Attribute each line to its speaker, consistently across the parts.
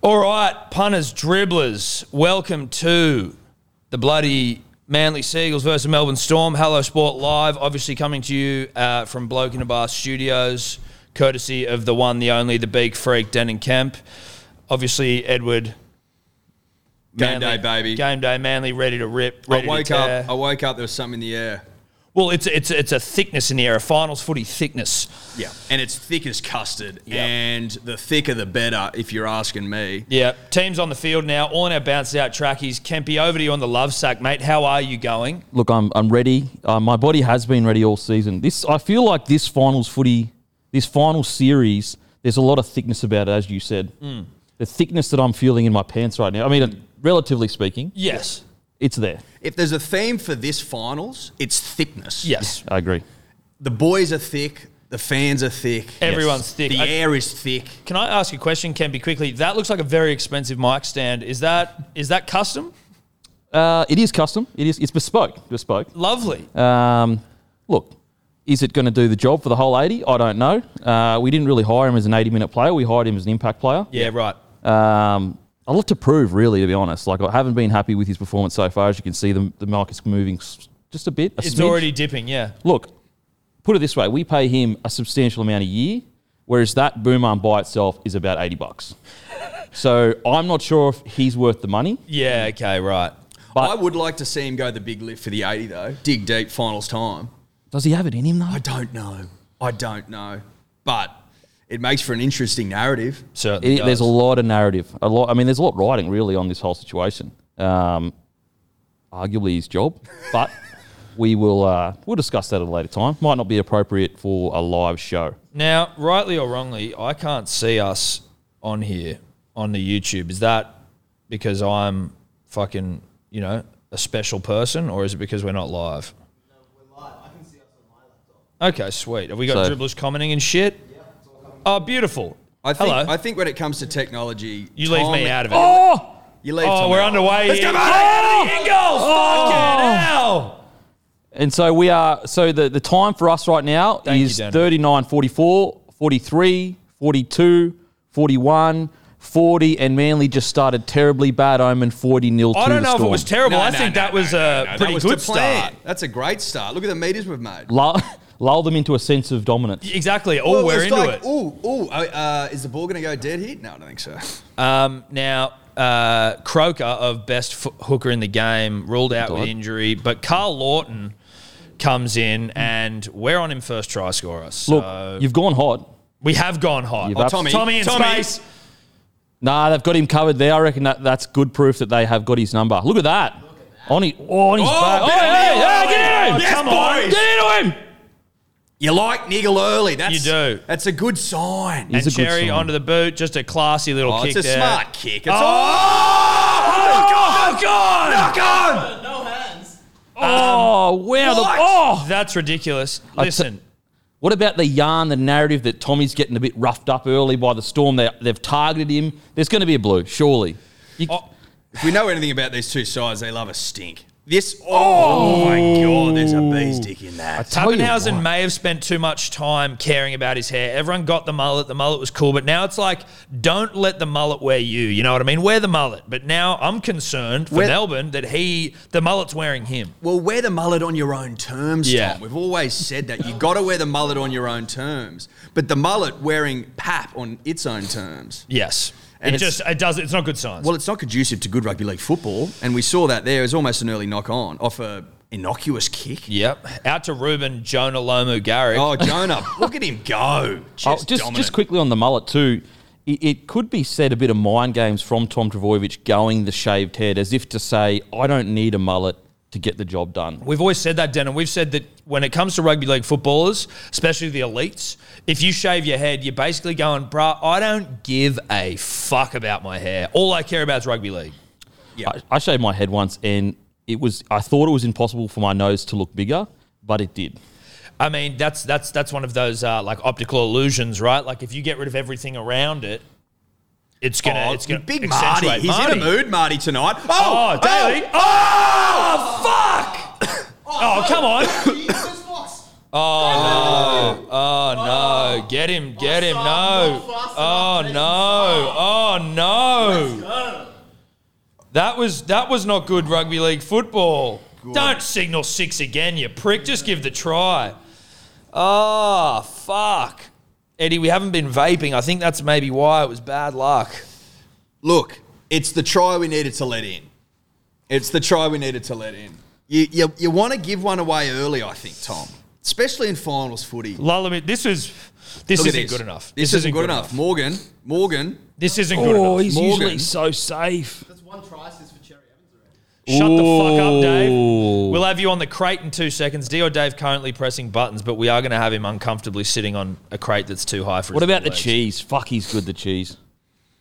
Speaker 1: All right, punters, dribblers, welcome to the bloody Manly Seagulls versus Melbourne Storm. Hello Sport Live, obviously coming to you uh, from Bloke in a Bar Studios, courtesy of the one, the only, the big freak, Denon Kemp. Obviously, Edward.
Speaker 2: Game
Speaker 1: Manly-
Speaker 2: day, baby.
Speaker 1: Game day, Manly, ready to rip. Ready
Speaker 2: I woke
Speaker 1: to tear.
Speaker 2: up. I woke up. There was something in the air.
Speaker 1: Well, it's it's it's a thickness in the air, a finals footy thickness.
Speaker 2: Yeah, and it's thick as custard,
Speaker 1: Yep.
Speaker 2: and the thicker the better. If you're asking me,
Speaker 1: Yeah, teams on the field now, all in our bounce out trackies. Kempy, over to you on the love sack, mate. How are you going?
Speaker 3: look, I'm I'm ready. Uh, my body has been ready all season. This I feel like this finals footy, this final series, there's a lot of thickness about it, as you said. The thickness that I'm feeling in my pants right now. I mean, relatively speaking,
Speaker 1: Yes,
Speaker 3: it's there.
Speaker 2: if there's a theme for this finals, it's thickness.
Speaker 1: yes.
Speaker 3: I agree.
Speaker 2: the boys are thick. The fans are thick.
Speaker 1: Everyone's thick.
Speaker 2: The
Speaker 1: I-
Speaker 2: air is thick.
Speaker 1: Can I ask a question, Kempy, quickly? That looks like a very expensive mic stand. Is that is that custom?
Speaker 3: Uh, it is custom. It is. It's bespoke. Bespoke.
Speaker 1: Lovely.
Speaker 3: Um, look, is it going to do the job for the whole 80? I don't know. Uh, we didn't really hire him as an 80 minute player. We hired him as an impact player.
Speaker 1: yeah, right.
Speaker 3: Um, a lot to prove, really, to be honest. Like, I haven't been happy with his performance so far. As you can see, the, the mark is moving s- just a bit. a
Speaker 1: It's
Speaker 3: smidge.
Speaker 1: already dipping. Yeah.
Speaker 3: Look, put it this way we pay him a substantial amount a year, whereas that boom arm by itself is about 80 bucks. so I'm not sure if he's worth the money.
Speaker 1: Yeah.
Speaker 3: Mm.
Speaker 1: Okay. Right.
Speaker 3: But-
Speaker 2: I would like to see him go the big lift for the 80 though. Dig deep, finals time.
Speaker 3: Does he have it in him, though?
Speaker 2: I don't know. I don't know. But it makes for an interesting narrative.
Speaker 1: Certainly.
Speaker 3: It,
Speaker 1: does.
Speaker 3: there's a lot of narrative. A lot. I mean, there's a lot writing really on this whole situation. Um, arguably his job, but we will uh, we'll discuss that at a later time. Might not be appropriate for a live show.
Speaker 1: Now, rightly or wrongly, I can't see us on here on the YouTube. Is that because I'm fucking, you know, a special person or is it because we're not live? Okay, sweet. Have we got
Speaker 3: So-
Speaker 1: dribblers commenting and shit? Oh, beautiful.
Speaker 2: I think,
Speaker 1: Hello.
Speaker 2: I think when it comes to technology,
Speaker 1: you leave
Speaker 2: Tom-
Speaker 1: me out of it.
Speaker 3: Oh,
Speaker 2: You leave
Speaker 1: oh,
Speaker 2: Tom
Speaker 1: we're
Speaker 2: out.
Speaker 1: underway. Oh!
Speaker 2: Let's
Speaker 1: here.
Speaker 2: go, mate.
Speaker 1: Bloody Ingles, fucking hell.
Speaker 3: and so we are. So the the time for us right now
Speaker 1: you,
Speaker 3: is
Speaker 1: Dan.
Speaker 3: 39, 44, 43, 42, 41. 40 and Manly just started terribly bad omen 40 nil.
Speaker 1: I don't know if it was terrible.
Speaker 2: No,
Speaker 1: I
Speaker 2: no,
Speaker 1: think
Speaker 2: no,
Speaker 1: that
Speaker 2: no,
Speaker 1: was
Speaker 2: no,
Speaker 1: a
Speaker 2: no, that
Speaker 1: pretty
Speaker 2: was
Speaker 1: good
Speaker 2: to plan.
Speaker 1: start.
Speaker 2: That's a great start. Look at the meters we've made.
Speaker 3: lull, lull them into a sense of dominance.
Speaker 1: Exactly. Oh,
Speaker 2: Well,
Speaker 1: we're
Speaker 2: it's
Speaker 1: into
Speaker 2: like,
Speaker 1: it.
Speaker 2: Ooh, ooh, uh, uh, is the ball going to go dead here? No, I don't think so.
Speaker 1: Um, now, uh, Croker of best fo- hooker in the game ruled out with
Speaker 3: Died.
Speaker 1: injury, but Carl Lawton comes in and we're on him first try scorer. So
Speaker 3: Look, you've gone hot.
Speaker 1: we have gone hot.
Speaker 3: You've Oh, abs-
Speaker 2: Tommy,
Speaker 1: Tommy in
Speaker 2: Tommy.
Speaker 1: space.
Speaker 3: Nah, they've got him covered there. I reckon that, that's good proof that they have got his number. Look at that. On his, oh, on his
Speaker 2: Oh,
Speaker 3: back.
Speaker 2: bit
Speaker 3: Oh,
Speaker 2: of
Speaker 3: hey,
Speaker 2: knee.
Speaker 3: hey, get in him.
Speaker 2: Yes,
Speaker 3: Come on.
Speaker 2: boys.
Speaker 3: Get into him.
Speaker 2: You like niggle early. That's,
Speaker 1: You do.
Speaker 2: That's a good sign.
Speaker 3: He's
Speaker 1: and
Speaker 3: a good
Speaker 1: Cherry
Speaker 3: sign.
Speaker 1: onto the boot. Just a classy little
Speaker 2: Oh,
Speaker 1: kick
Speaker 2: it's a
Speaker 1: there.
Speaker 2: smart kick. It's
Speaker 1: Oh!
Speaker 2: oh, knock on, knock on, knock on.
Speaker 3: Oh, wow. The,
Speaker 2: what?
Speaker 3: oh.
Speaker 1: That's ridiculous.
Speaker 3: I t-
Speaker 1: Listen,
Speaker 3: What about the yarn, the narrative that Tommy's getting a bit roughed up early by the storm? They, they've targeted him. There's going to be a blue, surely. You-
Speaker 1: oh,
Speaker 2: If we know anything about these two sides, they love a stink. This, oh, my God, there's a bee's dick in that.
Speaker 3: tell you
Speaker 1: Pappenhausen
Speaker 3: what.
Speaker 1: may have spent too much time caring about his hair. Everyone got the mullet. The mullet was cool, but now it's like, don't let the mullet wear you. You know what I mean? Wear the mullet. But now I'm concerned for
Speaker 2: Wear-
Speaker 1: Melbourne that he, the mullet's wearing him.
Speaker 2: Well, wear the mullet on your own terms,
Speaker 1: Yeah.
Speaker 2: Tom. We've always said that. you got to wear the mullet on your own terms. But the mullet wearing pap on its own terms.
Speaker 1: Yes, it
Speaker 2: And it's-
Speaker 1: just it does. It's not good signs.
Speaker 2: Well, it's not conducive to good rugby league football. And we saw that there. It was almost an early knock on off a innocuous kick.
Speaker 1: yep. Out to Ruben Jonah Lomu Garrick.
Speaker 2: Oh, Jonah, look at him go.
Speaker 3: Oh,
Speaker 2: Just,
Speaker 3: just,
Speaker 2: dominant.
Speaker 3: just quickly on the mullet too. It, it could be said a bit of mind games from Tom Travojevic going the shaved head, as if to say, "I don't need a mullet to get the job done."
Speaker 1: We've always said that, Denon. We've said that when it comes to rugby league footballers, especially the elites, if you shave your head, you're basically going, bruh, I don't give a fuck about my hair. All I care about is rugby league.
Speaker 2: Yeah.
Speaker 3: I, I shaved my head once, and it was I thought it was impossible for my nose to look bigger, but it did.
Speaker 1: I mean, that's that's that's one of those uh, like optical illusions, right? Like if you get rid of everything around it, it's gonna
Speaker 2: Oh,
Speaker 1: it's gonna
Speaker 2: big Marty.
Speaker 1: accentuate
Speaker 2: He's
Speaker 1: Marty.
Speaker 2: in a mood, Marty, tonight.
Speaker 1: Oh,
Speaker 2: Oh,
Speaker 1: Daly! Oh, fuck! Oh, come on!
Speaker 4: Jesus Christ.
Speaker 1: Oh no! Oh no! Get him! Get him! No! Oh no! Oh no! That was that was not good rugby league football. Don't signal six again, you prick. Just give the try. Oh fuck, Eddie. We haven't been vaping. I think that's maybe why it was bad luck.
Speaker 2: Look, it's the try we needed to let in. It's the try we needed to let in. You, you, you want to give one away early, I think, Tom. Especially in finals footy.
Speaker 1: Lullamy. This is this
Speaker 2: Look at
Speaker 1: isn't good enough.
Speaker 2: This, isn't, good, enough. Morgan, Morgan,
Speaker 1: This isn't good
Speaker 5: Oh,
Speaker 1: enough.
Speaker 5: he's
Speaker 2: Morgan.
Speaker 5: usually so safe.
Speaker 4: That's one try assist for Cherry Evans already.
Speaker 1: Shut the fuck up, Dave.
Speaker 3: Ooh.
Speaker 1: We'll have you on the crate in two seconds. D or Dave currently pressing buttons, but we are going to have him uncomfortably sitting on a crate that's too high for.
Speaker 3: What
Speaker 1: his
Speaker 3: about the
Speaker 1: legs.
Speaker 3: cheese? Fuck, he's good. The cheese.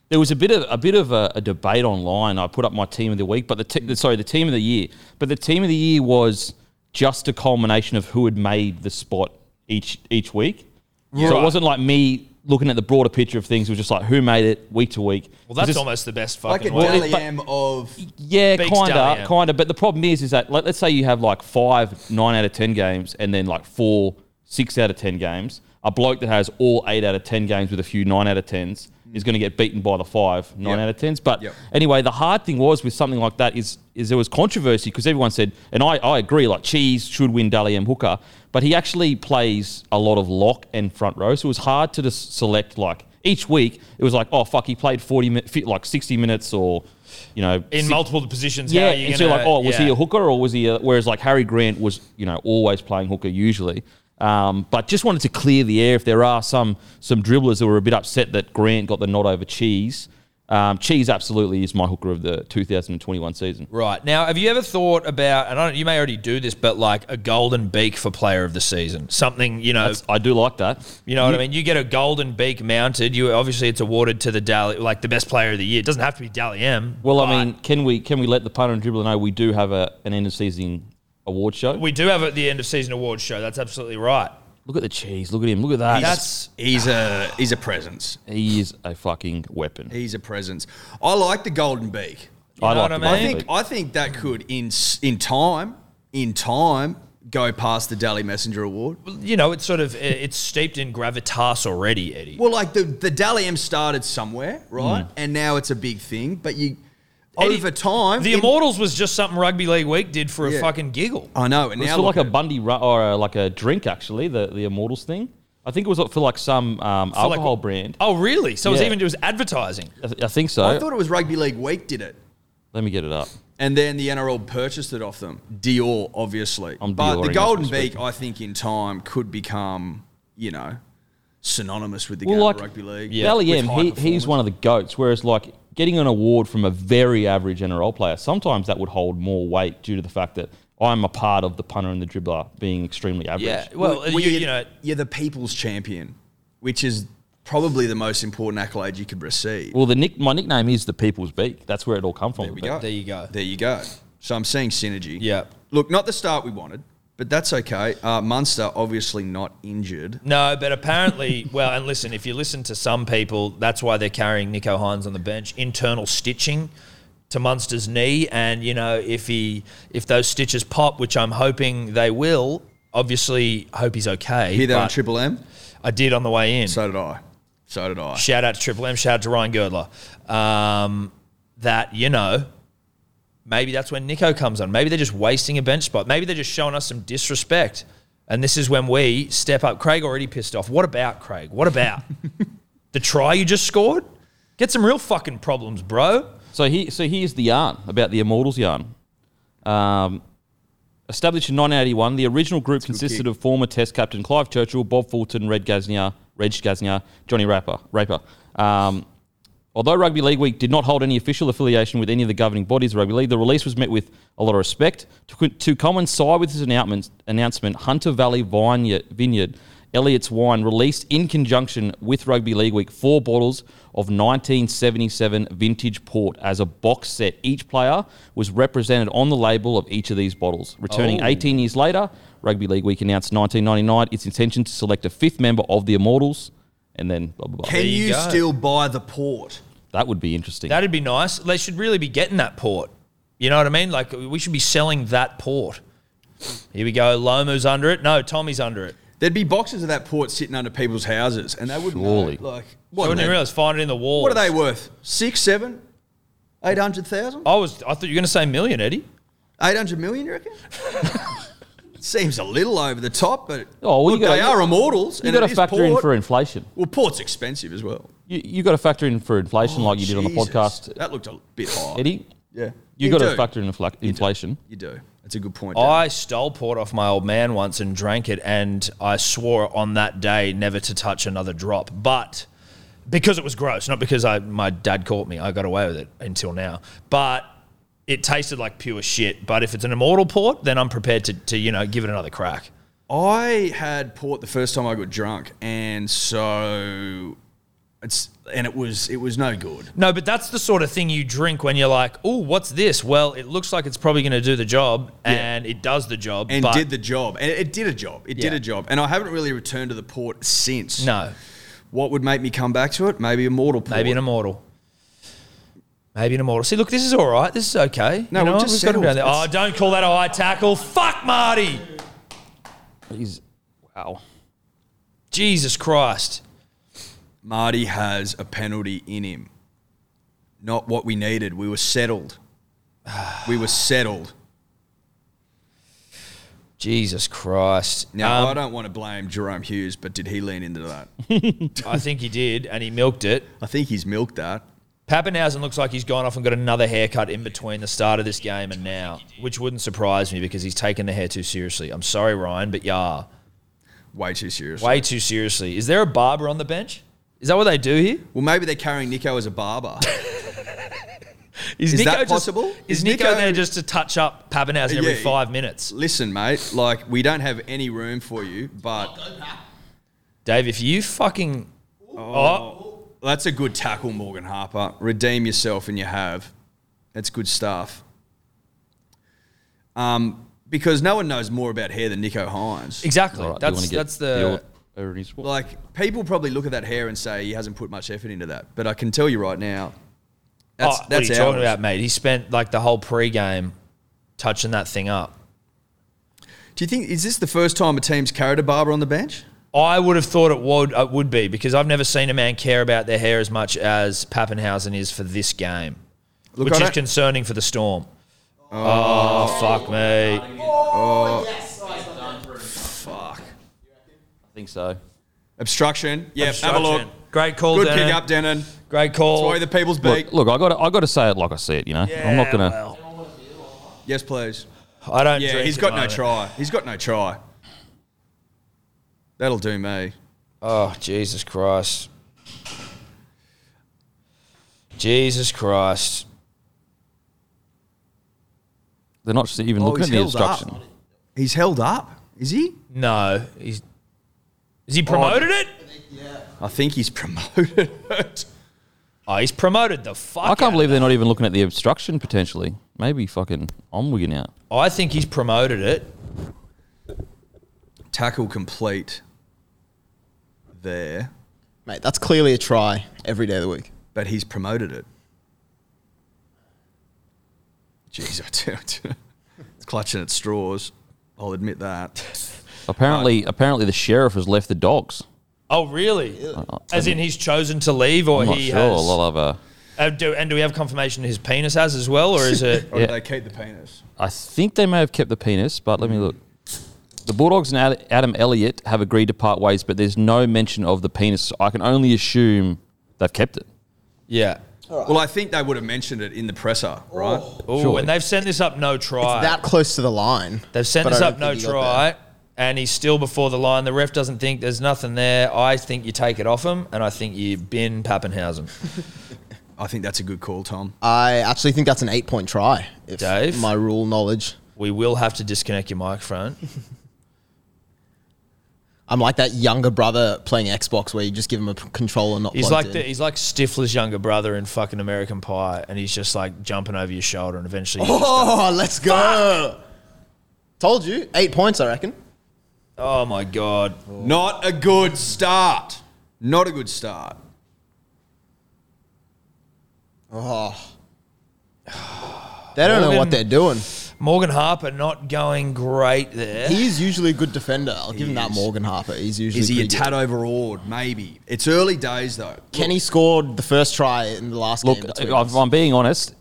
Speaker 3: There was a bit of a bit of a, a debate online. I put up my team of the week, but the te- sorry, the team of the year. But the team of the year was just a culmination of who had made the spot each each week. So it
Speaker 1: Right.
Speaker 3: wasn't like me looking at the broader picture of things. It was just like who made it week to week.
Speaker 1: Well, that's
Speaker 3: It's just-
Speaker 1: almost the best
Speaker 2: like a
Speaker 1: fucking way.
Speaker 3: it-
Speaker 2: Dally
Speaker 3: but-
Speaker 2: M of
Speaker 3: yeah,
Speaker 1: Big
Speaker 3: kinda,
Speaker 1: stallion.
Speaker 3: kinda. But the problem is, is that let, let's say you have like five nine out of ten games, and then like four six out of ten games. A bloke that has all eight out of ten games with a few nine out of tens is going to get beaten by the five nine
Speaker 2: Yep.
Speaker 3: out of tens. But
Speaker 2: Yep.
Speaker 3: anyway, the hard thing was with something like that is is there was controversy because everyone said, and I, I agree, like Cheese should win Dally M Hooker, but he actually plays a lot of lock and front row, so it was hard to just select like. Each week, it was like, oh fuck, he played forty mi- fi- like sixty minutes, or you know,
Speaker 1: in
Speaker 3: six-
Speaker 1: multiple positions.
Speaker 3: yeah,
Speaker 1: how you
Speaker 3: and so you're like,
Speaker 1: gonna-
Speaker 3: oh, was
Speaker 1: yeah.
Speaker 3: he a hooker or was he? A, whereas like Harry Grant was, you know, always playing hooker usually. Um, but just wanted to clear the air if there are some some dribblers that were a bit upset that Grant got the nod over Cheese. Um, Cheese absolutely is my hooker of the 2021 season.
Speaker 1: Right now, have you ever thought about? And I don't, you may already do this, but like a golden beak for player of the season, something you know,
Speaker 3: That's, I do like that.
Speaker 1: you know what I mean. You get a golden beak mounted. You obviously it's awarded to the Dally, like the best player of the year. It doesn't have to be Dally M.
Speaker 3: Well,
Speaker 1: but
Speaker 3: I mean, can we can we let the punter and dribbler know we do have a, an end of season award show?
Speaker 1: we do have it at the end of season awards show. That's absolutely right.
Speaker 3: look at the cheese. Look at him. Look at that.
Speaker 1: That's
Speaker 2: he's a he's a presence.
Speaker 3: he is a fucking weapon.
Speaker 2: He's a presence. I like the golden beak.
Speaker 3: I
Speaker 1: know what
Speaker 3: like
Speaker 1: I
Speaker 3: the
Speaker 1: mean?
Speaker 2: I
Speaker 3: Golden
Speaker 2: think
Speaker 3: Boot.
Speaker 2: I think that could in s- in time in time go past the Daily Messenger Award.
Speaker 1: you know, it's sort of it's steeped in gravitas already, Eddie.
Speaker 2: Well, like the the Dally M started somewhere, right?
Speaker 3: Hmm.
Speaker 2: And now it's a big thing. But you
Speaker 1: Eddie,
Speaker 2: over time,
Speaker 1: the
Speaker 2: it-
Speaker 1: Immortals was just something Rugby League Week did for a
Speaker 2: Yeah.
Speaker 1: fucking giggle.
Speaker 2: I know. And
Speaker 3: It was
Speaker 2: now
Speaker 3: for like
Speaker 2: look at
Speaker 3: a
Speaker 2: it.
Speaker 3: Bundy ru- or uh, like a drink, actually, the, the Immortals thing. I think it was for like some um,
Speaker 1: For like-
Speaker 3: alcohol brand.
Speaker 1: Oh, really? So it was
Speaker 3: Yeah.
Speaker 1: even it was advertising.
Speaker 3: I, th- I think so.
Speaker 2: I thought it was Rugby League Week did it.
Speaker 3: Let me get it up.
Speaker 2: And then the NRL purchased it off them. Dior, obviously.
Speaker 3: I'm
Speaker 2: but
Speaker 3: Dioring
Speaker 2: the
Speaker 3: as
Speaker 2: Golden
Speaker 3: we speak.
Speaker 2: Beak, I think, in time could become, you know, synonymous with the
Speaker 3: Well,
Speaker 2: game
Speaker 3: like
Speaker 2: of rugby league.
Speaker 3: Yeah. Dally
Speaker 2: With
Speaker 3: M,
Speaker 2: high
Speaker 3: he, he's
Speaker 2: performance.
Speaker 3: one of the goats. Whereas like getting an award from a very average NRL player, sometimes that would hold more weight due to the fact that I'm a part of the punter and the dribbler being extremely average.
Speaker 1: Yeah. Well,
Speaker 2: Well,
Speaker 1: you,
Speaker 2: you're,
Speaker 1: you know,
Speaker 2: you're the people's champion, which is probably the most important accolade you could receive.
Speaker 3: Well, the nick my nickname is the People's Beak. That's where it all come from.
Speaker 2: there we go.
Speaker 1: there you go.
Speaker 2: There you go. So I'm seeing synergy.
Speaker 1: Yeah.
Speaker 2: Look, not the start we wanted, but that's okay. Uh, Munster obviously not injured.
Speaker 1: no, but apparently, well, and listen, if you listen to some people, that's why they're carrying Nico Hines on the bench. Internal stitching to Munster's knee, and you know, if he if those stitches pop, which I'm hoping they will, obviously, hope he's okay.
Speaker 2: Hear that on
Speaker 1: but
Speaker 2: Triple M?
Speaker 1: I did on the way in.
Speaker 2: So did I. So did I.
Speaker 1: shout out to Triple M, shout out to Ryan Girdler. Um, that, you know, maybe that's when Nico comes on. Maybe they're just wasting a bench spot. Maybe they're just showing us some disrespect. And this is when we step up. Craig already pissed off. What about Craig? What about the try you just scored? Get some real fucking problems, bro.
Speaker 3: So he, so here's the yarn about the Immortals yarn. Um, established in 1981, the original group consisted
Speaker 2: kick.
Speaker 3: of former Test captain Clive Churchill, Bob Fulton, Red Gaznia, Reg Gaznia, Johnny Rapper, Raper. Um, although Rugby League Week did not hold any official affiliation with any of the governing bodies of Rugby League, the release was met with a lot of respect. To, co- to coincide with this announcement, announcement Hunter Valley Vineyard, Vineyard Elliot's Wine released in conjunction with Rugby League Week four bottles of 1977 vintage port as a box set. Each player was represented on the label of each of these bottles. Returning 18 years later, Rugby League Week announced 1999 its intention to select a fifth member of the Immortals, and then blah blah blah.
Speaker 2: Can
Speaker 1: you
Speaker 2: you,
Speaker 1: go.
Speaker 2: still buy the port?
Speaker 3: that would be interesting.
Speaker 1: That'd be nice. They should really be getting that port. You know what I mean? Like, we should be selling that port. Here we go. Lomu's under it. No, Tommy's under it.
Speaker 2: There'd be boxes of that port sitting under people's houses, and they wouldn't
Speaker 6: Surely.
Speaker 2: know, like
Speaker 1: I wouldn't
Speaker 2: what, are
Speaker 1: even
Speaker 2: they,
Speaker 1: realize find it in the wall.
Speaker 2: what are they worth? Six, seven, eight hundred thousand,
Speaker 1: I was. I thought you were going to say million, Eddie.
Speaker 2: eight hundred million? You reckon? Seems a little over the top, but
Speaker 6: Oh, well, you
Speaker 2: look,
Speaker 6: gotta-
Speaker 2: they are immortals,
Speaker 6: You
Speaker 2: and
Speaker 6: got
Speaker 2: it
Speaker 6: to
Speaker 2: is
Speaker 6: factor
Speaker 2: port.
Speaker 6: in for inflation.
Speaker 2: well, port's expensive as well.
Speaker 6: You, you got to factor in for inflation, like you did on the
Speaker 2: Oh, Jesus,
Speaker 6: podcast,
Speaker 2: That looked a bit high.
Speaker 6: Eddie.
Speaker 2: Yeah,
Speaker 6: You, got to
Speaker 2: do.
Speaker 6: factor in infla- inflation.
Speaker 2: You do. That's a good point. Dan.
Speaker 1: I stole port off my old man once and drank it, and I swore on that day never to touch another drop. But because it was gross, not because I my dad caught me, I got away with it until now. But it tasted like pure shit. But if it's an immortal port, then I'm prepared to, to you know give it another crack.
Speaker 2: I had port the first time I got drunk, and so it's and it was it was no good.
Speaker 1: No, but that's the sort of thing you drink when you're like, oh, what's this? Well, it looks like it's probably going to do the job, and it does the job.
Speaker 2: And
Speaker 1: but
Speaker 2: did the job, and it, it did a job. It did
Speaker 1: Yeah.
Speaker 2: a job, and I haven't really returned to the port since.
Speaker 1: no,
Speaker 2: What would make me come back to it? Maybe immortal port.
Speaker 1: maybe an immortal. Maybe an immortal. See, look, this is all right. This is okay.
Speaker 2: No,
Speaker 1: you know,
Speaker 2: we've just
Speaker 1: we've got him down
Speaker 2: settled.
Speaker 1: there. Oh, don't call that a high tackle. Fuck, Marty.
Speaker 6: He's- wow.
Speaker 1: Jesus Christ.
Speaker 2: Marty has a penalty in him. Not what we needed. We were settled. we were settled.
Speaker 1: Jesus Christ.
Speaker 2: Now
Speaker 1: Um,
Speaker 2: I don't want to blame Jerome Hughes, but did he lean into that?
Speaker 1: I think he did, and he milked it.
Speaker 2: I think he's milked that.
Speaker 1: Pappenhausen looks like he's gone off and got another haircut in between the start of this game and now, which wouldn't surprise me because he's taken the hair too seriously. I'm sorry, Ryan, but yeah,
Speaker 2: Way too serious.
Speaker 1: way too seriously. Is there a barber on the bench? Is that what they do here?
Speaker 2: Well, maybe they're carrying Nico as a barber.
Speaker 1: Is,
Speaker 2: that
Speaker 1: just-
Speaker 2: possible?
Speaker 1: Is,
Speaker 2: Is
Speaker 1: Nico,
Speaker 2: Nico-
Speaker 1: there just to touch up Pappenhausen every
Speaker 2: Yeah.
Speaker 1: five minutes?
Speaker 2: Listen, mate, like we don't have any room for you, but
Speaker 1: Dave, if you fucking. Oh.
Speaker 2: that's a good tackle, Morgan Harper. Redeem yourself, and you have. That's good stuff. Um, because no one knows more about hair than Nico Hines.
Speaker 1: Exactly.
Speaker 6: All right, do you
Speaker 1: that's
Speaker 6: wanna get
Speaker 1: that's the.
Speaker 6: the or- or his-
Speaker 2: Like people probably look at that hair and say he hasn't put much effort into that, but I can tell you right now, that's
Speaker 1: oh,
Speaker 2: that's
Speaker 1: what are you talking
Speaker 2: ours.
Speaker 1: about, mate? He spent like the whole pre-game touching that thing up.
Speaker 2: Do you think is this the first time a team's carried a barber on the bench?
Speaker 1: I would have thought it would it would be because I've never seen a man care about their hair as much as Pappenhausen is for this game,
Speaker 2: Look, I
Speaker 1: which is
Speaker 2: don't-
Speaker 1: concerning for the Storm. Oh, fuck me!
Speaker 2: fuck
Speaker 6: I think so.
Speaker 2: obstruction. Yeah, have a look.
Speaker 1: Great call,
Speaker 2: Good
Speaker 1: Denon.
Speaker 2: pick up, Denon.
Speaker 1: Great call.
Speaker 2: Sorry, the people's beat.
Speaker 6: Look, look, I got I got to say it like I see it. You know, I'm not gonna.
Speaker 1: well,
Speaker 2: Yes, please.
Speaker 1: I don't.
Speaker 2: Yeah,
Speaker 1: drink
Speaker 2: he's
Speaker 1: at
Speaker 2: got
Speaker 1: the
Speaker 2: no
Speaker 1: moment.
Speaker 2: try. He's got no try. That'll do me.
Speaker 1: Oh Jesus Christ! Jesus Christ!
Speaker 6: They're not even
Speaker 2: Oh,
Speaker 6: looking
Speaker 2: he's
Speaker 6: at the
Speaker 2: held up.
Speaker 6: instruction.
Speaker 2: He's held up. Is he?
Speaker 1: No, he's. Has he promoted it?
Speaker 2: I think he's promoted. it.
Speaker 1: Oh, he's promoted the fuck.
Speaker 6: I
Speaker 1: out
Speaker 6: can't
Speaker 1: of
Speaker 6: believe they're not even looking at the obstruction potentially. Maybe fucking Omwigan out.
Speaker 1: I think he's promoted it.
Speaker 2: Tackle complete. There,
Speaker 4: Mate, that's clearly a try every day of the week.
Speaker 2: but he's promoted it. Jeez, I do. It's clutching at straws. I'll admit that.
Speaker 6: Apparently, apparently the sheriff has left the dogs.
Speaker 1: Oh, really? As in, he's chosen to leave, or
Speaker 6: I'm not
Speaker 1: he
Speaker 6: sure.
Speaker 1: has.
Speaker 6: I'll have a-
Speaker 1: Uh, do, and do we have confirmation his penis has as well, or is it?
Speaker 2: Or
Speaker 6: Yeah.
Speaker 2: did they keep the penis?
Speaker 6: I think they may have kept the penis, but let me look. The Bulldogs and Ad- Adam Elliott have agreed to part ways, but there's no mention of the penis. So I can only assume they've kept it.
Speaker 1: yeah.
Speaker 2: Well, I think they would have mentioned it in the presser, right?
Speaker 1: Oh,
Speaker 6: Surely.
Speaker 1: and they've sent this up no try.
Speaker 4: It's that close to the line.
Speaker 1: they've sent
Speaker 4: but I
Speaker 1: this
Speaker 4: don't
Speaker 1: up no
Speaker 4: think he got there.
Speaker 1: try, and he's still before the line. The ref doesn't think there's nothing there. I think you take it off him, and I think you bin Pappenhausen.
Speaker 2: I think that's a good call, Tom.
Speaker 4: I actually think that's an eight point try. If
Speaker 1: Dave?
Speaker 4: My rule knowledge.
Speaker 1: We will have to disconnect your microphone.
Speaker 4: I'm like that younger brother playing Xbox where you just give him a p- controller not
Speaker 1: He's
Speaker 4: plugged
Speaker 1: like the,
Speaker 4: in.
Speaker 1: he's like Stifler's younger brother in fucking American Pie, and he's just like jumping over your shoulder, and eventually. you just go,
Speaker 4: Oh, let's go. Told you. Eight points, I reckon.
Speaker 1: oh my god!
Speaker 2: Not a good start. Not a good start.
Speaker 4: They don't know Oh.
Speaker 1: Morgan-
Speaker 4: what they're doing.
Speaker 1: Morgan Harper not going great there.
Speaker 4: He is usually a good defender. I'll give him that.
Speaker 2: is.
Speaker 4: Morgan Harper. He's usually.
Speaker 2: Is he a
Speaker 4: pretty
Speaker 2: tad
Speaker 4: good.
Speaker 2: overawed? Maybe. It's early days though.
Speaker 4: Kenny scored the first try in the last
Speaker 3: Look,
Speaker 4: game.
Speaker 3: if
Speaker 4: between us.
Speaker 3: I'm being honest,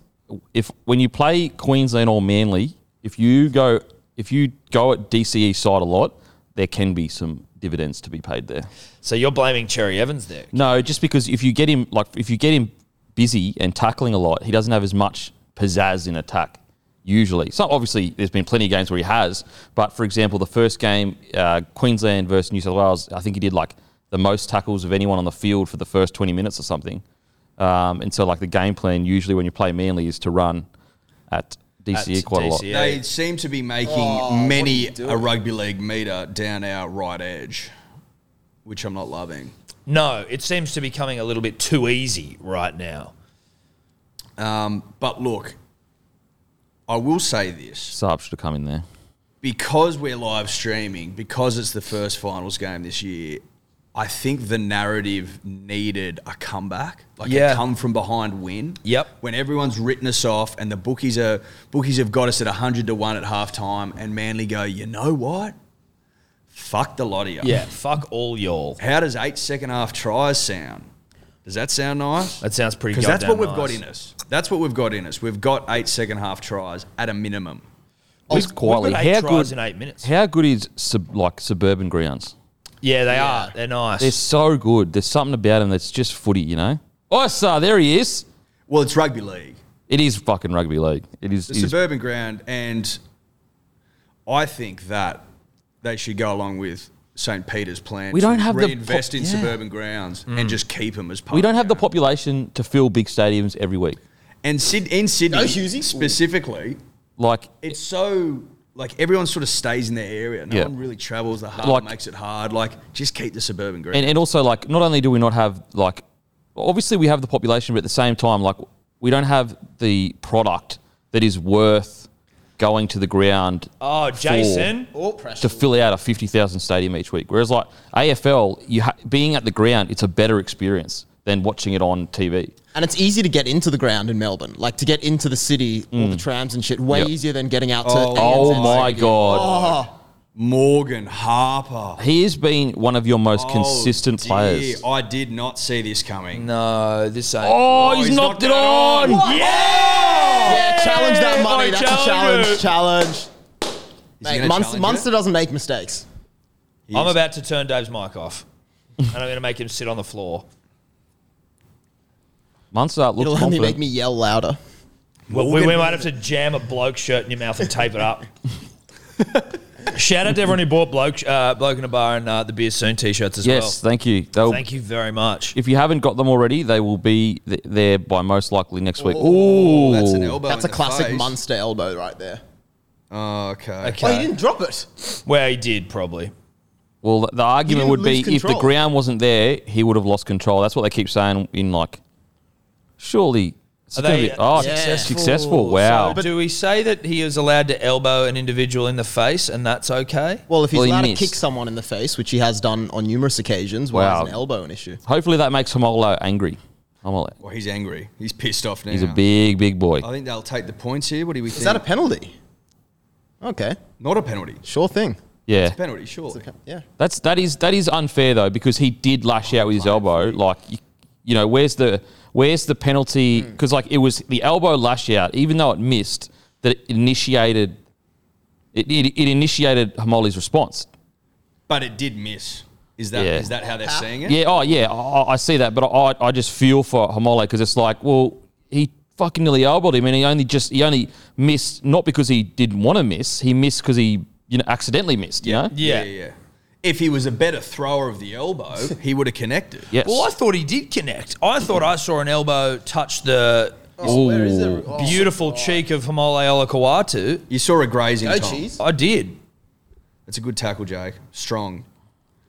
Speaker 3: if when you play Queensland or Manly, if you go if you go at DCE side a lot, there can be some dividends to be paid there.
Speaker 1: So you're blaming Cherry Evans there.
Speaker 3: No, just because if you get him like if you get him busy and tackling a lot, he doesn't have as much pizzazz in attack. Usually, so obviously there's been plenty of games where he has. But for example, the first game, uh, Queensland versus New South Wales, I think he did like the most tackles of anyone on the field for the first 20 minutes or something. Um, and so like the game plan usually when you play Manly is to run at DCE
Speaker 1: At E.
Speaker 3: quite a
Speaker 1: DCE.
Speaker 3: lot.
Speaker 1: Yeah.
Speaker 2: They seem to be making many a rugby league meter down our right edge, which I'm not loving.
Speaker 1: No, it seems to be coming a little bit too easy right now.
Speaker 2: Um, but look, I will say this
Speaker 3: Saab should have come in there.
Speaker 2: because we're live streaming, because it's the first finals game this year. I think the narrative needed a comeback, like
Speaker 1: Yeah.
Speaker 2: a come from behind win.
Speaker 1: Yep.
Speaker 2: When everyone's written us off and the bookies are bookies have got us at hundred to one at halftime, and Manly go, you know what? Fuck the lot of you.
Speaker 1: Yeah, fuck all y'all.
Speaker 2: How does eight second half tries sound? Does that sound nice?
Speaker 1: That sounds pretty.
Speaker 2: Because that's what
Speaker 1: goddamn
Speaker 2: we've
Speaker 1: nice.
Speaker 2: got in us. That's what we've got in us. We've got eight second half tries at a minimum.
Speaker 1: We've-
Speaker 3: Just quietly,
Speaker 1: Oh, we've got eight
Speaker 3: how
Speaker 1: tries in
Speaker 3: good?
Speaker 1: eight minutes.
Speaker 3: How good is sub, like suburban grounds?
Speaker 1: Yeah, they are. They're nice.
Speaker 3: They're so good. There's something about them that's just footy, you know. Oh, sir, there he is.
Speaker 2: Well, it's rugby league,
Speaker 3: It is fucking rugby league. It is.
Speaker 2: the
Speaker 3: it is-
Speaker 2: suburban ground, and I think that they should go along with St. Peter's plan.
Speaker 3: We
Speaker 2: to
Speaker 3: don't have the
Speaker 2: reinvest
Speaker 3: pop-
Speaker 2: in
Speaker 3: yeah.
Speaker 2: suburban grounds and
Speaker 3: Mm.
Speaker 2: just keep them as part.
Speaker 3: we don't have the population to fill big stadiums every week.
Speaker 2: and Syd- in Sydney
Speaker 4: No, Husey?
Speaker 2: specifically.
Speaker 3: Like,
Speaker 2: It's so like everyone sort of stays in their area. No
Speaker 3: Yeah.
Speaker 2: one really travels. The hard
Speaker 3: Like-
Speaker 2: makes it hard. Like just keep the suburban ground.
Speaker 3: and, and also like, not only do we not have like, obviously we have the population, but at the same time, like, we don't have the product that is worth going to the ground
Speaker 1: oh, Jason.
Speaker 4: All pressure.
Speaker 3: to fill out a fifty thousand stadium each week. Whereas like AFL, you ha- being at the ground, it's a better experience than watching it on TV.
Speaker 4: And it's easy to get into the ground in Melbourne. Like to get into the city, all the trams and shit, way
Speaker 3: Mm. Yep.
Speaker 4: easier than getting out to.
Speaker 2: Oh,
Speaker 3: Oh
Speaker 4: ANZ
Speaker 3: my
Speaker 4: Stadium.
Speaker 3: god.
Speaker 2: Morgan Harper.
Speaker 3: He has been one of your most
Speaker 2: Oh,
Speaker 3: consistent
Speaker 2: dear. Oh,
Speaker 3: players.
Speaker 2: I did not see this coming.
Speaker 1: No, this ain't.
Speaker 3: Oh,
Speaker 2: he's
Speaker 3: he's,
Speaker 2: he's knocked
Speaker 3: knocked,
Speaker 2: knocked it it on.
Speaker 3: it on.
Speaker 2: on.
Speaker 3: Yeah!
Speaker 4: Yeah, challenge that
Speaker 1: Yeah,
Speaker 4: money.
Speaker 1: boy,
Speaker 4: That's
Speaker 1: challenge
Speaker 4: a
Speaker 1: it.
Speaker 4: challenge. Challenge.
Speaker 2: gonna
Speaker 4: Mate, Munster,
Speaker 2: challenge it?
Speaker 4: Munster doesn't make mistakes.
Speaker 1: I'm about to turn Dave's mic off, and I'm going to make him sit on the floor.
Speaker 3: Munster looks
Speaker 4: It'll only
Speaker 3: confident.
Speaker 4: make me yell louder.
Speaker 1: Well, we, we might have to jam a bloke shirt in your mouth and tape it up. Shout out to everyone who bought bloke, uh, bloke in a bar and uh, the beer soon t-shirts as
Speaker 3: yes,
Speaker 1: well.
Speaker 3: thank you. They'll,
Speaker 1: Thank you very much.
Speaker 3: If you haven't got them already, they will be th- there by most likely next week.
Speaker 2: Oh.
Speaker 3: Ooh,
Speaker 2: That's an elbow.
Speaker 4: That's a
Speaker 2: in the
Speaker 4: classic
Speaker 2: face.
Speaker 4: Munster elbow right there.
Speaker 2: Oh, okay.
Speaker 1: Okay.
Speaker 4: Oh, he didn't drop it.
Speaker 1: Well, he did probably.
Speaker 3: Well, th- the argument
Speaker 4: didn't
Speaker 3: would be
Speaker 4: lose
Speaker 3: if the
Speaker 4: control.
Speaker 3: ground wasn't there, he would have lost control. That's what they keep saying. In like, surely. it's
Speaker 1: Are
Speaker 3: gonna
Speaker 1: they uh,
Speaker 3: be- oh,
Speaker 1: successful?
Speaker 3: successful! Wow.
Speaker 1: So do we say that he is allowed to elbow an individual in the face and that's okay?
Speaker 4: Well, if he's
Speaker 3: Well, he
Speaker 4: allowed to
Speaker 3: missed.
Speaker 4: kick someone in the face, which he has done on numerous occasions, why
Speaker 3: Wow.
Speaker 4: is an elbow an issue?
Speaker 3: Hopefully, that makes Homolo angry. Homolo,
Speaker 2: Well, he's angry. He's pissed off now.
Speaker 3: he's a big, big boy.
Speaker 2: I think they'll take the points here. What do we think?
Speaker 4: Is that a penalty? Okay,
Speaker 2: not a penalty.
Speaker 4: sure thing.
Speaker 3: Yeah,
Speaker 2: Penalty, surely.
Speaker 4: Yeah.
Speaker 3: That's that is that is unfair though because he did lash out with his elbow. Like you, you know, where's the where's the penalty?
Speaker 1: Hmm.
Speaker 3: Because like it was the elbow lash out, even though it missed, that it initiated. It, it, it initiated Hamoli's response.
Speaker 2: But it did miss. Is that is
Speaker 3: Yeah.
Speaker 2: that how they're seeing it?
Speaker 3: Yeah. Oh yeah. I- I, I see that, but I I just feel for Hamole because it's like, well, he fucking nearly elbowed him, and he only just he only missed not because he didn't want to miss. He missed because he you know accidentally missed. You know.
Speaker 1: Yeah.
Speaker 2: yeah, yeah. If he was a better thrower of the elbow, he would have connected.
Speaker 3: Yes.
Speaker 1: Well, I thought he did connect. I thought I saw an elbow touch the
Speaker 2: Oh,
Speaker 4: where is it?
Speaker 1: beautiful cheek of Hamole Olakawatu.
Speaker 2: You saw a grazing.
Speaker 4: Oh,
Speaker 2: Tom.
Speaker 4: jeez.
Speaker 1: I did.
Speaker 2: That's a good tackle, Jake. Strong.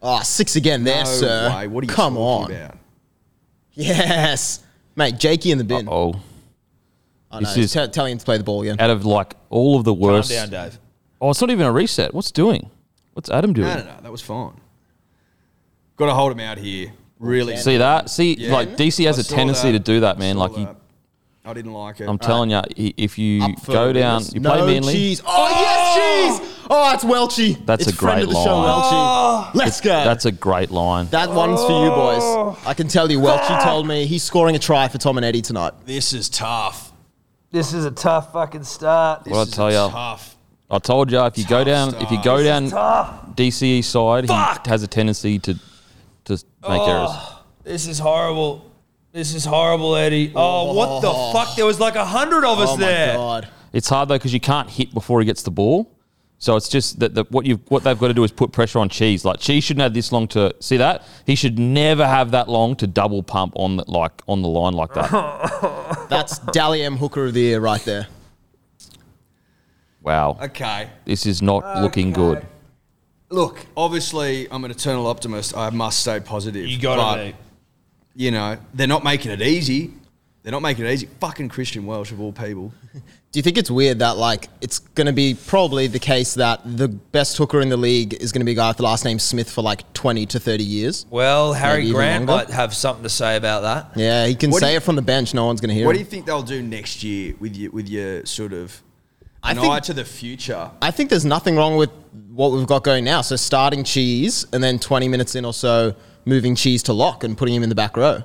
Speaker 4: Oh, six again there,
Speaker 2: No
Speaker 4: sir.
Speaker 2: way. What are you
Speaker 4: Come on.
Speaker 2: talking about?
Speaker 4: Yes. Mate, Jakey in the bin.
Speaker 3: oh.
Speaker 4: I know.
Speaker 3: This
Speaker 4: he's
Speaker 3: is-
Speaker 4: te- telling him to play the ball again.
Speaker 3: Out of like all of the
Speaker 1: Calm
Speaker 3: worst.
Speaker 1: down, Dave.
Speaker 3: Oh, it's not even a reset. What's doing? What's Adam doing?
Speaker 2: No, no, no. That was fine. Got to hold him out here. Really.
Speaker 3: See that? See, like DC has
Speaker 2: I
Speaker 3: a
Speaker 2: saw
Speaker 3: tendency
Speaker 2: that.
Speaker 3: to do that, man.
Speaker 2: Saw
Speaker 3: Like, he,
Speaker 2: that. I didn't like it.
Speaker 3: I'm telling you, if you
Speaker 4: Up for
Speaker 3: go down,
Speaker 4: this.
Speaker 3: you
Speaker 4: no
Speaker 3: play Manly.
Speaker 4: Cheese. Oh, yes, cheese. Oh, it's Welchie.
Speaker 3: That's
Speaker 4: it's
Speaker 3: a
Speaker 4: friend
Speaker 3: great
Speaker 4: of the show,
Speaker 3: line.
Speaker 2: Oh.
Speaker 4: Welchie. Let's go.
Speaker 3: That's a great line.
Speaker 4: that one's for you
Speaker 2: Oh.
Speaker 4: boys. I can tell you,
Speaker 2: Ah.
Speaker 4: Welchie told me he's scoring a try for Tom and Eddie tonight.
Speaker 2: this is tough.
Speaker 1: This is a tough fucking start.
Speaker 3: What I
Speaker 2: This
Speaker 3: tell
Speaker 2: is
Speaker 3: you,
Speaker 2: Tough.
Speaker 3: I told you if you go down, if you go down DCE side,
Speaker 1: Fuck.
Speaker 3: he has a tendency to to make errors.
Speaker 1: This is horrible. This is horrible, Eddie. Oh, what the fuck? There was like a hundred of us
Speaker 4: Oh, my
Speaker 1: there.
Speaker 4: God.
Speaker 3: It's hard though because you can't hit before he gets the ball. So it's just that the, what you what they've got to do is put pressure on Cheese. Like Cheese shouldn't have this long to see that. He should never have that long to double pump on the, like on the line like that.
Speaker 4: That's Dally M. Hooker of the year right there.
Speaker 3: Wow,
Speaker 2: Okay.
Speaker 3: this is not looking good.
Speaker 2: Look, obviously, I'm an eternal optimist. I must stay positive.
Speaker 1: You got
Speaker 2: But,
Speaker 1: it.
Speaker 2: You know, they're not making it easy. They're not making it easy. Fucking Christian Welsh of all people.
Speaker 4: Do you think it's weird that like it's going to be probably the case that the best hooker in the league is going to be a guy with the last name Smith for like twenty to thirty years?
Speaker 1: Well, Harry
Speaker 4: Maybe even
Speaker 1: Grant
Speaker 4: longer.
Speaker 1: might have something to say about that.
Speaker 4: Yeah, he can
Speaker 2: What do
Speaker 4: say
Speaker 2: you-
Speaker 4: it from the bench. No one's going to hear
Speaker 2: What do
Speaker 4: him.
Speaker 2: you think they'll do next year with your with your sort of
Speaker 4: I
Speaker 2: an
Speaker 4: think-
Speaker 2: eye to the future?
Speaker 4: I think there's nothing wrong with what we've got going now. So starting cheese and then twenty minutes in or so, moving cheese to lock and putting him in the back row,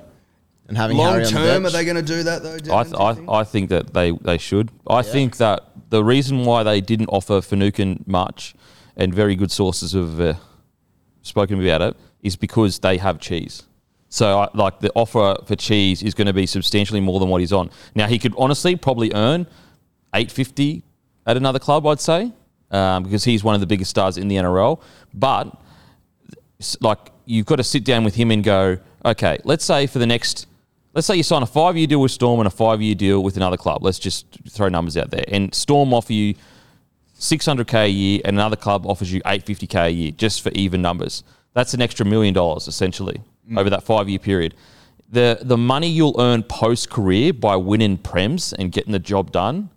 Speaker 4: and having
Speaker 2: Long
Speaker 4: Harry on
Speaker 2: term,
Speaker 4: the
Speaker 2: are
Speaker 4: bench.
Speaker 2: they going to do that though?
Speaker 3: I,
Speaker 2: Dylan,
Speaker 3: th-
Speaker 2: do you
Speaker 3: I,
Speaker 2: think?
Speaker 3: I think that they, they should. I think that the reason why they didn't offer Finucane much, and very good sources have uh, spoken about it, is because they have cheese. So, I, like, the offer for cheese is going to be substantially more than what he's on. Now, he could honestly probably earn 850 at another club, I'd say, um, because he's one of the biggest stars in the NRL. But s- like you've got to sit down with him and go, okay, let's say for the next, let's say you sign a five year deal with Storm and a five year deal with another club. Let's just throw numbers out there. And Storm offer you 600k a year, and another club offers you 850k a year just for even numbers. That's an extra million dollars essentially over that five year period. The the money you'll earn post career by winning prems and getting the job done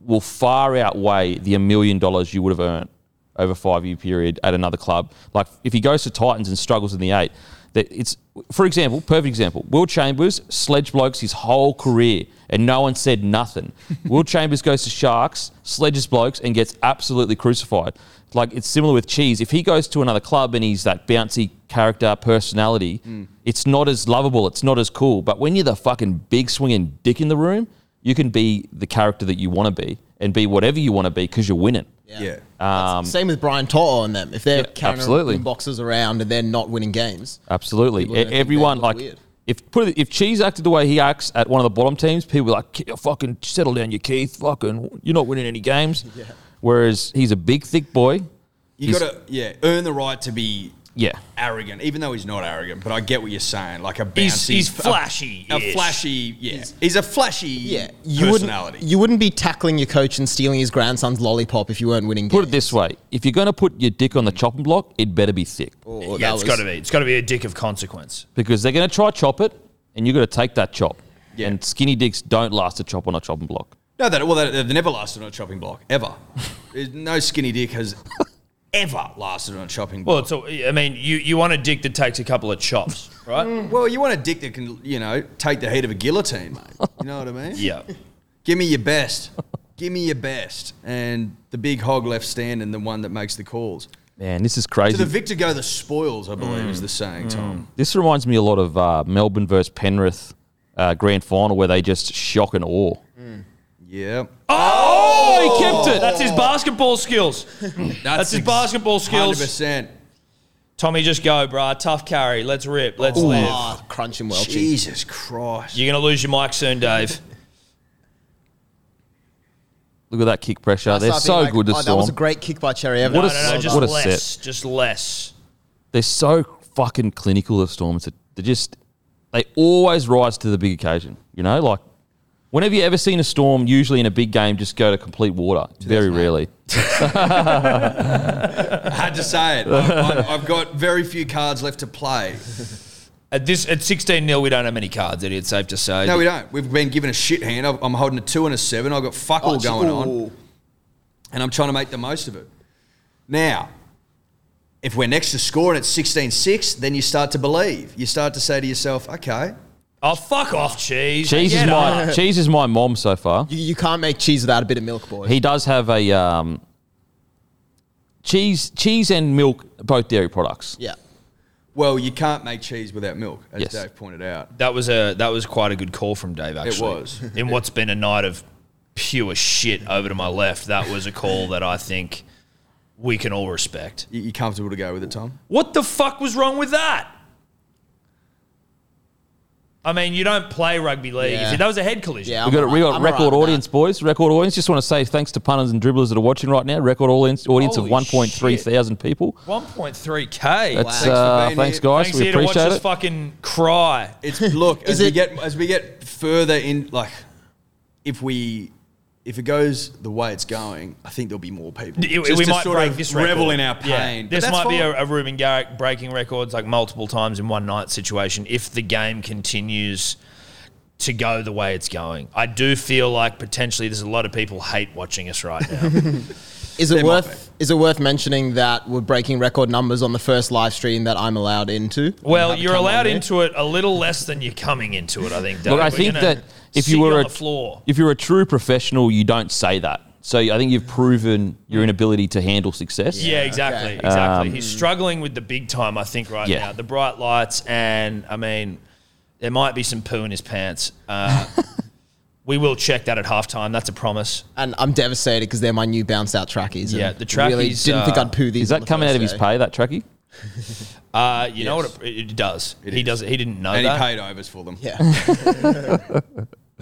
Speaker 3: will far outweigh the a million dollars you would have earned over a five year period at another club. Like if he goes to Titans and struggles in the eight, that it's for example, perfect example. Will Chambers sledge blokes his whole career and no one said nothing. Will Chambers goes to Sharks, sledges blokes and gets absolutely crucified. Like it's similar with Cheese. If he goes to another club and he's that bouncy character personality, it's not as lovable, it's not as cool. But when you're the fucking big swinging dick in the room, you can be the character that you want to be and be whatever you want to be because you're winning.
Speaker 2: yeah.
Speaker 4: Um, Same with Brian Toto and them. If they're carrying
Speaker 3: absolutely.
Speaker 4: boxes around and they're not winning games,
Speaker 3: Absolutely.
Speaker 4: People
Speaker 3: E-
Speaker 4: are gonna think they
Speaker 3: Everyone
Speaker 4: look
Speaker 3: like
Speaker 4: weird.
Speaker 3: if put it, if Cheese acted the way he acts at one of the bottom teams, people were like "Ke- fucking settle down, you Keith. Fucking, you're not winning any games. Whereas he's a big thick boy.
Speaker 2: You
Speaker 3: He's-
Speaker 2: got to yeah earn the right to be
Speaker 3: Yeah.
Speaker 2: arrogant, even though he's not arrogant. But I get what you're saying. Like a bouncy,
Speaker 1: He's, he's
Speaker 2: a-
Speaker 1: flashy.
Speaker 2: a, flashy. Yeah, he's, a flashy.
Speaker 4: yeah, you
Speaker 2: you
Speaker 4: wouldn't
Speaker 2: personality.
Speaker 4: you wouldn't be tackling your coach and stealing his grandson's lollipop if you weren't winning.
Speaker 3: Put
Speaker 4: games.
Speaker 3: it this way: if you're going to put your dick on the chopping block, it better be thick
Speaker 4: Oh,
Speaker 1: yeah,
Speaker 4: that
Speaker 1: it's
Speaker 4: was-
Speaker 1: got to be. It's got to be a dick of consequence.
Speaker 3: because they're going to try chop it, and you're going to take that chop.
Speaker 2: Yeah.
Speaker 3: And skinny dicks don't last a chop on a chopping block.
Speaker 2: no, that well, they, they never lasted on a chopping block ever. There's no skinny dick has ever lasted on a chopping
Speaker 1: Well,
Speaker 2: block.
Speaker 1: it's. A, I mean, you you want a dick that takes a couple of chops, right?
Speaker 2: Well, you want a dick that can you know take the heat of a guillotine, mate. You know what I mean?
Speaker 1: yeah.
Speaker 2: Give me your best. Give me your best. And the big hog left standing, the one that makes the calls.
Speaker 3: Man, this is crazy.
Speaker 2: To the victor go the spoils, I believe,
Speaker 1: Mm.
Speaker 2: is the saying, Tom.
Speaker 3: This reminds me a lot of uh, Melbourne versus Penrith uh, grand final where they just shock and awe.
Speaker 2: Yeah.
Speaker 1: Oh, he kept it. That's his basketball skills. That's his
Speaker 2: ex-
Speaker 1: basketball skills.
Speaker 2: 100%.
Speaker 1: Tommy, just go, bruh. Tough carry. Let's rip. Let's live.
Speaker 4: Ah, crunching Welchie.
Speaker 2: Jesus Christ.
Speaker 1: You're gonna lose your mic soon, Dave.
Speaker 3: Look at that kick pressure. They're
Speaker 4: Start
Speaker 3: so
Speaker 4: being like,
Speaker 3: good to
Speaker 4: oh, That was a
Speaker 3: Storm.
Speaker 4: great kick by Cherry Evans.
Speaker 1: No,
Speaker 3: What a
Speaker 1: no, no,
Speaker 3: set.
Speaker 1: just
Speaker 3: What a
Speaker 1: less. Just less.
Speaker 3: They're so fucking clinical of Storm. It's a, they just they always rise to the big occasion. You know, like whenever you ever seen a Storm, usually in a big game, just go to complete water. Very rarely.
Speaker 2: I had to say it. I've, I've- I've got very few cards left to play.
Speaker 1: At this at 16 0 we don't have many cards, Eddie. It's safe to say.
Speaker 2: No, we don't. We've been given a shit hand. I've- I'm holding a two and a seven. I've got fuck
Speaker 4: Oh,
Speaker 2: all going on, and I'm trying to make the most of it. Now, if we're next to score and it's 16 6, then you start to believe. You start to say to yourself, okay,
Speaker 1: Oh, fuck off, cheese.
Speaker 3: Cheese is
Speaker 1: Get
Speaker 3: my
Speaker 1: up.
Speaker 3: cheese is my mom so far.
Speaker 4: You, you can't make cheese without a bit of milk, boy.
Speaker 3: He does have a um, cheese cheese and milk are both dairy products.
Speaker 4: yeah.
Speaker 2: Well, you can't make cheese without milk, as
Speaker 3: Yes.
Speaker 2: Dave pointed out.
Speaker 1: That was a that was quite a good call from Dave. Actually,
Speaker 2: was.
Speaker 1: in what's been a night of pure shit over to my left. That was a call that I think we can all respect.
Speaker 2: You, you comfortable to go with it, Tom?
Speaker 1: What the fuck was wrong with that? I mean, you don't play rugby league.
Speaker 4: Yeah.
Speaker 1: If that was a head collision.
Speaker 4: Yeah.
Speaker 3: We got a- we got
Speaker 4: I'm
Speaker 3: record
Speaker 4: alright with
Speaker 3: audience, boys. Record audience. Just want to say thanks to punters and dribblers that are watching right now. Record audience audience
Speaker 1: Holy
Speaker 3: of one point three
Speaker 1: shit.
Speaker 3: thousand people.
Speaker 1: 1.3k.
Speaker 3: That's
Speaker 2: for
Speaker 3: uh,
Speaker 2: being
Speaker 3: thanks
Speaker 2: here.
Speaker 3: guys.
Speaker 1: Thanks
Speaker 3: we
Speaker 1: here to watch
Speaker 3: appreciate
Speaker 1: us
Speaker 3: it.
Speaker 1: fucking cry.
Speaker 2: It's look as we
Speaker 4: it-
Speaker 2: get as we get further in, like if we if it goes the way it's going, I think there'll be more people.
Speaker 1: It-
Speaker 2: Just
Speaker 1: we
Speaker 2: to
Speaker 1: might
Speaker 2: sort
Speaker 1: break
Speaker 2: of
Speaker 1: this record.
Speaker 2: revel in our
Speaker 1: Yeah.
Speaker 2: pain. But
Speaker 1: This
Speaker 2: that's
Speaker 1: might be
Speaker 2: fine.
Speaker 1: a, a Ruben Garrick breaking records like multiple times in one night situation if the game continues to go the way it's going. I do feel like potentially there's a lot of people hate watching us right now.
Speaker 4: Is
Speaker 2: They
Speaker 4: it
Speaker 2: might
Speaker 4: worth is it worth mentioning that we're breaking record numbers on the first live stream that I'm allowed into?
Speaker 1: well,
Speaker 4: Haven't
Speaker 1: you're
Speaker 4: come on
Speaker 1: allowed
Speaker 4: there.
Speaker 1: into it a little less than you're coming into it, I think. Dave.
Speaker 3: Look, I
Speaker 1: We're
Speaker 3: think
Speaker 1: gonna
Speaker 3: that if
Speaker 1: sit
Speaker 3: you were
Speaker 1: on
Speaker 3: a
Speaker 1: the floor,
Speaker 3: if you're a true professional, you don't say that. So I think you've proven your inability to handle success.
Speaker 1: Yeah, exactly, exactly. He's struggling with the big time, I think, right
Speaker 3: Yeah.
Speaker 1: now. The bright lights, and I mean, there might be some poo in his pants. Uh, we will check that at halftime. That's a promise.
Speaker 4: and I'm devastated because they're my new bounce out trackies. and
Speaker 1: Yeah, the
Speaker 4: Really
Speaker 1: trackies,
Speaker 4: didn't think
Speaker 1: uh,
Speaker 4: I'd poo these.
Speaker 3: Is
Speaker 4: on
Speaker 3: that
Speaker 4: the
Speaker 3: coming out
Speaker 4: first
Speaker 3: of his
Speaker 4: day.
Speaker 3: pay? That trackie?
Speaker 1: Uh, you know what? It, it does. he
Speaker 2: is.
Speaker 1: does. He didn't know
Speaker 2: and
Speaker 1: that.
Speaker 2: he paid overs for them.
Speaker 4: Yeah,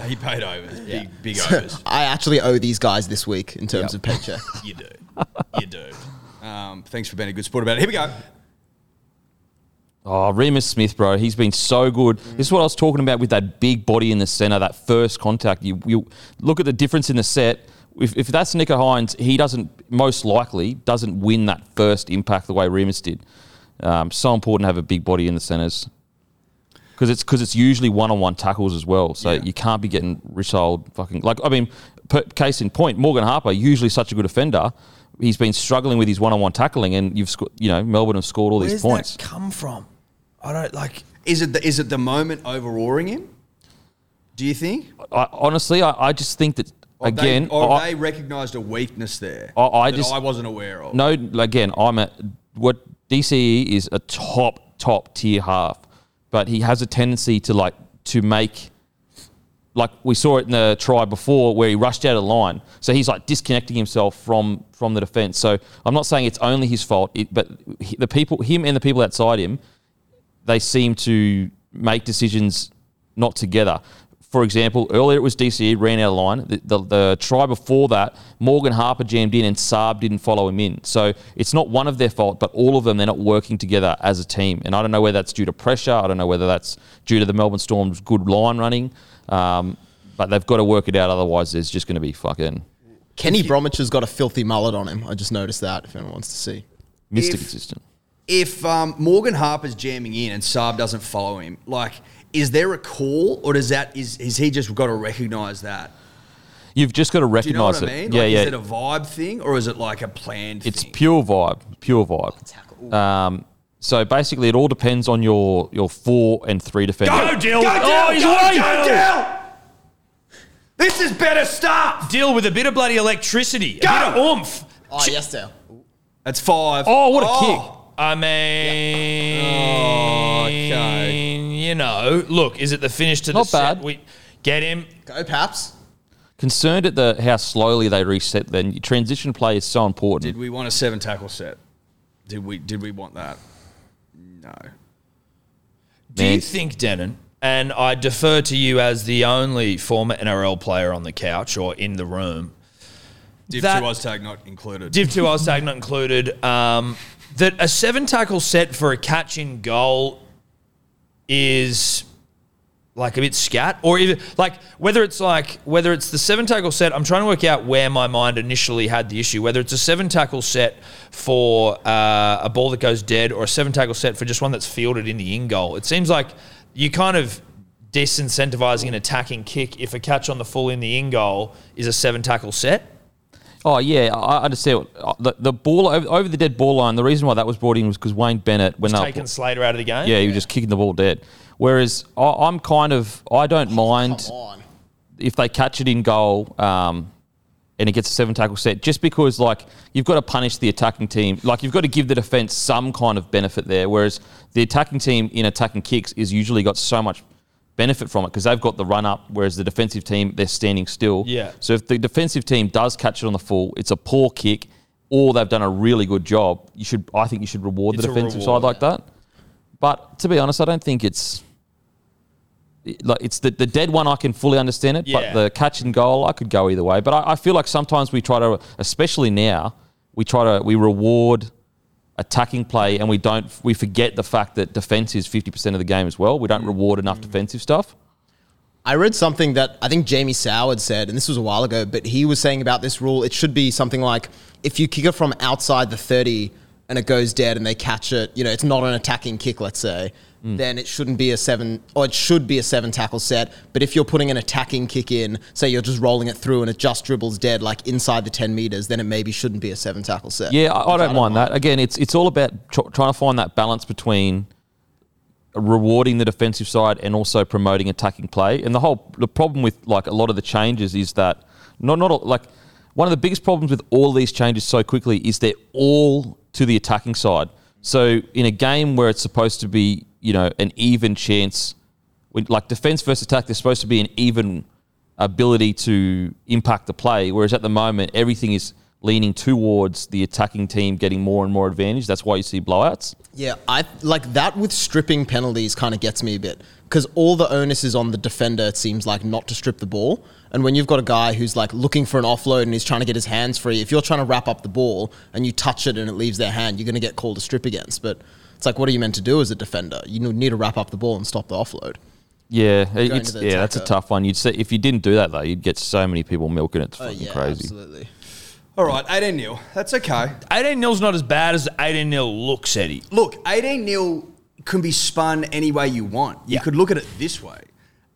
Speaker 2: He paid overs, big big overs.
Speaker 4: I actually owe these guys this week in terms of paycheck.
Speaker 2: you do, you do. Um, thanks for being a good sport about it. Here we go.
Speaker 3: Oh, Remus Smith, bro, he's been so good.
Speaker 1: Mm.
Speaker 3: This is what I was talking about with that big body in the center, that first contact. You, you look at the difference in the set. If, if that's Nico Hines, he doesn't most likely doesn't win that first impact the way Remus did. Um, so important to have a big body in the centers because it's because it's usually one on one tackles as well. So you can't be getting rich old fucking like I mean, per, case in point, Morgan Harper usually such a good offender. He's been struggling with his one on one tackling, and you've sco- you know Melbourne have scored all
Speaker 1: Where's
Speaker 3: these points.
Speaker 1: that come from? I don't like.
Speaker 2: Is it the, is it the moment overawing him? Do you think?
Speaker 3: I, honestly, I, I just think that
Speaker 2: Or have
Speaker 3: again,
Speaker 2: they, or have
Speaker 3: I,
Speaker 2: they recognised a weakness there
Speaker 3: I- I
Speaker 2: that
Speaker 3: just-
Speaker 2: I wasn't aware of.
Speaker 3: no, again, I'm a what DCE is a top top tier half, but he has a tendency to like to make. Like we saw it in the try before, where he rushed out of line, so he's like disconnecting himself from from the defense. So I'm not saying it's only his fault, it, but he- the people, him and the people outside him, they seem to make decisions not together. For example, earlier it was DCE ran out of line. The, the, the try before that, Morgan Harper jammed in and Saab didn't follow him in. So it's not one of their fault, but all of them, they're not working together as a team. And I don't know whether that's due to pressure. I don't know whether that's due to the Melbourne Storm's good line running. Um, but they've got to work it out. Otherwise, there's just going to be fucking
Speaker 4: Kenny Bromwich has got a filthy mullet on him. I just noticed that. If anyone wants to see,
Speaker 3: Mr.
Speaker 2: If-
Speaker 3: Consistent.
Speaker 2: If um, Morgan Harper's jamming in and Saab doesn't follow him, like, is there a call or does that is is he just got to recognise that?
Speaker 3: You've just got to
Speaker 2: Do you know
Speaker 3: recognize
Speaker 2: what I mean?
Speaker 3: it. Yeah,
Speaker 2: like,
Speaker 3: yeah.
Speaker 2: Is it a vibe thing or is it like a planned
Speaker 3: It's
Speaker 2: thing?
Speaker 3: pure vibe, pure vibe. Um, so basically, it all depends on your your four and three defenders.
Speaker 1: Go, Dill!
Speaker 2: Go,
Speaker 1: oh,
Speaker 2: Dale!
Speaker 1: he's
Speaker 2: Go,
Speaker 1: away!
Speaker 2: go, Dale! This is better stuff.
Speaker 1: Deal with a bit of bloody electricity. A bit of oomph.
Speaker 4: oh yes, Dale.
Speaker 2: That's five.
Speaker 3: Oh, what a
Speaker 1: I mean, you know, look, is it the finish to
Speaker 3: Not
Speaker 1: the set?
Speaker 3: bad.
Speaker 1: We get him.
Speaker 4: Go Paps.
Speaker 3: Concerned at the how slowly they reset. Then your transition play is so important.
Speaker 2: Did we want a seven tackle set? Did we did we want that? No.
Speaker 1: Do you
Speaker 3: Man.
Speaker 1: think Denon? And I defer to you as the only former NRL player on the couch or in the room.
Speaker 2: Div
Speaker 1: That-
Speaker 2: two Oztag not included.
Speaker 1: Div two Oztag not included. Um, that a seven tackle set for a catch in goal is like a bit scat, or even like whether it's like whether it's the seven tackle set. I'm trying to work out where my mind initially had the issue. Whether it's a seven tackle set for uh, a ball that goes dead, or a seven tackle set for just one that's fielded in the in goal. It seems like you kind of disincentivizing an attacking kick if a catch on the full in the in goal is a seven tackle set.
Speaker 3: Oh yeah, I I understand. What, uh, the, the ball over, over the dead ball line. The reason why that was brought in was because Wayne Bennett when they
Speaker 1: Taking Slater out of the game.
Speaker 3: yeah, he was just kicking the ball dead. Whereas I, I'm kind of I don't mind
Speaker 4: Come on.
Speaker 3: if they catch it in goal um, and it gets a seven tackle set, just because like you've got to punish the attacking team, like you've got to give the defense some kind of benefit there. Whereas the attacking team in attacking kicks is usually got so much benefit from it because they've got the run up, whereas the defensive team they're standing still.
Speaker 1: Yeah.
Speaker 3: So if the defensive team does catch it on the full, it's a poor kick, or they've done a really good job. You should, I think, you should reward
Speaker 1: It's
Speaker 3: the
Speaker 1: a
Speaker 3: defensive
Speaker 1: reward,
Speaker 3: side like that. But to be honest, I don't think it's like it's the, the dead one I can fully understand it,
Speaker 1: Yeah.
Speaker 3: but the catch and goal I could go either way. But I, I feel like sometimes we try to, especially now, we try to we reward attacking play and we don't we forget the fact that defense is fifty percent of the game as well. We don't reward enough defensive stuff.
Speaker 4: I read something that I think Jamie Soward said, and this was a while ago, but he was saying about this rule. It should be something like if you kick it from outside the 30 and it goes dead and they catch it, you know, it's not an attacking kick, let's say, then it shouldn't be a seven, or it should be a seven tackle set. But if you're putting an attacking kick in, say you're just rolling it through and it just dribbles dead, like inside the 10 meters, then it maybe shouldn't be a seven tackle set.
Speaker 3: Yeah, I, I don't mind that. Again, it's it's all about tr- trying to find that balance between rewarding the defensive side and also promoting attacking play. And the whole the problem with like a lot of the changes is that not not all- like one of the biggest problems with all these changes so quickly is they're all to the attacking side. So in a game where it's supposed to be you know an even chance, when, like defense versus attack, there's supposed to be an even ability to impact the play. Whereas at the moment, everything is leaning towards the attacking team getting more and more advantage. That's why you see blowouts.
Speaker 4: Yeah, I like that with stripping penalties kind of gets me a bit because all the onus is on the defender. It seems like not to strip the ball, and when you've got a guy who's like looking for an offload and he's trying to get his hands free, if you're trying to wrap up the ball and you touch it and it leaves their hand, you're going to get called a strip against. But it's like, what are you meant to do as a defender? You need to wrap up the ball and stop the offload.
Speaker 3: Yeah, it's,
Speaker 4: to
Speaker 3: yeah,
Speaker 4: the
Speaker 3: that's a
Speaker 4: attacker.
Speaker 3: tough one. You'd say if you didn't do that though, you'd get so many people milking it. It's
Speaker 4: Oh,
Speaker 3: fucking crazy.
Speaker 4: absolutely.
Speaker 2: All right, 18 0. That's okay.
Speaker 1: 18 nil's not as bad as 18 nil looks, Eddie.
Speaker 2: Look, 18 0 can be spun any way you want. You
Speaker 1: Yeah.
Speaker 2: could look at it this way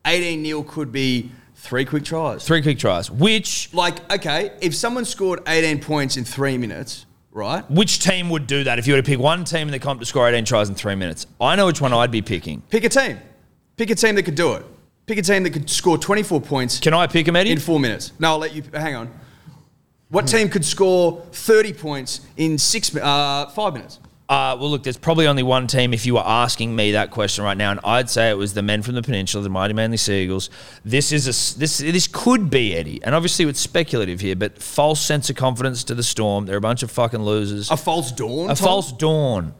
Speaker 2: 18 0 could be three quick tries.
Speaker 1: Three quick tries. Which
Speaker 2: Like, okay, if someone scored 18 points in three minutes, right?
Speaker 1: which team would do that if you were to pick one team in the comp to score 18 tries in three minutes? I know which one I'd be picking.
Speaker 2: Pick a team. Pick a team that could do it. Pick a team that could score 24 points
Speaker 1: Can I pick him, Eddie?
Speaker 2: in four minutes. No, I'll let you. Hang on. What team could score 30 points in six, mi- uh, five minutes?
Speaker 1: Uh, well, look, there's probably only one team if you were asking me that question right now, and I'd say it was the men from the peninsula, the mighty manly seagulls. This is a s- this this could be Eddie, and obviously it's speculative here, but false sense of confidence to the storm. They're a bunch of fucking losers.
Speaker 2: A false dawn?
Speaker 1: A
Speaker 2: Tom?
Speaker 1: false dawn.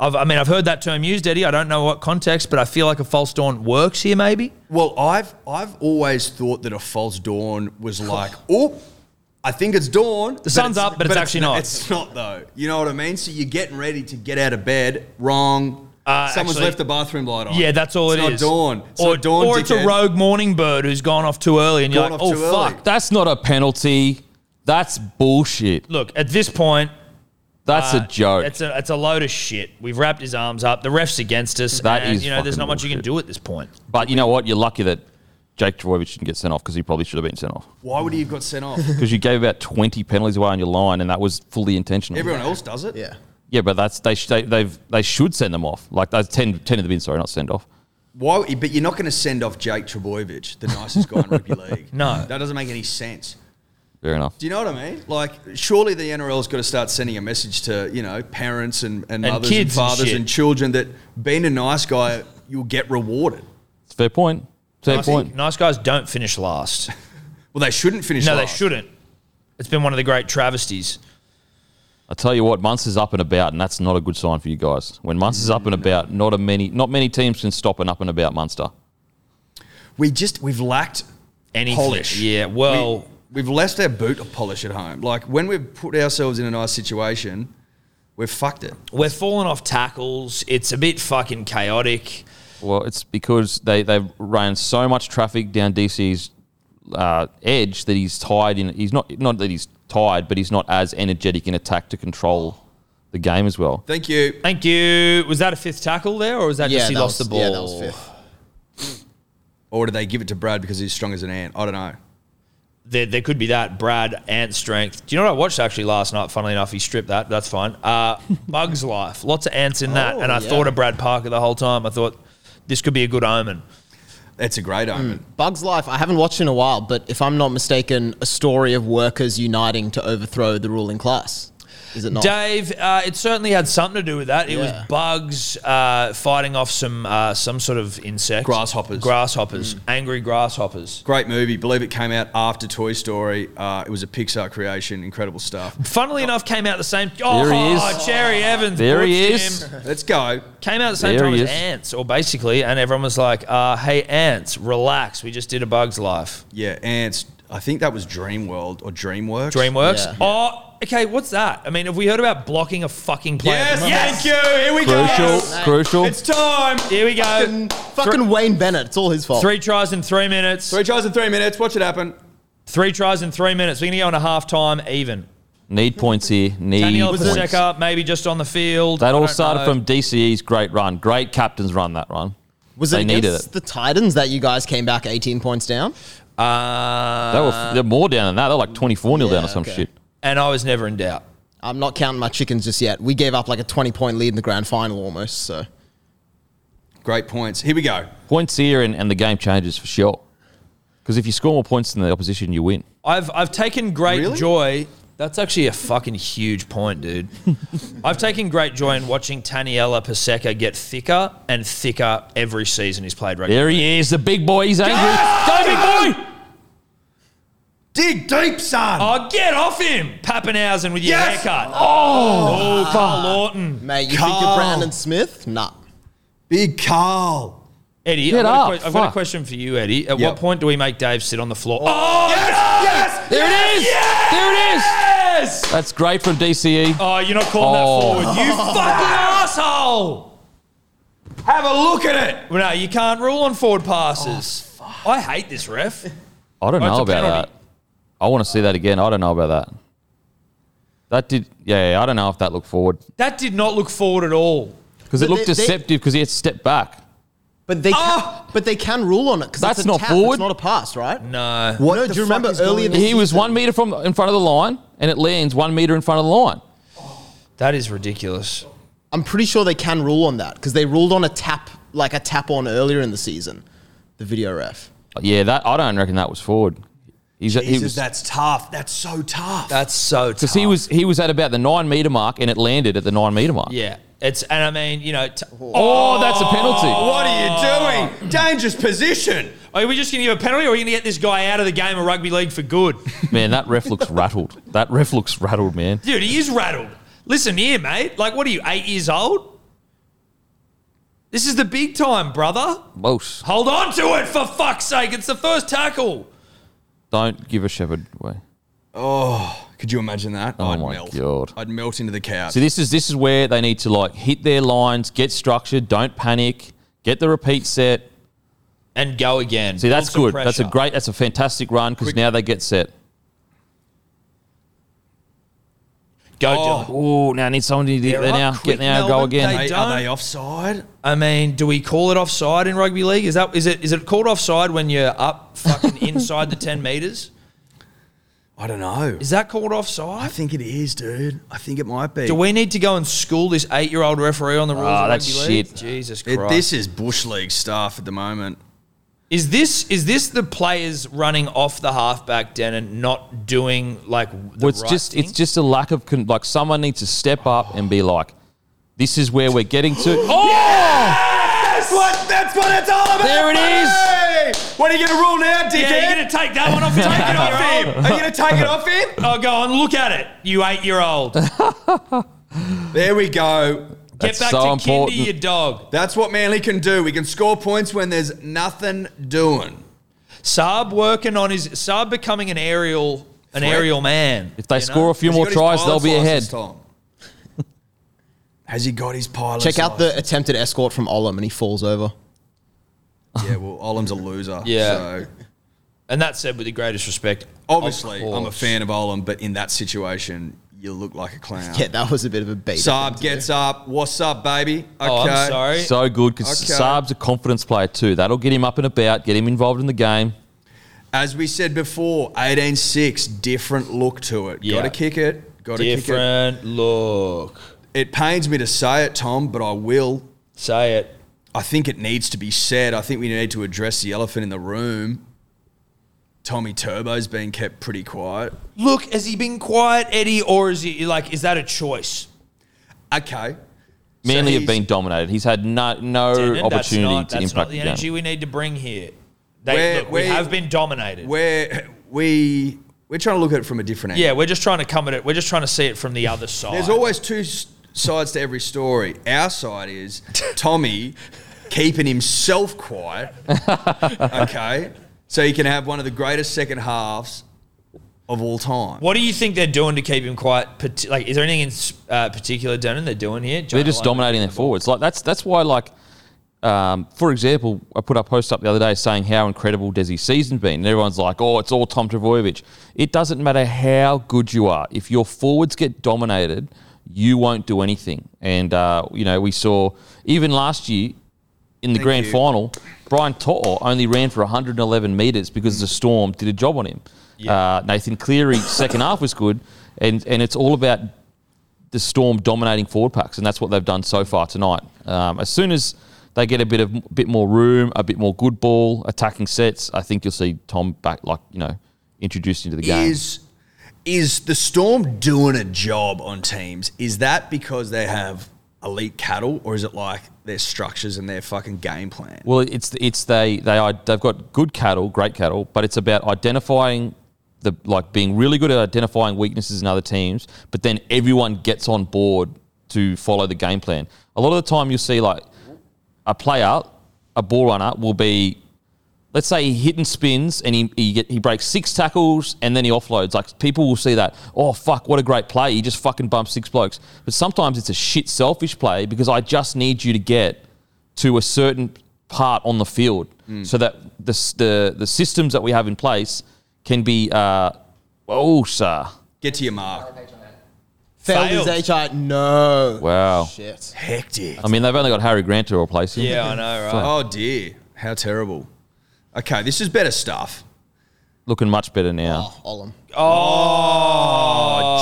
Speaker 1: I've, I mean, I've heard that term used, Eddie. I don't know what context, but I feel like a false dawn works here. Maybe
Speaker 2: Well, I've I've always thought that a false dawn was like, oh, I think it's dawn. The
Speaker 1: sun's up, but it's actually not."
Speaker 2: It's not though. You know what I mean? So you're getting ready to get out of bed. Wrong.
Speaker 1: Uh,
Speaker 2: Someone's
Speaker 1: actually-
Speaker 2: left the bathroom light on.
Speaker 1: Yeah, that's all
Speaker 2: it's
Speaker 1: it
Speaker 2: not
Speaker 1: is.
Speaker 2: Dawn. It's
Speaker 1: or
Speaker 2: not dawn.
Speaker 1: or it's a
Speaker 2: dickhead.
Speaker 1: rogue morning bird who's gone off too early, and
Speaker 2: Gone
Speaker 1: you're like,
Speaker 2: off
Speaker 1: oh
Speaker 2: too
Speaker 1: fuck.
Speaker 2: early.
Speaker 3: That's not a penalty. That's bullshit.
Speaker 1: Look, at this point,
Speaker 3: That's
Speaker 1: uh,
Speaker 3: a joke.
Speaker 1: It's a it's a load of shit. We've wrapped his arms up. The ref's against us.
Speaker 3: That
Speaker 1: and,
Speaker 3: is
Speaker 1: you know, there's
Speaker 3: fucking
Speaker 1: not much you can
Speaker 3: bullshit.
Speaker 1: do at this point.
Speaker 3: but you know what? You're lucky that Jake Droyvich didn't get sent off because he probably should have been sent off
Speaker 2: Why would he have got sent off?
Speaker 3: because you gave about 20 penalties away on your line, and that was fully intentional.
Speaker 2: Everyone else does it.
Speaker 4: Yeah.
Speaker 3: Yeah, but that's they sh- they they've, they should send them off. Like those 10, 10 of the bin, sorry, not send off.
Speaker 2: Why? But you're not going to send off Jake Trebojevic, the nicest guy in rugby league.
Speaker 1: No.
Speaker 2: that doesn't make any sense.
Speaker 3: Fair enough.
Speaker 2: Do you know what I mean? Like, surely the NRL's got to start sending a message to you know parents and, and, mothers
Speaker 1: kids and
Speaker 2: and fathers
Speaker 1: shit.
Speaker 2: and, children that being a nice guy, you'll get rewarded.
Speaker 3: It's a fair point. Fair
Speaker 1: Nice,
Speaker 3: point.
Speaker 1: nice guys don't finish last.
Speaker 2: Well, they shouldn't finish.
Speaker 1: No, they
Speaker 2: last.
Speaker 1: shouldn't. It's been one of the great travesties.
Speaker 3: I tell you what, Munster's up and about, and that's not a good sign for you guys. When Munster's up and about, not a many, not many teams can stop an up and about Munster.
Speaker 2: We just we've lacked
Speaker 1: Anything.
Speaker 2: polish.
Speaker 1: Yeah, well-
Speaker 2: we, have left our boot of polish at home. Like when we've put ourselves in a nice situation, we've fucked it.
Speaker 1: We're falling off tackles. It's a bit fucking chaotic.
Speaker 3: Well, it's because they they ran so much traffic down DC's uh, edge that he's tied in. He's not not that he's tied, but he's not as energetic in attack to control the game as well.
Speaker 2: Thank you.
Speaker 1: Thank you. Was that a fifth tackle there, or was that
Speaker 4: Yeah,
Speaker 1: just he
Speaker 4: that
Speaker 1: lost
Speaker 4: was-
Speaker 1: the ball?
Speaker 4: yeah, that was fifth.
Speaker 2: Or did they give it to Brad because he's strong as an ant? I don't know.
Speaker 1: there, there could be that Brad Ant strength. Do you know what I watched actually last night? Funnily enough, he stripped that. That's fine. Uh, Mug's life, lots of ants in that,
Speaker 4: Oh,
Speaker 1: and I
Speaker 4: yeah.
Speaker 1: thought of Brad Parker the whole time. I thought this could be a good omen.
Speaker 2: That's a
Speaker 1: Hmm.
Speaker 2: great omen.
Speaker 4: Bug's Life, I haven't watched in a while, but if I'm not mistaken, a story of workers uniting to overthrow the ruling class. Is it not?
Speaker 1: Dave, uh, it certainly had something to do with that. It was
Speaker 4: Oh. Yeah.
Speaker 1: bugs uh, fighting off some uh, some sort of insect,
Speaker 2: Grasshoppers.
Speaker 1: grasshoppers,
Speaker 4: Mm.
Speaker 1: angry grasshoppers.
Speaker 2: Great movie. Believe it came out after Toy Story. Uh, it was a Pixar creation. Incredible stuff.
Speaker 1: Funnily enough, came out the same. Oh,
Speaker 3: There he is.
Speaker 1: Cherry Evans.
Speaker 3: There
Speaker 1: good
Speaker 3: he
Speaker 1: Jim.
Speaker 3: is.
Speaker 2: Let's go.
Speaker 1: Came out the same
Speaker 3: There
Speaker 1: time
Speaker 3: he
Speaker 1: as
Speaker 3: is.
Speaker 1: ants, or basically, and everyone was like, uh, "Hey, ants, relax. We just did a bug's life."
Speaker 2: Yeah, ants. I think that was Dream World or DreamWorks.
Speaker 1: DreamWorks.
Speaker 4: Yeah.
Speaker 1: Oh, okay. What's that? I mean, have we heard about blocking a fucking plane?
Speaker 2: Yes, thank you. Here we
Speaker 3: Crucial,
Speaker 2: go.
Speaker 3: crucial.
Speaker 2: It's time.
Speaker 1: Here we go.
Speaker 4: fucking, fucking Wayne Bennett. It's all his fault.
Speaker 1: Three tries in three minutes.
Speaker 2: Three tries in three minutes. Watch it happen.
Speaker 1: Three tries in three minutes. We're gonna go on a half time even.
Speaker 3: Need points here. Need
Speaker 1: Daniel
Speaker 3: points.
Speaker 1: Paseka, maybe just on the field. I
Speaker 3: That all
Speaker 1: don't
Speaker 3: started
Speaker 1: know.
Speaker 3: from DCE's great run. Great captain's run, that run.
Speaker 4: Was
Speaker 3: They
Speaker 4: it
Speaker 3: needed
Speaker 4: against
Speaker 3: it.
Speaker 4: the Titans that you guys came back 18 points down?
Speaker 1: Uh,
Speaker 3: They were, they're more down than that. They're like 24 nil down or
Speaker 4: Yeah,
Speaker 3: some
Speaker 4: okay.
Speaker 3: shit.
Speaker 1: and I was never in doubt.
Speaker 4: I'm not counting my chickens just yet. We gave up like a 20 point lead in the grand final almost. So
Speaker 2: Great points. Here we go.
Speaker 3: Points here and, and the game changes for sure. Because if you score more points than the opposition, you win.
Speaker 1: I've I've taken great
Speaker 2: Really?
Speaker 1: joy. That's actually a fucking huge point, dude. I've taken great joy in watching Taniela Paseka get thicker and thicker every season he's played rugby.
Speaker 3: There he is, the big boy. He's angry. Go, big boy!
Speaker 2: Dig deep, son.
Speaker 1: Oh, get off him, Pappenhausen, with your
Speaker 2: Yes!
Speaker 1: haircut. Oh, oh
Speaker 3: Ah.
Speaker 1: Carl Lawton.
Speaker 4: Mate, you think
Speaker 2: Carl.
Speaker 4: you're Brandon Smith? Nah.
Speaker 2: Big Carl.
Speaker 1: Eddie, I've,
Speaker 3: Get
Speaker 1: got a,
Speaker 3: up,
Speaker 1: que- I've got a
Speaker 3: fuck.
Speaker 1: question for you, Eddie. At
Speaker 2: Yep.
Speaker 1: what point do we make Dave sit on the floor? Oh,
Speaker 2: Yes,
Speaker 3: There it is! There it is!
Speaker 1: yes!
Speaker 3: That's great from E. DCE.
Speaker 1: Oh, you're not calling
Speaker 3: Oh.
Speaker 1: that forward. You fucking asshole!
Speaker 2: Have a look at it.
Speaker 1: Well, no, you can't rule on forward passes. I hate this ref.
Speaker 3: I don't
Speaker 1: Oh, it's
Speaker 3: know
Speaker 1: a
Speaker 3: about
Speaker 1: penalty.
Speaker 3: that. I want to see that again. I don't know about that. That did, yeah, yeah, I don't know if that looked forward.
Speaker 1: That did not look forward at all.
Speaker 3: Because it
Speaker 4: But
Speaker 3: looked
Speaker 4: they- they-
Speaker 3: deceptive because he had stepped back.
Speaker 4: But they,
Speaker 1: Ah!
Speaker 4: can, but they can rule on it because
Speaker 3: That's
Speaker 4: it's a
Speaker 3: not
Speaker 4: tap,
Speaker 3: forward.
Speaker 4: It's not a pass, right?
Speaker 1: No.
Speaker 2: What
Speaker 4: No, do you remember earlier this
Speaker 3: He was one meter from in front of the line, and it lands one meter in front of the line.
Speaker 1: That is ridiculous.
Speaker 4: I'm pretty sure they can rule on that because they ruled on a tap, like a tap on earlier in the season, the video ref.
Speaker 3: Yeah, that I don't reckon that was forward. He's, he was
Speaker 2: that's tough. That's so tough.
Speaker 1: That's so tough.
Speaker 3: because he was he was at about the nine meter mark, and it landed at the nine meter mark.
Speaker 1: Yeah. It's and I mean, you know, t- Oh.
Speaker 3: Oh, that's a penalty.
Speaker 2: what are you doing? Dangerous position.
Speaker 1: are we just going to give a penalty, or are we going to get this guy out of the game of rugby league for good?
Speaker 3: Man, that ref looks rattled. That ref looks rattled, man.
Speaker 1: Dude, he is rattled. Listen here, mate. Like, what are you, eight years old? This is the big time, brother.
Speaker 3: Bosh.
Speaker 1: Hold on to it for fuck's sake. It's the first tackle.
Speaker 3: Don't give a shepherd away.
Speaker 2: Could you imagine that? Oh I'd
Speaker 3: my
Speaker 2: melt.
Speaker 3: God.
Speaker 2: I'd melt into the couch.
Speaker 3: So this is this is where they need to like hit their lines, get structured, don't panic, get the repeat set.
Speaker 1: And go again.
Speaker 3: See, that's
Speaker 1: Build some
Speaker 3: good. That's a
Speaker 1: pressure.
Speaker 3: great. That's a fantastic run because now they get set.
Speaker 1: Go,
Speaker 2: Oh.
Speaker 1: Dylan.
Speaker 3: Oh, now I need someone to
Speaker 1: They're
Speaker 3: get
Speaker 1: up
Speaker 3: now
Speaker 1: quick,
Speaker 3: get now go
Speaker 1: Melbourne.
Speaker 3: again.
Speaker 1: They-
Speaker 2: Hey,
Speaker 1: don't-
Speaker 2: are they offside?
Speaker 1: I mean, do we call it offside in rugby league? Is that is it is it called offside when you're up fucking inside the ten meters?
Speaker 2: I don't know.
Speaker 1: Is that called
Speaker 2: I
Speaker 1: offside?
Speaker 2: think it is, dude. I think it might be.
Speaker 1: Do we need to go and school this eight-year-old referee on the rules?
Speaker 3: Ah,
Speaker 1: of
Speaker 3: that's
Speaker 1: rugby league?
Speaker 3: shit.
Speaker 1: Jesus
Speaker 2: It-
Speaker 1: Christ!
Speaker 2: this is bush league stuff at the moment.
Speaker 1: is this is this the players running off the halfback, Den, and not doing like the
Speaker 3: Well, it's
Speaker 1: right
Speaker 3: just
Speaker 1: thing?
Speaker 3: it's just a lack of con- like someone needs to step up and be like, this is where we're getting to. Oh,
Speaker 2: That's what. That's what it's all about.
Speaker 3: There it
Speaker 2: it is. What are you gonna rule now, dickhead?
Speaker 1: yeah, you're gonna take that one off. Take
Speaker 2: Take
Speaker 1: it
Speaker 2: it off
Speaker 1: off him.
Speaker 2: him. Are you gonna take it off him?
Speaker 1: Oh, go on, look at it, you eight-year-old.
Speaker 2: There we go.
Speaker 1: Get
Speaker 3: That's
Speaker 1: back
Speaker 3: so
Speaker 1: to
Speaker 3: important.
Speaker 1: kindy, you dog.
Speaker 2: That's what Manly can do. We can score points when there's nothing doing.
Speaker 1: Saab working on his Saab becoming an aerial an aerial man.
Speaker 3: if they
Speaker 1: you know?
Speaker 3: score a few
Speaker 2: Has he
Speaker 3: more
Speaker 2: got his
Speaker 3: tries, they'll
Speaker 2: pilot's
Speaker 3: be ahead.
Speaker 2: license, Tom? Has he got his pilot?
Speaker 4: Check out the attempted escort from Olam and he falls over.
Speaker 2: Yeah, well, Olam's a loser.
Speaker 1: Yeah.
Speaker 2: So
Speaker 1: And that said, with the greatest respect,
Speaker 2: obviously,
Speaker 1: of
Speaker 2: I'm a
Speaker 1: course.
Speaker 2: fan of Olam, but in that situation, you look like a clown.
Speaker 4: Yeah, that was a bit of a bait.
Speaker 2: Saab gets up. What's up, baby? Okay.
Speaker 1: Oh, I'm sorry.
Speaker 3: So good because
Speaker 2: Okay.
Speaker 3: Saab's a confidence player too. That'll get him up and about, get him involved in the game.
Speaker 2: As we said before, 18 6, different look to it.
Speaker 1: Yeah.
Speaker 2: Got to kick it. Got to kick it.
Speaker 1: Different look.
Speaker 2: It pains me to say it, Tom, but I will.
Speaker 1: Say it.
Speaker 2: I think it needs to be said. I think we need to address the elephant in the room. Tommy Turbo's been kept pretty quiet.
Speaker 1: Look, has he been quiet, Eddie, or is he like? Is that a choice?
Speaker 2: Okay. So
Speaker 3: Manly
Speaker 2: he's-
Speaker 3: have been dominated. He's had no, no
Speaker 1: Didn't- that's
Speaker 3: opportunity
Speaker 1: not-
Speaker 3: to
Speaker 1: that's
Speaker 3: impact
Speaker 1: not the
Speaker 3: the
Speaker 1: energy
Speaker 3: game.
Speaker 1: we need to bring here. They,
Speaker 2: Where-
Speaker 1: look, we
Speaker 2: where-
Speaker 1: have been dominated.
Speaker 2: Where we we're trying to look at it from a different angle.
Speaker 1: yeah, we're just trying to come at it. We're just trying to see it from the other side.
Speaker 2: There's always two s- sides to every story. Our side is Tommy keeping himself quiet. Okay. So you can have one of the greatest second halves of all time.
Speaker 1: what do you think they're doing to keep him quiet? Parti- Like, is there anything in s- uh, particular, Denon, they're doing here?
Speaker 3: They're just
Speaker 1: Jonah Lehmann?
Speaker 3: dominating their forwards. Like that's that's why like um, for example, I put a post up the other day saying how incredible Desi's season's been. And everyone's like, oh, it's all Tom Travojevic. It doesn't matter how good you are. If your forwards get dominated, you won't do anything. And, uh, you know, we saw even last year in the grand
Speaker 2: you.
Speaker 3: final, Brian To'o only ran for 111 metres because the storm did a job on him. Uh, Nathan Cleary, second half was good. And, and it's all about the Storm dominating forward packs, and that's what they've done so far tonight. Um, as soon as they get a bit of bit more room, a bit more good ball, attacking sets, I think you'll see Tom back, like you know, introduced into the game.
Speaker 2: Is is the Storm doing a job on teams? Is that because they have elite cattle, or is it like their structures and their fucking game plan?
Speaker 3: Well, it's it's they they are they've got good cattle, great cattle, but it's about identifying the like being really good at identifying weaknesses in other teams, but then everyone gets on board to follow the game plan. A lot of the time, you'll see like a player, a ball runner will be. Let's say he hit and spins and he he, get, he breaks six tackles and then he offloads. Like people will see that. Oh fuck! What a great play! He just fucking bumped six blokes. But sometimes it's a shit selfish play because I just need you to get to a certain part on the field
Speaker 2: Mm.
Speaker 3: so that the, s- the the systems that we have in place can be uh, oh sir
Speaker 2: Get to your mark.
Speaker 4: Failed
Speaker 1: Failed.
Speaker 4: his HI. No.
Speaker 3: wow
Speaker 4: Shit.
Speaker 2: Hectic.
Speaker 3: I mean they've only got Harry Grant to replace him
Speaker 1: Yeah, I know, right?
Speaker 2: Oh dear, how terrible. Okay, this is better stuff.
Speaker 3: looking much better now
Speaker 4: Oh, Olam.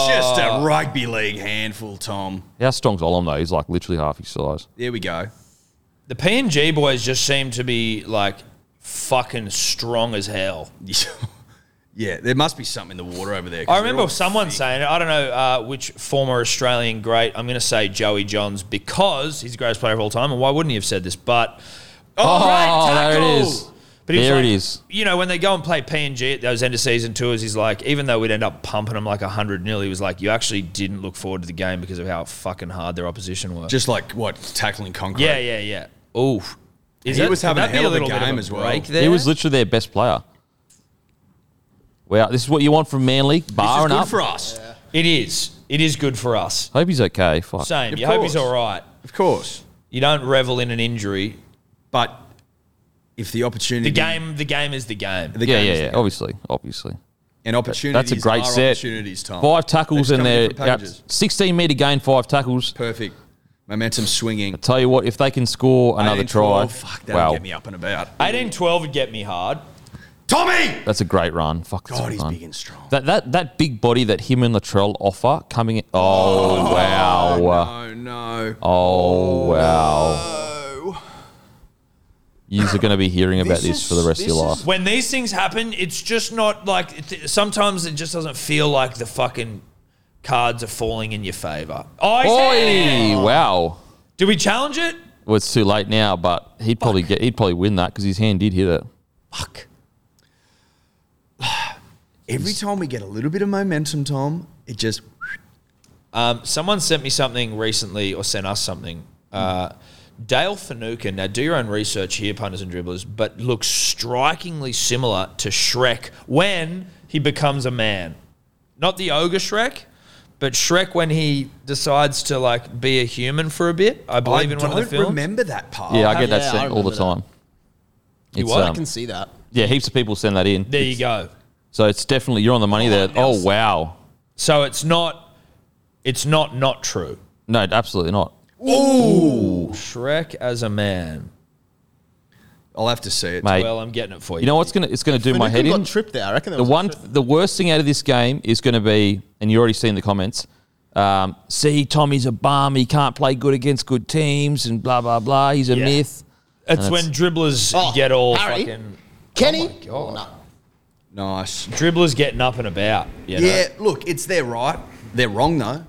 Speaker 2: Just a rugby league handful, Tom.
Speaker 3: how strong's Olam though he's like literally half his size
Speaker 2: There we go.
Speaker 1: The PNG boys just seem to be like fucking strong as hell.
Speaker 2: yeah, there must be something in the water over there. 'cause
Speaker 1: I
Speaker 2: they're
Speaker 1: remember
Speaker 2: all
Speaker 1: someone saying it. I don't know uh, which former Australian great. I'm going to say Joey Johns because he's the greatest player of all time. And why wouldn't he have said this? But
Speaker 3: oh,
Speaker 1: great
Speaker 3: there it
Speaker 1: tackle!
Speaker 3: is
Speaker 1: But he was
Speaker 3: there
Speaker 1: like-
Speaker 3: it is
Speaker 1: You know, when they go and play PNG at those end of season tours, he's like, even though we'd end up pumping them like 100 nil, he was like, you actually didn't look forward to the game because of how fucking hard their opposition were.
Speaker 2: Just like what tackling concrete.
Speaker 1: yeah, yeah, yeah. Oof. Is
Speaker 2: He
Speaker 1: that-
Speaker 2: was
Speaker 1: could
Speaker 2: having a
Speaker 1: that be
Speaker 2: hell of a
Speaker 1: little bit
Speaker 2: game as well.
Speaker 1: break
Speaker 2: He
Speaker 1: there?
Speaker 3: he was literally their best player wow this is what you want from Manly
Speaker 2: This is
Speaker 3: barring
Speaker 2: good
Speaker 3: up
Speaker 2: for us.
Speaker 1: It is. It is good for us.
Speaker 3: hope he's okay fuck
Speaker 1: Same.
Speaker 2: Of
Speaker 1: you hope he's
Speaker 2: course.
Speaker 1: all right.
Speaker 2: Of course.
Speaker 1: You don't revel in an injury.
Speaker 2: But if the opportunity
Speaker 1: The game, the game is the game.
Speaker 2: the
Speaker 3: yeah
Speaker 2: game
Speaker 3: yeah
Speaker 2: is-
Speaker 3: yeah obviously obviously
Speaker 2: and opportunities
Speaker 3: That's a great
Speaker 2: are
Speaker 3: set.
Speaker 2: opportunities, Tom.
Speaker 3: Five tackles
Speaker 2: They just
Speaker 3: and
Speaker 2: come in
Speaker 3: they're
Speaker 2: different
Speaker 3: out-
Speaker 2: packages.
Speaker 3: 16 metre gain, five tackles.
Speaker 2: Perfect. Momentum swinging.
Speaker 3: Tell you what, if they can score another
Speaker 2: 18,
Speaker 3: try,
Speaker 2: 12, Fuck, that'll
Speaker 3: wow,
Speaker 2: get me up and about.
Speaker 1: 18 12 would get me hard.
Speaker 2: Tommy!
Speaker 3: that's a great run. Fuck, that's a
Speaker 2: God,
Speaker 3: good
Speaker 2: he's
Speaker 3: run.
Speaker 2: big and strong.
Speaker 3: That, that that big body that him and Latrell offer coming in. Oh, wow.
Speaker 2: Oh, no. Oh.
Speaker 3: Oh, wow. You're going to be hearing about this, for the rest of your life.
Speaker 1: When these things happen, it's just not like it- sometimes it just doesn't feel like the fucking cards are falling in your favor. Oh, he's hit it!
Speaker 3: Oi, wow.
Speaker 1: Do we challenge it?
Speaker 3: Well, it's too late now, but he'd probably get he'd probably win that because his hand did hit it.
Speaker 1: Fuck.
Speaker 2: Every time we get a little bit of momentum, Tom, it just.
Speaker 1: Um, someone sent me something recently, or sent us something. Uh, Dale Finucane. Now, do your own research here, punters and dribblers, but looks strikingly similar to Shrek when he becomes a man. Not the ogre Shrek, but Shrek when he decides to like be a human for a bit. I
Speaker 2: I
Speaker 1: believe in
Speaker 2: don't
Speaker 1: one of the films.
Speaker 2: remember that part.
Speaker 3: Yeah, I get
Speaker 4: yeah,
Speaker 3: that
Speaker 4: I
Speaker 3: sent all the time.
Speaker 4: remember
Speaker 3: It's, um,
Speaker 1: what?
Speaker 4: I can see that.
Speaker 3: Yeah, heaps of people send that in.
Speaker 1: There you go.
Speaker 3: So it's definitely you're on the money there. Oh wow,
Speaker 1: So it's not, it's not not true.
Speaker 3: no, absolutely not.
Speaker 1: Shrek as a man.
Speaker 2: I'll have to see it.
Speaker 3: mate.
Speaker 1: Well, I'm getting it for you.
Speaker 3: you know what's gonna it's gonna do my head
Speaker 4: Finucane
Speaker 3: in.
Speaker 4: got tripped there. I reckon that
Speaker 3: The
Speaker 4: was
Speaker 3: one,
Speaker 4: a trip.
Speaker 3: the worst thing out of this game is going to be, and you already seen the comments. Um, see, Tommy's a bum. He can't play good against good teams, and blah blah blah. He's a
Speaker 1: Yeah.
Speaker 3: myth.
Speaker 1: It's when dribblers
Speaker 4: Oh,
Speaker 1: get all
Speaker 4: Harry.
Speaker 1: fucking
Speaker 4: Kenny.
Speaker 3: Oh
Speaker 1: God.
Speaker 4: No.
Speaker 2: Nice.
Speaker 1: dribblers getting up and about. You know?
Speaker 2: Yeah, look, it's their right. They're wrong though.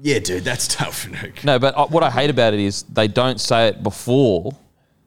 Speaker 2: Yeah, dude, that's tough, Nuke.
Speaker 3: No, but uh, what I hate about it is they don't say it before.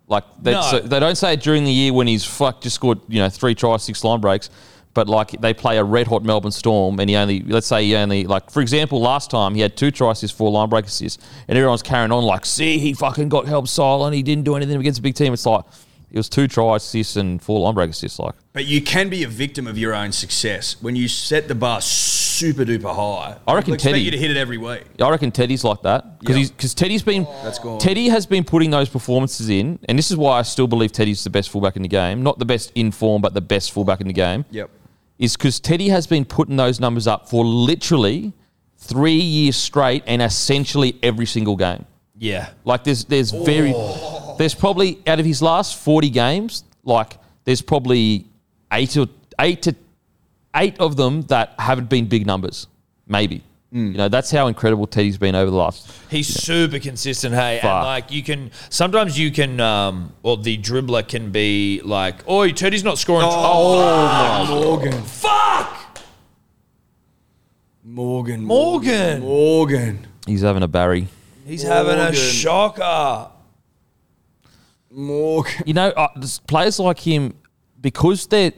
Speaker 3: Like they,
Speaker 1: No.
Speaker 3: so they don't say it during the year when he's fuck just scored you know three tries, six line breaks. But like they play a red hot Melbourne Storm, and he only let's say he only like for example last time he had two tries, his four line break assists, and everyone's carrying on like, see he fucking got help silent, he didn't do anything against a big team. It's like it was two tries, assists, and four line break assists. Like
Speaker 2: But you can be a victim of your own success when you set the bar super duper high.
Speaker 3: I reckon
Speaker 2: People expect
Speaker 3: Teddy-
Speaker 2: you to hit it every week.
Speaker 3: I reckon Teddy's like that because
Speaker 2: Yeah.
Speaker 3: he's because Teddy's been
Speaker 2: Oh. That's gone.
Speaker 3: Teddy has been putting those performances in, and this is why I still believe Teddy's the best fullback in the game. Not the best in form, but the best fullback in the game.
Speaker 2: Yep.
Speaker 3: Is because Teddy has been putting those numbers up for literally three years straight, and essentially every single game.
Speaker 1: Yeah.
Speaker 3: Like there's there's very there's probably out of his last forty games, like there's probably eight or eight to eight of them that haven't been big numbers, maybe. You know that's how incredible Teddy's been over the last.
Speaker 1: He's super consistent, hey.
Speaker 3: Fuck.
Speaker 1: And like you can sometimes you can um well the dribbler can be like, Oi, Teddy's not scoring
Speaker 2: Oh, Morgan.
Speaker 1: Fuck!
Speaker 2: Morgan.
Speaker 1: Morgan.
Speaker 2: Morgan.
Speaker 3: He's having a Barry.
Speaker 1: He's having a
Speaker 2: Morgan.
Speaker 1: shocker.
Speaker 2: Morgan.
Speaker 3: You know, uh, there's players like him because they're.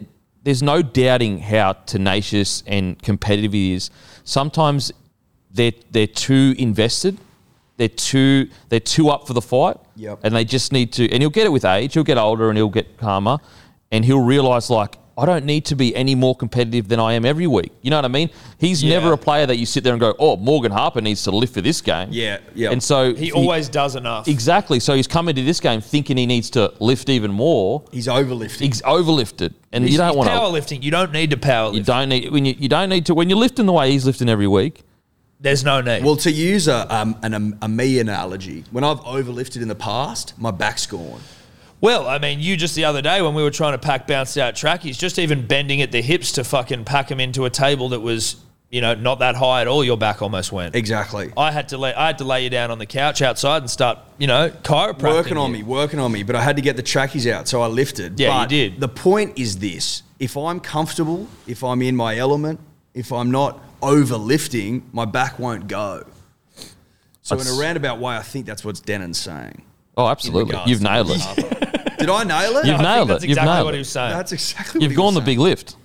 Speaker 3: There's no doubting how tenacious and competitive he is. Sometimes they're they're too invested, they're too they're too up for the fight,
Speaker 2: Yep.
Speaker 3: and they just need to. And he'll get it with age. He'll get older and he'll get calmer, and he'll realize like I don't need to be any more competitive than I am every week. You know what I mean? He's
Speaker 1: Yeah.
Speaker 3: never a player that you sit there and go, oh, Morgan Harper needs to lift for this game.
Speaker 2: Yeah, yeah.
Speaker 3: And so
Speaker 1: He always does enough.
Speaker 3: Exactly. So he's coming to this game thinking he needs to lift even more.
Speaker 2: He's overlifting.
Speaker 3: He's overlifted, and
Speaker 1: He's-
Speaker 3: you don't
Speaker 1: he's
Speaker 3: want to.
Speaker 1: powerlifting. You don't need to powerlift.
Speaker 3: You don't need when you, you don't need to when you're lifting the way he's lifting every week.
Speaker 1: There's no need.
Speaker 2: Well, to use a, um, an, um, a me analogy, when I've overlifted in the past, my back's gone.
Speaker 1: Well, I mean, you just the other day when we were trying to pack bounced out trackies, just even bending at the hips to fucking pack them into a table that was, you know, not that high at all, your back almost went.
Speaker 2: Exactly.
Speaker 1: I had to lay I had to lay you down on the couch outside and start, you know, chiropractic.
Speaker 2: Working on
Speaker 1: you.
Speaker 2: me, working on me, but I had to get the trackies out, so I lifted.
Speaker 1: Yeah, you
Speaker 2: But
Speaker 1: did.
Speaker 2: The point is this if I'm comfortable, if I'm in my element, if I'm not overlifting, my back won't go. So, in
Speaker 3: That's-
Speaker 2: a roundabout way, I think that's what Denon's saying.
Speaker 3: Oh, absolutely.
Speaker 2: regards
Speaker 3: You've
Speaker 2: to
Speaker 3: nailed it.
Speaker 2: Did I nail it?
Speaker 3: You've
Speaker 1: I think
Speaker 3: nailed
Speaker 1: that's
Speaker 3: it. You've
Speaker 1: exactly
Speaker 3: nailed
Speaker 1: what
Speaker 3: it.
Speaker 1: he was saying.
Speaker 2: That's exactly
Speaker 3: You've
Speaker 2: what he was
Speaker 3: gone the
Speaker 2: saying.
Speaker 3: big lift.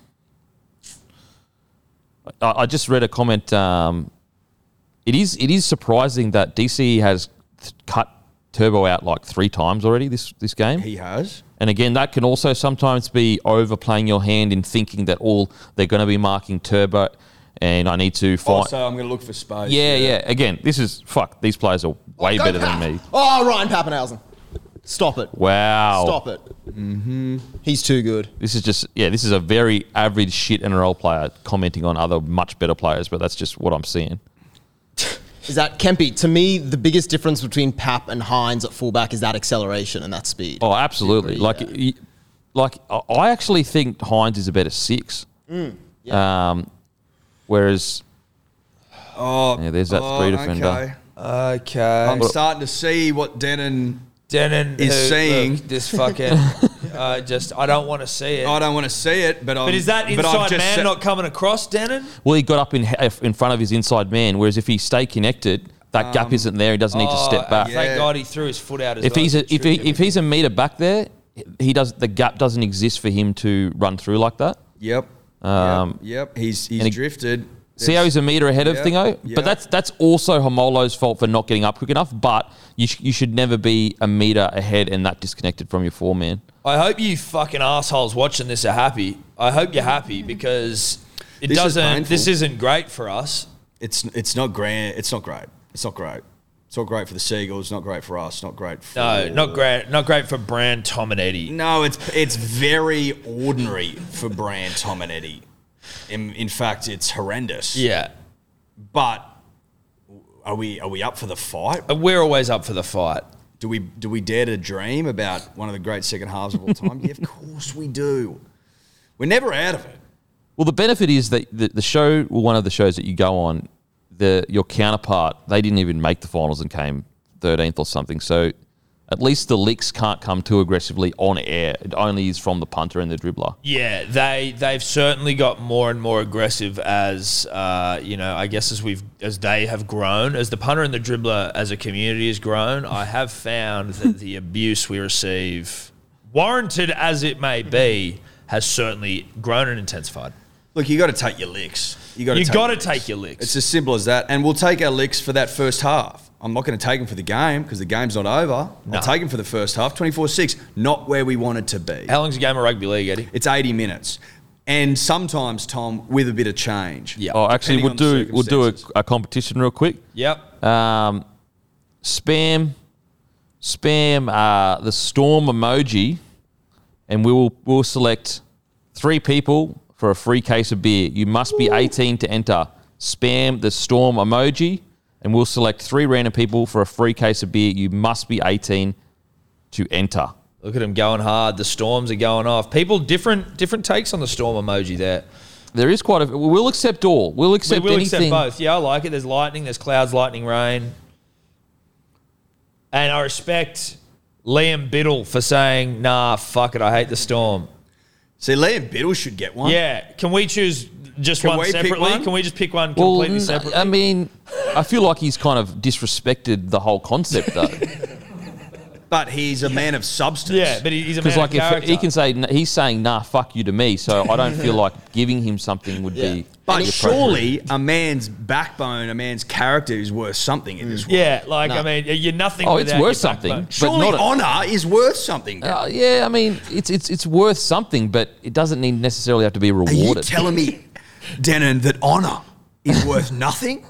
Speaker 3: I, I just read a comment. Um, it is it is surprising that DC has th- cut Turbo out like three times already this this game.
Speaker 2: He has.
Speaker 3: And again, that can also sometimes be overplaying your hand in thinking that all they're going to be marking turbo, and I need
Speaker 4: Oh,
Speaker 3: to find.
Speaker 2: Also, Oh, I'm going to look for space.
Speaker 3: yeah, yeah. Again, this is fuck. These players are way
Speaker 4: Go
Speaker 3: better
Speaker 4: Pap.
Speaker 3: than me.
Speaker 4: Oh, Ryan Pappenhausen. Stop it.
Speaker 3: Wow.
Speaker 4: Stop it. Mm-hmm. He's too good.
Speaker 3: This is just yeah. This is a very average shit NRL player commenting on other much better players, but that's just what I'm seeing.
Speaker 4: Is that Kempi? To me, the biggest difference between Pap and Hines at fullback is that acceleration and that speed.
Speaker 3: Oh, absolutely.
Speaker 4: agree,
Speaker 3: Like,
Speaker 4: yeah.
Speaker 3: y like I I actually think Hines is a better six.
Speaker 4: Mm,
Speaker 3: Um, whereas
Speaker 2: Oh,
Speaker 3: yeah, there's that
Speaker 2: oh,
Speaker 3: three defender.
Speaker 2: Okay.
Speaker 1: Okay.
Speaker 2: I'm starting to see what Denon.
Speaker 1: Denon
Speaker 2: Is
Speaker 1: who-
Speaker 2: saying-
Speaker 1: look, this fucking I just I don't want to see it.
Speaker 2: I don't want to see it, but I'm,
Speaker 1: but is that
Speaker 2: but I've
Speaker 1: inside
Speaker 2: just
Speaker 1: man
Speaker 2: se-
Speaker 1: not coming across, Denon?
Speaker 3: Well, he got up in eh, in front of his inside man. Whereas if he stay connected, that gap isn't there. He doesn't need to step back.
Speaker 1: Oh, Thank
Speaker 2: Um, oh, Yeah.
Speaker 1: God he threw his foot out. As
Speaker 3: If
Speaker 1: well.
Speaker 3: he's a, if he, if he's a meter back there, he does the gap doesn't exist for him to run through like that.
Speaker 2: Yep.
Speaker 3: Um,
Speaker 2: yep. Yep. He's he's
Speaker 3: and he-
Speaker 2: drifted.
Speaker 3: See how he's a meter ahead of
Speaker 2: Yeah,
Speaker 3: Thingo,
Speaker 2: yeah.
Speaker 3: but that's that's also Homolo's fault for not getting up quick enough. But you sh- you should never be a meter ahead and that disconnected from your four man.
Speaker 1: I hope you fucking assholes watching this are happy. I hope you're happy because it
Speaker 2: This is
Speaker 1: doesn't.
Speaker 2: painful.
Speaker 1: this isn't great for us.
Speaker 2: It's it's not grand. It's not great. It's not great. It's not great for the Seagulls. Not great for us. Not great for
Speaker 1: No, not great. Not great for Brand Tominetti.
Speaker 2: No, it's it's very ordinary for Brand Tominetti. In, in fact, it's horrendous.
Speaker 1: Yeah,
Speaker 2: But are we are we up for the fight?
Speaker 1: we're always up for the fight.
Speaker 2: Do we do we dare to dream about one of the great second halves of all time? yeah, of course we do. We're never out of it.
Speaker 3: Well, the benefit is that the, the show, well, one of the shows that you go on, the your counterpart, they didn't even make the finals and came 13th or something. So at least the licks can't come too aggressively on air. It only is from the punter and the dribbler.
Speaker 1: Yeah, they they've certainly got more and more aggressive as uh, you know. I guess as we've as they have grown, as the punter and the dribbler as a community has grown, I have found that the abuse we receive, warranted as it may be, has certainly grown and intensified.
Speaker 2: Look, you got to take your licks. You got to
Speaker 1: You
Speaker 2: take
Speaker 1: got to
Speaker 2: your licks.
Speaker 1: take your licks.
Speaker 2: It's as simple as that. And we'll take our licks for that first half. I'm not going to take them for the game because the game's not over.
Speaker 1: No.
Speaker 2: I'll take them for the first half, 24 6, not where we wanted to be.
Speaker 1: How long's a game of rugby league, Eddie?
Speaker 2: It's 80 minutes. And sometimes, Tom, with a bit of change.
Speaker 1: Yeah.
Speaker 3: Oh, actually, we'll
Speaker 2: Depending
Speaker 3: do
Speaker 2: on the
Speaker 3: we'll do a,
Speaker 2: circumstances.
Speaker 3: a competition real quick.
Speaker 1: Yep.
Speaker 3: Um, spam, spam uh, the storm emoji, and we will we'll select three people for a free case of beer. You must be 18 to enter. Spam the storm emoji, and we'll select three random people for a free case of beer. You must be 18 to enter.
Speaker 1: Look at them going hard. The storms are going off. People different different takes on the storm emoji there.
Speaker 3: There is quite a. We'll accept all. We'll
Speaker 1: We
Speaker 3: accept
Speaker 1: will
Speaker 3: anything.
Speaker 1: accept both. Yeah, I like it. There's lightning, there's clouds, lightning, rain. And I respect Liam Biddle for saying, nah, fuck it, I hate the storm.
Speaker 2: See, Liam Biddle should get one.
Speaker 1: Yeah. Can we choose just
Speaker 2: Can
Speaker 1: one
Speaker 2: we pick
Speaker 1: separately?
Speaker 2: one?
Speaker 1: Can we just pick one
Speaker 3: Well,
Speaker 1: completely
Speaker 3: n- uh,
Speaker 1: separately?
Speaker 3: I mean, I feel like he's kind of disrespected the whole concept though.
Speaker 2: But he's a man of substance.
Speaker 1: yeah, but he- he's a man
Speaker 3: Because like
Speaker 1: like
Speaker 3: if
Speaker 1: character.
Speaker 3: he can say n- he's saying nah, fuck you to me, so I don't feel like giving him something would be.
Speaker 2: But
Speaker 3: appropriate.
Speaker 2: surely a man's backbone, a man's character is worth something in this world.
Speaker 1: yeah, like, I mean, you're nothing
Speaker 3: Oh, it's
Speaker 1: without
Speaker 3: worth
Speaker 1: your
Speaker 3: something.
Speaker 1: backbone.
Speaker 3: But
Speaker 2: Surely
Speaker 3: not a-
Speaker 2: honour is worth something.
Speaker 3: Uh, yeah, I mean, it's it's it's worth something, but it doesn't need necessarily have to be
Speaker 2: Are you
Speaker 3: rewarded.
Speaker 2: telling me, Denon, that honour is worth nothing?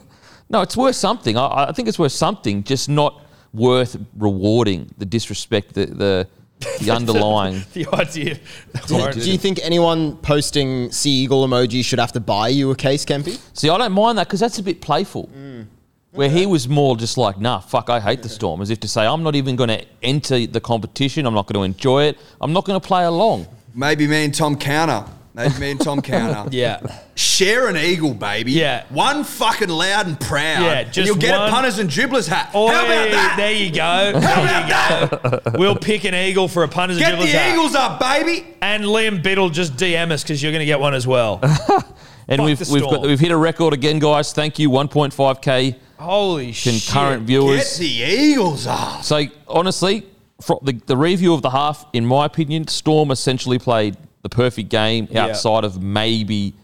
Speaker 3: no, it's worth something. I, I think it's worth something, just not worth rewarding the disrespect, the the, the underlying.
Speaker 1: The idea.
Speaker 4: Do, do you think anyone posting sea eagle emoji should have to buy you a case, Kempy?
Speaker 3: See, I don't mind that because that's a bit playful.
Speaker 1: Mm.
Speaker 3: Where he was more just like, nah, fuck, I hate the storm, as if to say, I'm not even going to enter the competition. I'm not going to enjoy it. I'm not going to play along.
Speaker 2: Maybe me and Tom Counter. Maybe me and Tom Counter.
Speaker 1: yeah.
Speaker 2: Share an eagle, baby.
Speaker 1: Yeah.
Speaker 2: One fucking loud and proud.
Speaker 1: Yeah,
Speaker 2: and
Speaker 1: just
Speaker 2: you'll get
Speaker 1: one-
Speaker 2: a punters and dribblers hat.
Speaker 1: Oi,
Speaker 2: How about that?
Speaker 1: There you go. There you go. We'll pick an eagle for a punters
Speaker 2: Get
Speaker 1: and
Speaker 2: the
Speaker 1: dribblers hat.
Speaker 2: eagles up, baby.
Speaker 1: And Liam Biddle just DM us because you're going to get one as well.
Speaker 3: And
Speaker 1: Fuck
Speaker 3: we've
Speaker 1: the
Speaker 3: we've, got,
Speaker 1: storm.
Speaker 3: we've hit a record again, guys. Thank you, 1.5k
Speaker 1: Holy shit!
Speaker 3: concurrent
Speaker 2: Get
Speaker 3: viewers.
Speaker 2: the eagles up.
Speaker 3: So honestly, from the, the review of the half, in my opinion, Storm essentially played the perfect game
Speaker 1: Yeah.
Speaker 3: outside of maybe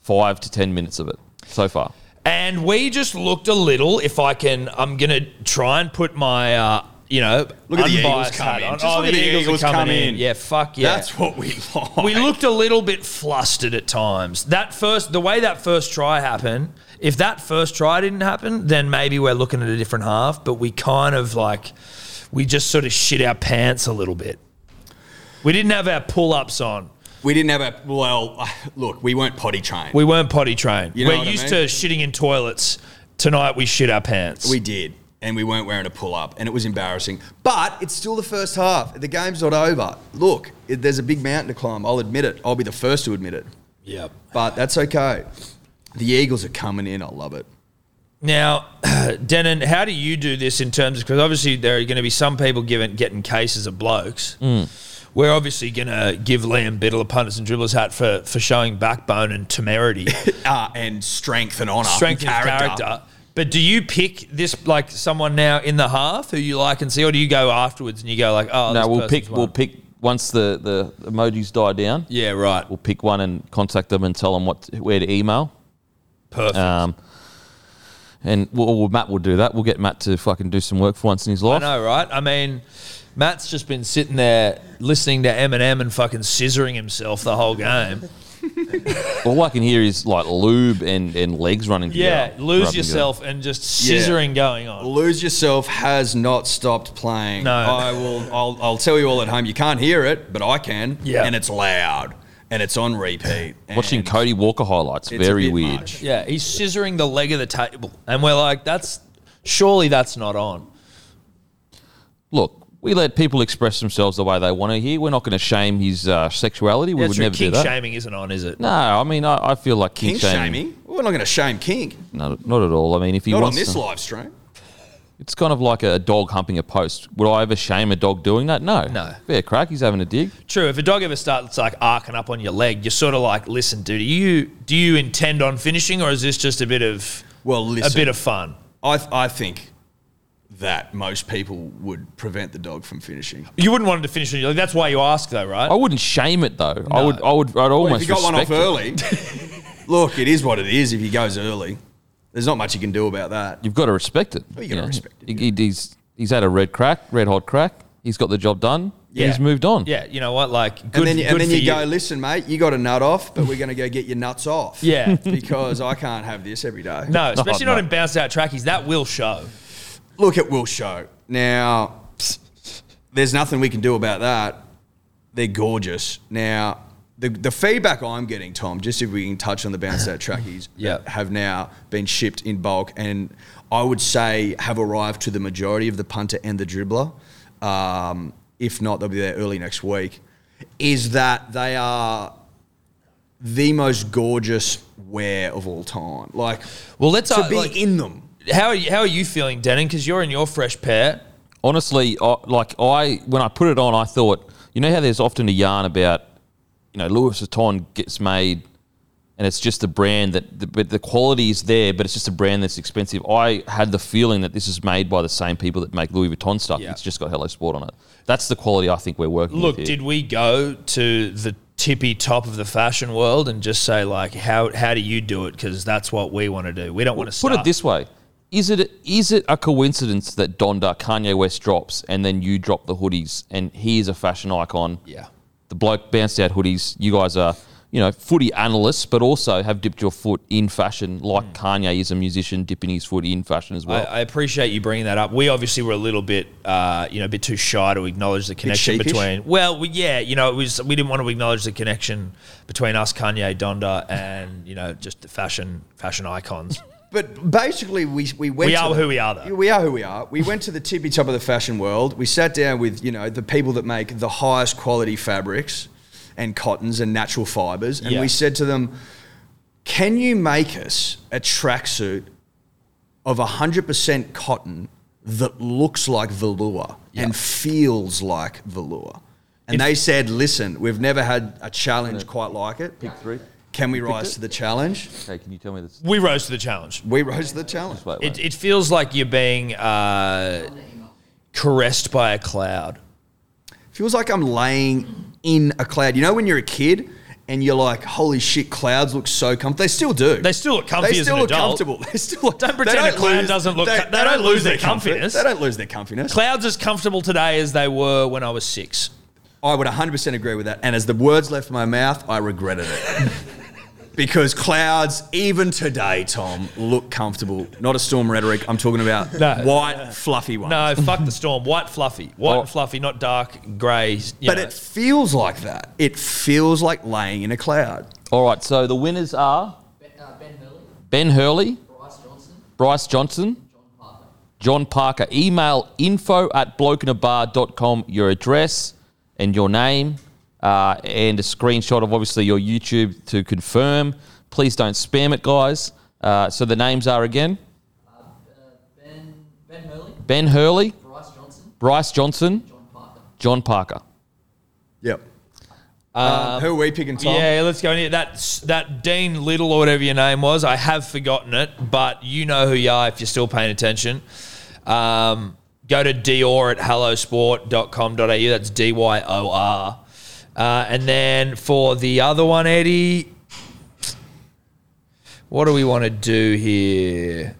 Speaker 3: five to ten minutes of it so far.
Speaker 1: And we just looked a little. If I can, I'm going to try and put my, uh, you know,
Speaker 2: Look at the Eagles
Speaker 1: unbiased
Speaker 2: come
Speaker 1: hat
Speaker 2: in.
Speaker 1: on.
Speaker 2: Just
Speaker 1: oh,
Speaker 2: look
Speaker 1: the,
Speaker 2: at the
Speaker 1: Eagles,
Speaker 2: Eagles
Speaker 1: are coming
Speaker 2: come
Speaker 1: in.
Speaker 2: in.
Speaker 1: Yeah, fuck yeah.
Speaker 2: That's what we like.
Speaker 1: we looked a little bit flustered at times. That first, the way that first try happened. If that first try didn't happen, then maybe we're looking at a different half. But we kind of like, we just sort of shit our pants a little bit. We didn't have our pull-ups on.
Speaker 2: We didn't have a well. Look, we weren't potty trained. We,
Speaker 1: We weren't potty trained.
Speaker 2: You know
Speaker 1: We're
Speaker 2: what I
Speaker 1: used to
Speaker 2: mean?
Speaker 1: shitting in toilets. Tonight we shit our pants.
Speaker 2: did, and we weren't wearing a pull up, and it was embarrassing. But it's still the first half. The game's not over. Look, it, there's a big mountain to climb. I'll admit it. I'll be the first to admit it.
Speaker 1: yep.
Speaker 2: But that's okay. The eagles are coming in. I love it.
Speaker 1: Now, Denon, how do you do this in terms of because obviously there are going to be some people given getting cases of blokes. We're obviously going to give Liam Biddle a punters and dribblers hat for for showing backbone and temerity,
Speaker 2: Uh, and strength and honor,
Speaker 1: strength and character. But do you pick this like someone now in the half who you like and see, or do you go afterwards and you go like, oh,
Speaker 3: no,
Speaker 1: this
Speaker 3: we'll
Speaker 1: person's
Speaker 3: pick.
Speaker 1: won.
Speaker 3: We'll pick once the the emojis die down.
Speaker 1: Yeah, right.
Speaker 3: we'll pick one and contact them and tell them what where to email.
Speaker 1: Perfect.
Speaker 3: Um, and well, well, Matt will do that. We'll get Matt to fucking do some work for once in his
Speaker 1: I
Speaker 3: life.
Speaker 1: know, right? I mean, Matt's just been sitting there listening to Eminem and fucking scissoring himself the whole game.
Speaker 3: All I can hear is like lube and, and legs running.
Speaker 1: Yeah,
Speaker 3: together,
Speaker 1: lose
Speaker 3: rubbing
Speaker 1: yourself and just
Speaker 2: Yeah.
Speaker 1: scissoring going on.
Speaker 2: Lose Yourself has not stopped playing.
Speaker 1: No.
Speaker 2: I will. I'll, I'll tell you all at home. You can't hear it, but I can.
Speaker 1: Yeah.
Speaker 2: and it's loud, and it's on repeat.
Speaker 3: together. Watching
Speaker 2: and
Speaker 3: Cody Walker highlights,
Speaker 2: it's a
Speaker 3: very
Speaker 2: bit
Speaker 3: weird.
Speaker 2: much.
Speaker 1: Yeah, he's scissoring the leg of the table, and we're like, that's surely that's not on.
Speaker 3: look, we let people express themselves the way they want to here. We're not going to shame his uh, sexuality. We
Speaker 1: That's
Speaker 3: would
Speaker 1: true.
Speaker 3: never
Speaker 1: King
Speaker 3: do that.
Speaker 1: shaming isn't on, is it?
Speaker 3: No, I mean, I, I feel like kink,
Speaker 2: Kink shaming? We're not going to shame kink.
Speaker 3: No, not at all. I mean, if he
Speaker 2: Not on
Speaker 3: wants
Speaker 2: this
Speaker 3: to,
Speaker 2: live stream.
Speaker 3: it's kind of like a dog humping a post. Would I ever shame a dog doing that? No.
Speaker 1: No.
Speaker 3: Fair crack. He's having a dig.
Speaker 1: True. If a dog ever starts like arcing up on your leg, you're sort of like, listen, dude, do you do you intend on finishing, or is this just a bit of
Speaker 2: Well, listen.
Speaker 1: a bit of fun?
Speaker 2: I, th- I think that most people would prevent the dog from finishing.
Speaker 1: You wouldn't want him to finish on your leg. That's why you ask, though, right?
Speaker 3: I wouldn't shame it though. I would. I would. I'd
Speaker 2: Well, if
Speaker 3: almost
Speaker 2: you got one off
Speaker 3: respect it.
Speaker 2: early, look, it is what it is. If he goes early, there's not much you can do about that.
Speaker 3: You've got to respect it.
Speaker 2: you gotta respect it,
Speaker 3: He- he- he's he's had a red crack, red hot crack. He's got the job done.
Speaker 1: Yeah.
Speaker 3: He's moved on.
Speaker 1: Yeah, you know what? Like, good,
Speaker 2: and then, you,
Speaker 1: good
Speaker 2: and then
Speaker 1: for
Speaker 2: you,
Speaker 1: you.
Speaker 2: go, listen, mate, you got a nut off, but we're going to go get your nuts off.
Speaker 1: Yeah.
Speaker 2: because I can't have this every day.
Speaker 1: No, especially
Speaker 3: no.
Speaker 1: not in bounced out trackies. That will show.
Speaker 2: Look, it will show. Now, there's nothing we can do about that. They're gorgeous. Now, the, the feedback I'm getting, Tom, just if we can touch on the bounce out trackies
Speaker 1: Yeah.
Speaker 2: that uh, have now been shipped in bulk and I would say have arrived to the majority of the punter and the dribbler. Um, if not, they'll be there early next week. Is that they are the most gorgeous wear of all time. Like,
Speaker 1: Well, let's
Speaker 2: to
Speaker 1: uh,
Speaker 2: be
Speaker 1: like-
Speaker 2: in them.
Speaker 1: How are you, how are you feeling, Denon? Because you're in your fresh pair.
Speaker 3: honestly, I, like I when I put it on, I thought, you know how there's often a yarn about, you know, Louis Vuitton gets made, and it's just the brand that, the, but the quality is there, but it's just a brand that's expensive. I had the feeling that this is made by the same people that make Louis Vuitton stuff.
Speaker 1: Yeah.
Speaker 3: It's just got Hello Sport on it. That's the quality I think we're working.
Speaker 1: Look,
Speaker 3: with here.
Speaker 1: did we go to the tippy top of the fashion world and just say like, how how do you do it? Because that's what we want to do. We don't want to
Speaker 3: put it this way. Is it is it a coincidence that Donda Kanye West drops and then you drop the hoodies and he is a fashion icon?
Speaker 1: Yeah.
Speaker 3: the bloke bounced out hoodies. You guys are, you know, footy analysts, but also have dipped your foot in fashion, like Kanye is a musician dipping his foot in fashion as well.
Speaker 1: Hmm. I, I appreciate you bringing that up. We obviously were a little bit, uh, you know, a bit too shy to acknowledge the connection
Speaker 2: sheepish?
Speaker 1: between. Well, we, yeah, you know, it was we didn't want to acknowledge the connection between us, Kanye, Donda, and you know, just the fashion fashion icons.
Speaker 2: But basically, we we went.
Speaker 1: We
Speaker 2: to
Speaker 1: are
Speaker 2: the-
Speaker 1: who we are, though.
Speaker 2: We are who we are. We went to the tippy top of the fashion world. We sat down with you know the people that make the highest quality fabrics and cottons and natural fibers, and
Speaker 1: Yeah.
Speaker 2: we said to them, "Can you make us a tracksuit of hundred percent cotton that looks like velour and feels like velour?" And they said, "Listen, we've never had a challenge quite like it.
Speaker 3: Pick three.
Speaker 2: Can we rise to the challenge?"
Speaker 3: Okay, can you tell me this?
Speaker 1: we rose to the challenge.
Speaker 2: We rose to the challenge.
Speaker 3: Wait, wait.
Speaker 1: It, it feels like you're being uh, caressed by a cloud.
Speaker 2: feels like I'm laying in a cloud. You know when you're a kid and you're like, holy shit, clouds look so comfortable. They still do.
Speaker 1: They still look comfy
Speaker 2: They
Speaker 1: as
Speaker 2: still
Speaker 1: an
Speaker 2: look
Speaker 1: adult.
Speaker 2: comfortable. They still look,
Speaker 1: Don't pretend a cloud doesn't look- they don't lose their
Speaker 2: comfort.
Speaker 1: comfiness.
Speaker 2: They don't lose their comfiness.
Speaker 1: Clouds as comfortable today as they were when I was six.
Speaker 2: I would 100% agree with that. And as the words left my mouth, I regretted it. because clouds, even today, Tom, look comfortable. Not a storm rhetoric. I'm talking about
Speaker 1: No.
Speaker 2: white, fluffy ones.
Speaker 1: No, fuck the storm. White fluffy. White
Speaker 3: Well-
Speaker 1: and fluffy, not dark, grey. you
Speaker 2: But
Speaker 1: know.
Speaker 2: it feels like that. It feels like laying in a cloud.
Speaker 3: All right, so the winners are
Speaker 7: Ben, uh, ben Hurley,
Speaker 3: Ben Hurley,
Speaker 7: Bryce Johnson,
Speaker 3: Bryce Johnson,
Speaker 7: John Parker.
Speaker 3: John Parker. Email info at blokeinabar.com your address and your name uh, and a screenshot of obviously your YouTube to confirm. Please don't spam it, guys. Uh, so the names are again
Speaker 7: Uh, Ben, ben Hurley,
Speaker 3: Ben Hurley,
Speaker 7: Bryce Johnson,
Speaker 3: Bryce Johnson,
Speaker 7: John Parker.
Speaker 3: John Parker.
Speaker 2: Yep. Um, who are we picking, Tom?
Speaker 1: Uh, Yeah, let's go in here. That, that Dean Little or whatever your name was, I have forgotten it, but you know who you are if you're still paying attention. Um, go to Dior at hallosport.com.au. That's D Y O R. Uh, and then for the other one, Eddie, what do we want to do here?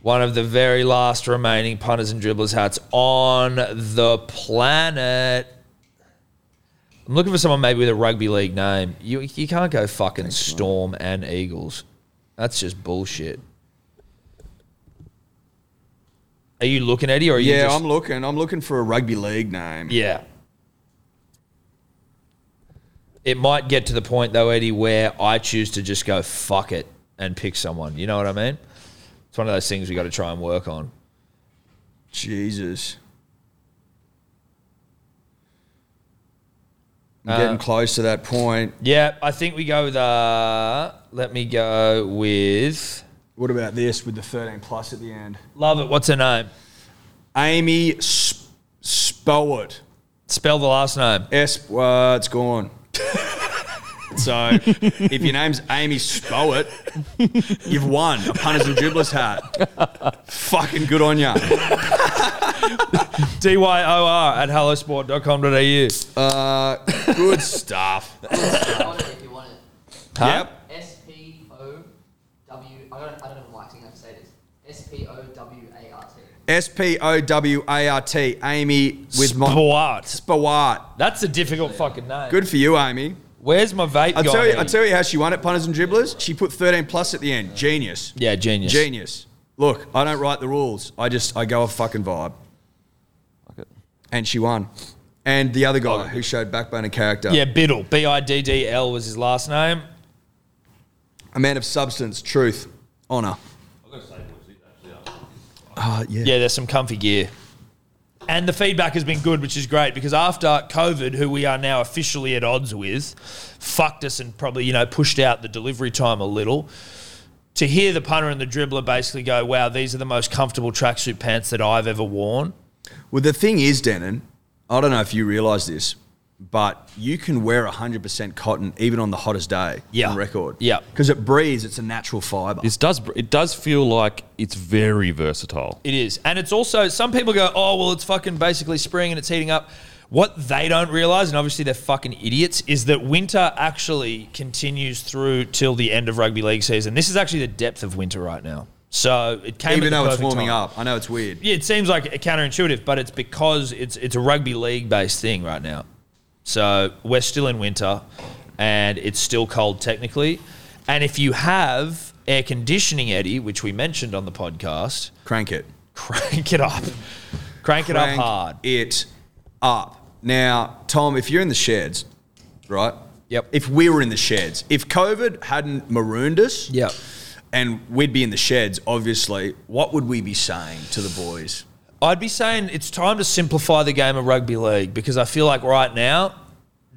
Speaker 1: One of the very last remaining punters and dribblers hats on the planet. I'm looking for someone maybe with a rugby league name. You you can't go fucking Storm and Eagles. That's just bullshit. Are you looking, Eddie, or are you
Speaker 2: Yeah,
Speaker 1: just,
Speaker 2: I'm looking. I'm looking for a rugby league name.
Speaker 1: yeah. It might get to the point though, Eddie, where I choose to just go fuck it and pick someone. You know what I mean? It's one of those things we got to try and work on.
Speaker 2: Jesus.
Speaker 1: Uh,
Speaker 2: I'm getting close to that point.
Speaker 1: Yeah, I think we go with. Uh, let me go with.
Speaker 2: What about this with the 13 plus at the end?
Speaker 1: Love it. What's her name?
Speaker 2: Amy Sp- Spowett.
Speaker 1: Spell the last name.
Speaker 2: S. Uh, it's gone. so if your name's Amy Spowett, you've won a punters and dribblers hat. Fucking good on you.
Speaker 1: D Y O R at hellosport.com.au.
Speaker 2: Uh, good stuff.
Speaker 7: I want it if you want it.
Speaker 2: Yep.
Speaker 7: S P O W. I don't. I don't even like seeing how to say this. S P O W A R T.
Speaker 2: S P O W A R T. Amy with my
Speaker 1: Sport.
Speaker 2: Spowett.
Speaker 1: That's a difficult fucking name.
Speaker 2: Good for you, Amy.
Speaker 1: Where's my vape
Speaker 2: I'll
Speaker 1: guy?
Speaker 2: tell you. I'll tell you how she won at punters and dribblers. She put 13 plus at the end. Genius.
Speaker 1: yeah, genius.
Speaker 2: Genius. Look, I don't write the rules. I just I go off fucking vibe.
Speaker 3: Fuck it.
Speaker 2: And she won. And the other guy who showed backbone and character.
Speaker 1: Yeah, Biddle. B I D D L was his last name.
Speaker 2: A man of substance, truth, honor. Uh, yeah.
Speaker 1: Yeah, there's some comfy gear. And the feedback has been good, which is great because after COVID, who we are now officially at odds with, fucked us and probably, you know, pushed out the delivery time a little. To hear the punter and the dribbler basically go, wow, these are the most comfortable tracksuit pants that I've ever worn.
Speaker 2: Well, the thing is, Denon, I don't know if you realise this, but you can wear 100% cotton even on the hottest day
Speaker 1: Yeah.
Speaker 2: on record.
Speaker 1: Yeah.
Speaker 2: Because it breathes, it's a natural fibre.
Speaker 3: This does it does feel like it's very versatile.
Speaker 1: It is. And it's also, some people go, oh, well, it's fucking basically spring and it's heating up. What they don't realize, and obviously they're fucking idiots, is that winter actually continues through till the end of rugby league season. This is actually the depth of winter right now. So it came
Speaker 2: even
Speaker 1: at the
Speaker 2: though it's
Speaker 1: perfect
Speaker 2: warming
Speaker 1: time.
Speaker 2: up. I know it's weird.
Speaker 1: Yeah, it seems like counterintuitive, but it's because it's it's a rugby league based thing right now. So we're still in winter, and it's still cold technically. And if you have air conditioning, Eddie, which we mentioned on the podcast,
Speaker 2: Crank it.
Speaker 1: crank it up. Crank, it up
Speaker 2: crank
Speaker 1: hard.
Speaker 2: It up. Now, Tom, if you're in the sheds, right?
Speaker 1: Yep.
Speaker 2: If we were in the sheds, if COVID hadn't marooned us,
Speaker 1: Yep.
Speaker 2: and we'd be in the sheds, obviously, what would we be saying to the boys?
Speaker 1: I'd be saying it's time to simplify the game of rugby league because I feel like right now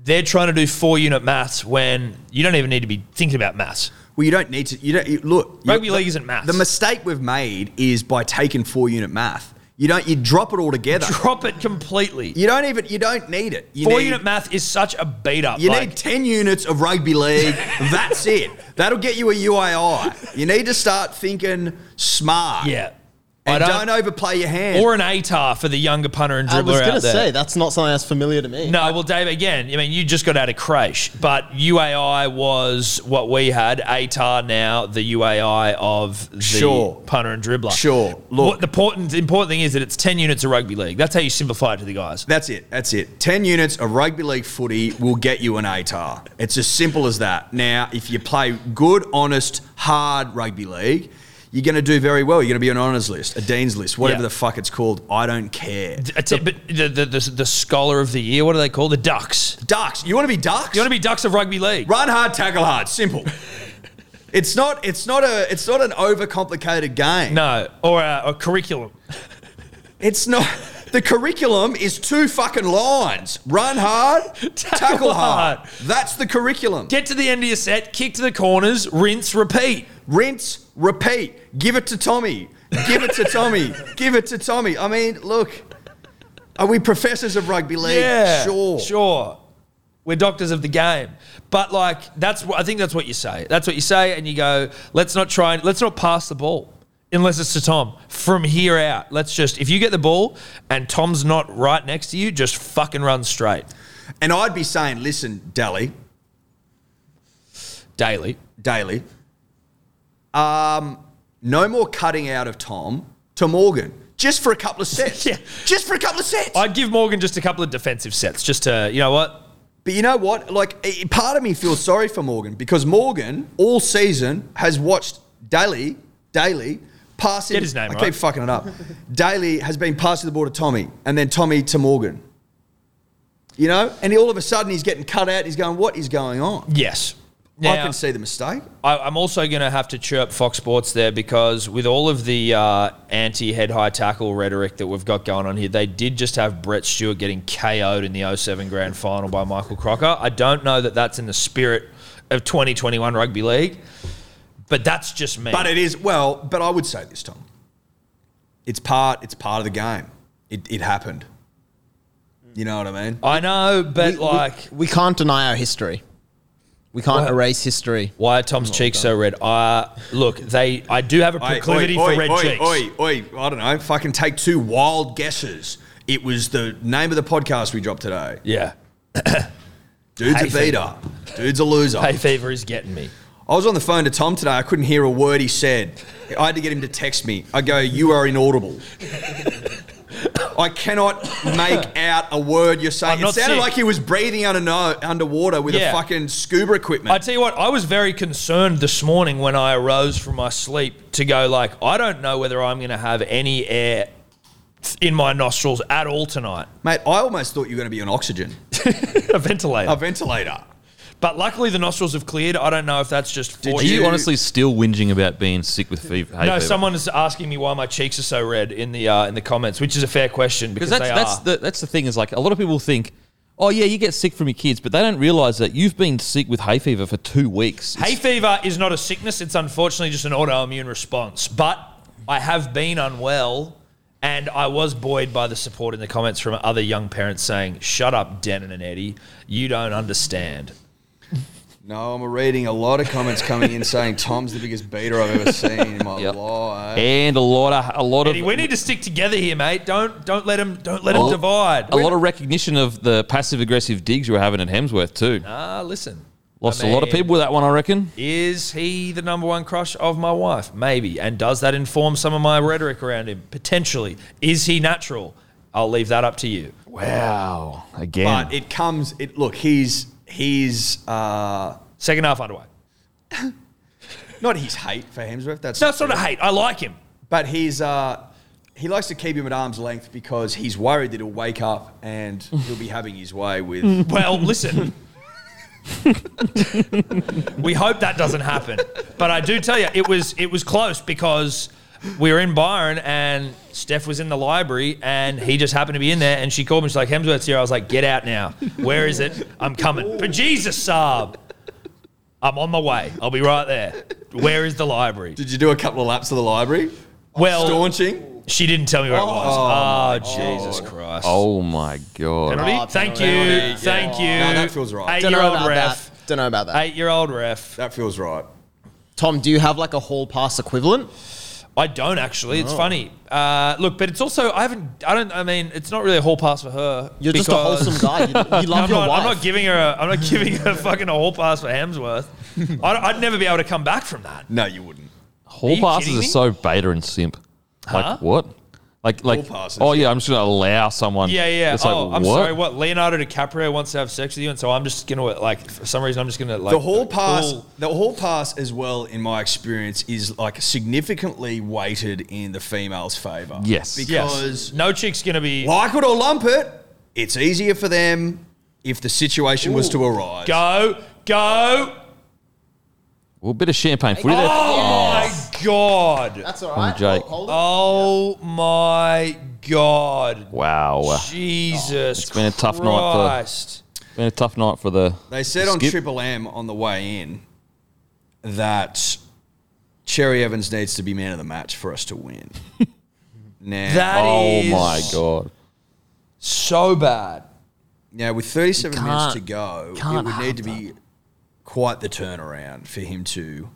Speaker 1: they're trying to do four unit maths when you don't even need to be thinking about maths.
Speaker 2: Well, you don't need to. You don't you, look. you-
Speaker 1: Rugby
Speaker 2: the-
Speaker 1: league isn't maths.
Speaker 2: The mistake we've made is by taking four unit math. You don't. You drop it all together.
Speaker 1: Drop it completely.
Speaker 2: you don't even. You don't need it. You
Speaker 1: Four
Speaker 2: need,
Speaker 1: unit math is such a beat up.
Speaker 2: You
Speaker 1: like,
Speaker 2: need ten units of rugby league. that's it. That'll get you a UII. You need to start thinking smart.
Speaker 1: yeah. I
Speaker 2: And
Speaker 1: don't,
Speaker 2: don't, overplay your hand.
Speaker 1: or an ATAR for the younger punter and dribbler
Speaker 4: I was going to
Speaker 1: out there.
Speaker 4: say, that's not something that's familiar to me.
Speaker 1: No, well, Dave, again, I mean, you just got out of creche, but UAI was what we had. ATAR now, the UAI of the
Speaker 2: Sure.
Speaker 1: punter and dribbler.
Speaker 2: Sure, look.
Speaker 1: What the important, the important thing is that it's 10 units of rugby league. That's how you simplify it to the guys.
Speaker 2: That's it. That's it. 10 units of rugby league footy will get you an ATAR. It's as simple as that. Now, if you play good, honest, hard rugby league, you're going to do very well. You're going to be on an honours list, a dean's list, whatever
Speaker 1: Yeah.
Speaker 2: the fuck it's called. I don't care.
Speaker 1: A t- but the, the, the, the scholar of the year, what are they called? The Ducks.
Speaker 2: Ducks. You want to be ducks?
Speaker 1: You want to be Ducks of rugby league.
Speaker 2: Run hard, tackle hard. Simple. it's not. It's not a. It's not an overcomplicated game.
Speaker 1: No, or uh, a, a curriculum.
Speaker 2: It's not. The curriculum is two fucking lines. Run hard, tackle, hard.
Speaker 1: hard.
Speaker 2: That's the curriculum.
Speaker 1: Get to the end of your set, kick to the corners, rinse, repeat.
Speaker 2: rinse, repeat. Give it to Tommy. Give it to Tommy. Give it to Tommy. I mean, look, are we professors of rugby league?
Speaker 1: Yeah,
Speaker 2: sure.
Speaker 1: sure. We're doctors of the game, but like that's what I think that's what you say. That's what you say, and you go, let's not try and let's not pass the ball unless it's to Tom. From here out, let's just if you get the ball and Tom's not right next to you, just fucking run straight
Speaker 2: And I'd be saying, listen, Dally,
Speaker 1: daily.
Speaker 2: Daly, um, no more cutting out of Tom to Morgan just for a couple of sets.
Speaker 1: Yeah.
Speaker 2: Just for a couple of sets.
Speaker 1: I'd give Morgan just a couple of defensive sets, just to you know what.
Speaker 2: But you know what? Like, i- part of me feels sorry for Morgan because Morgan all season has watched Daly, Daly passing.
Speaker 1: Get his name
Speaker 2: I
Speaker 1: right.
Speaker 2: keep fucking it up. Daly has been passing the ball to Tommy, and then Tommy to Morgan. You know, and he, all of a sudden he's getting cut out. He's going, "What is going on?"
Speaker 1: Yes,
Speaker 2: I
Speaker 1: Now-
Speaker 2: can see the mistake.
Speaker 1: I, I'm also going to have to chirp Fox Sports there because with all of the uh, anti-head high tackle rhetoric that we've got going on here, they did just have Brett Stewart getting KO'd in the 07 Grand Final by Michael Crocker. I don't know that that's in the spirit of 2021 Rugby League, but that's just me.
Speaker 2: But it is well. But I would say this, Tom. It's part. It's part of the game. It, it happened. You know what I mean?
Speaker 1: I know, but
Speaker 4: We- we-
Speaker 1: like,
Speaker 4: we, can't deny our history. We can't
Speaker 1: Well-
Speaker 4: erase history.
Speaker 1: why are Tom's cheeks so red? Uh, look, they. I do have a
Speaker 2: Oi,
Speaker 1: proclivity
Speaker 2: oi,
Speaker 1: for red
Speaker 2: oi,
Speaker 1: cheeks.
Speaker 2: Oi, oi, I don't know. Fucking take two wild guesses. It was the name of the podcast we dropped today.
Speaker 1: Yeah,
Speaker 2: Dude's
Speaker 1: Hay
Speaker 2: a
Speaker 1: fever.
Speaker 2: beater. Dude's a loser.
Speaker 1: hay fever is getting me.
Speaker 2: I was on the phone to Tom today. I couldn't hear a word he said. I had to get him to text me. I go, "You are inaudible." I cannot make out a word you're saying.
Speaker 1: I'm
Speaker 2: It
Speaker 1: not
Speaker 2: sounded
Speaker 1: sick.
Speaker 2: like he was breathing under underwater with
Speaker 1: Yeah.
Speaker 2: a fucking scuba equipment.
Speaker 1: I tell you what, I was very concerned this morning when I arose from my sleep to go like, I don't know whether I'm going to have any air in my nostrils at all tonight.
Speaker 2: Mate, I almost thought you were going to be on oxygen,
Speaker 1: a ventilator.
Speaker 2: a ventilator.
Speaker 1: Uh, but luckily, the nostrils have cleared. I don't know if that's just.
Speaker 2: Did
Speaker 1: for
Speaker 3: Are you
Speaker 2: you-
Speaker 3: honestly still whinging about being sick with fever?
Speaker 1: No, someone is asking me why my cheeks are so red in the uh, in the comments, which is a fair question because
Speaker 3: because that's
Speaker 1: they
Speaker 3: that's
Speaker 1: are.
Speaker 3: the that's the thing is like a lot of people think, oh yeah, you get sick from your kids, but they don't realize that you've been sick with hay fever for two weeks.
Speaker 1: Hay fever is not a sickness. It's unfortunately just an autoimmune response. But I have been unwell and I was buoyed by the support in the comments from other young parents saying, Shut up, Denon and Eddie. You don't understand.
Speaker 2: No, I'm reading a lot of comments coming in saying Tom's the biggest beater I've ever seen in my
Speaker 3: Yep.
Speaker 2: life.
Speaker 3: and a lot of a lot of
Speaker 1: Eddie, we need to stick together here, mate. Don't don't let him don't let him
Speaker 3: Oh.
Speaker 1: divide.
Speaker 3: a lot of recognition of the passive aggressive digs you were having at Hemsworth too.
Speaker 1: Ah, listen.
Speaker 3: Lost
Speaker 1: I
Speaker 3: a lot of
Speaker 1: mean,
Speaker 3: people with that one, I reckon.
Speaker 1: Is he the number one crush of my wife? Maybe. And does that inform some of my rhetoric around him? Potentially. Is he natural? I'll leave that up to you.
Speaker 3: Wow, again.
Speaker 2: But it comes. It look. He's he's uh,
Speaker 1: Second half underway.
Speaker 2: not his hate for Hemsworth. That's
Speaker 1: That's not a hate. I like him.
Speaker 2: But he's uh, he likes to keep him at arm's length because he's worried that he'll wake up and he'll be having his way with.
Speaker 1: Well, listen. we hope that doesn't happen. But I do tell you, it was it was close because we were in Byron and Steph was in the library and he just happened to be in there and she called me. She's like, Hemsworth's here. I was like, get out now. Where is it? I'm coming. But Jesus, Saab. I'm on my way. I'll be right there. Where is the library?
Speaker 2: Did you do a couple of laps of the library?
Speaker 1: Well,
Speaker 2: Staunching.
Speaker 1: she didn't tell me
Speaker 2: Oh,
Speaker 1: where it was. Oh, Jesus Christ.
Speaker 3: oh my god.
Speaker 1: Penalty?
Speaker 4: Oh,
Speaker 1: Thank you.
Speaker 4: penalty. Yeah.
Speaker 1: Thank you.
Speaker 2: No, that feels right.
Speaker 4: Don't know
Speaker 1: Eight-year-old
Speaker 4: about
Speaker 1: ref.
Speaker 4: that. Don't know about that.
Speaker 1: Eight year old ref.
Speaker 2: That feels right.
Speaker 4: Tom, do you have like a hall pass equivalent?
Speaker 1: I don't actually.
Speaker 4: Oh.
Speaker 1: It's funny. Uh, look, but it's also I haven't. I don't. I mean, it's not really a hall pass for her.
Speaker 4: You're just a
Speaker 1: because-
Speaker 4: wholesome guy. You, you love
Speaker 1: I'm
Speaker 4: your
Speaker 1: not,
Speaker 4: wife.
Speaker 1: I'm not giving her. A, I'm not giving her fucking a hall pass for Hemsworth. I don't- I'd never be able to come back from that.
Speaker 2: No, you wouldn't.
Speaker 1: Are
Speaker 3: Hall
Speaker 1: you
Speaker 3: passes
Speaker 1: kidding
Speaker 3: are
Speaker 1: me?
Speaker 3: so beta and simp.
Speaker 1: Huh?
Speaker 3: Like what? Like like
Speaker 2: Hall passes,
Speaker 3: oh yeah, I'm just gonna allow someone.
Speaker 1: Yeah, yeah.
Speaker 3: It's like,
Speaker 1: oh, I'm
Speaker 3: what?
Speaker 1: sorry. What Leonardo DiCaprio wants to have sex with you, and so I'm just gonna like for some reason I'm just gonna like oh.
Speaker 2: The hall pass,
Speaker 1: pull-
Speaker 2: the hall pass, as well, in my experience, is like significantly weighted in the female's favour.
Speaker 3: Yes.
Speaker 1: Yes.
Speaker 2: because
Speaker 1: No chick's gonna be.
Speaker 2: like it or lump it, it's easier for them if the situation was to arise.
Speaker 1: Go, go.
Speaker 3: Well, a bit of champagne footy there.
Speaker 1: Oh my god.
Speaker 4: That's all right.
Speaker 3: Jake.
Speaker 4: Hold- hold it.
Speaker 1: Oh my God.
Speaker 3: Wow.
Speaker 1: Jesus. It's
Speaker 3: been a tough night for-
Speaker 1: Christ.
Speaker 3: Been a tough night for the.
Speaker 2: They said
Speaker 3: the
Speaker 2: on
Speaker 3: skip.
Speaker 2: Triple M on the way in that Cherry Evans needs to be man of the match for us to win. now,
Speaker 1: That
Speaker 3: Oh
Speaker 1: is
Speaker 3: my god.
Speaker 1: so bad.
Speaker 2: now with 37 minutes
Speaker 3: can't-
Speaker 2: to go, it would need to be quite the turnaround for him to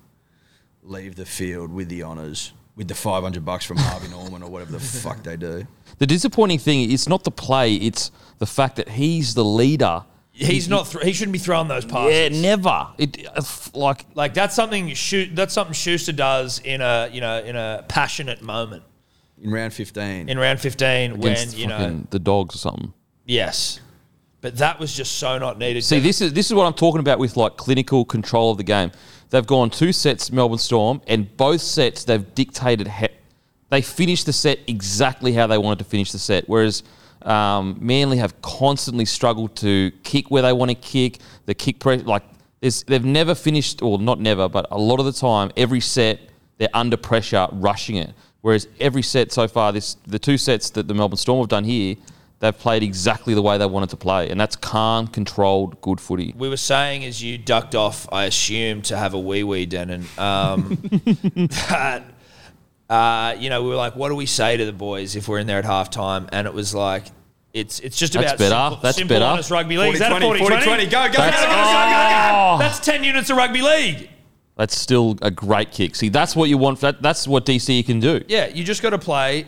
Speaker 2: leave the field with the honours, with the 500 bucks from Harvey Norman or whatever the fuck they do.
Speaker 3: The disappointing thing is not the play; it's the fact that he's the leader.
Speaker 1: He's not. Th- he shouldn't be throwing those passes.
Speaker 3: Yeah, never. It uh, f- like
Speaker 1: Like that's something. Schu- that's something Schuster does in a you know in a passionate moment
Speaker 2: In round 15,
Speaker 1: in round fifteen
Speaker 3: against
Speaker 1: when you know
Speaker 3: fucking the dogs or something.
Speaker 1: yes, but that was just so not needed.
Speaker 3: See, this is this is what I'm talking about with like clinical control of the game. They've gone two sets, Melbourne Storm, and both sets they've dictated. He- they finished the set exactly how they wanted to finish the set, whereas um, Manly have constantly struggled to kick where they want to kick. The kick press, like There's, they've never finished, or not never, but a lot of the time, every set they're under pressure, rushing it. Whereas every set so far, this the two sets that the Melbourne Storm have done here, they've played exactly the way they wanted to play, and that's calm, controlled, good footy.
Speaker 1: We were saying as you ducked off, I assume, to have a wee wee, Denon, um, that, uh, you know, we were like, what do we say to the boys if we're in there at halftime? And it was like, it's, it's just
Speaker 3: That's
Speaker 1: about
Speaker 3: better.
Speaker 1: simple,
Speaker 3: That's
Speaker 1: simple
Speaker 3: better.
Speaker 1: honest rugby league. Is that a
Speaker 2: 40,
Speaker 1: 40, 20?
Speaker 2: 20, go, go, go,
Speaker 1: That's,
Speaker 2: go, go,
Speaker 1: oh, that's 10 units of rugby league.
Speaker 3: That's still a great kick. See, that's what you want. That, that's what DC can do.
Speaker 1: Yeah, you just got to play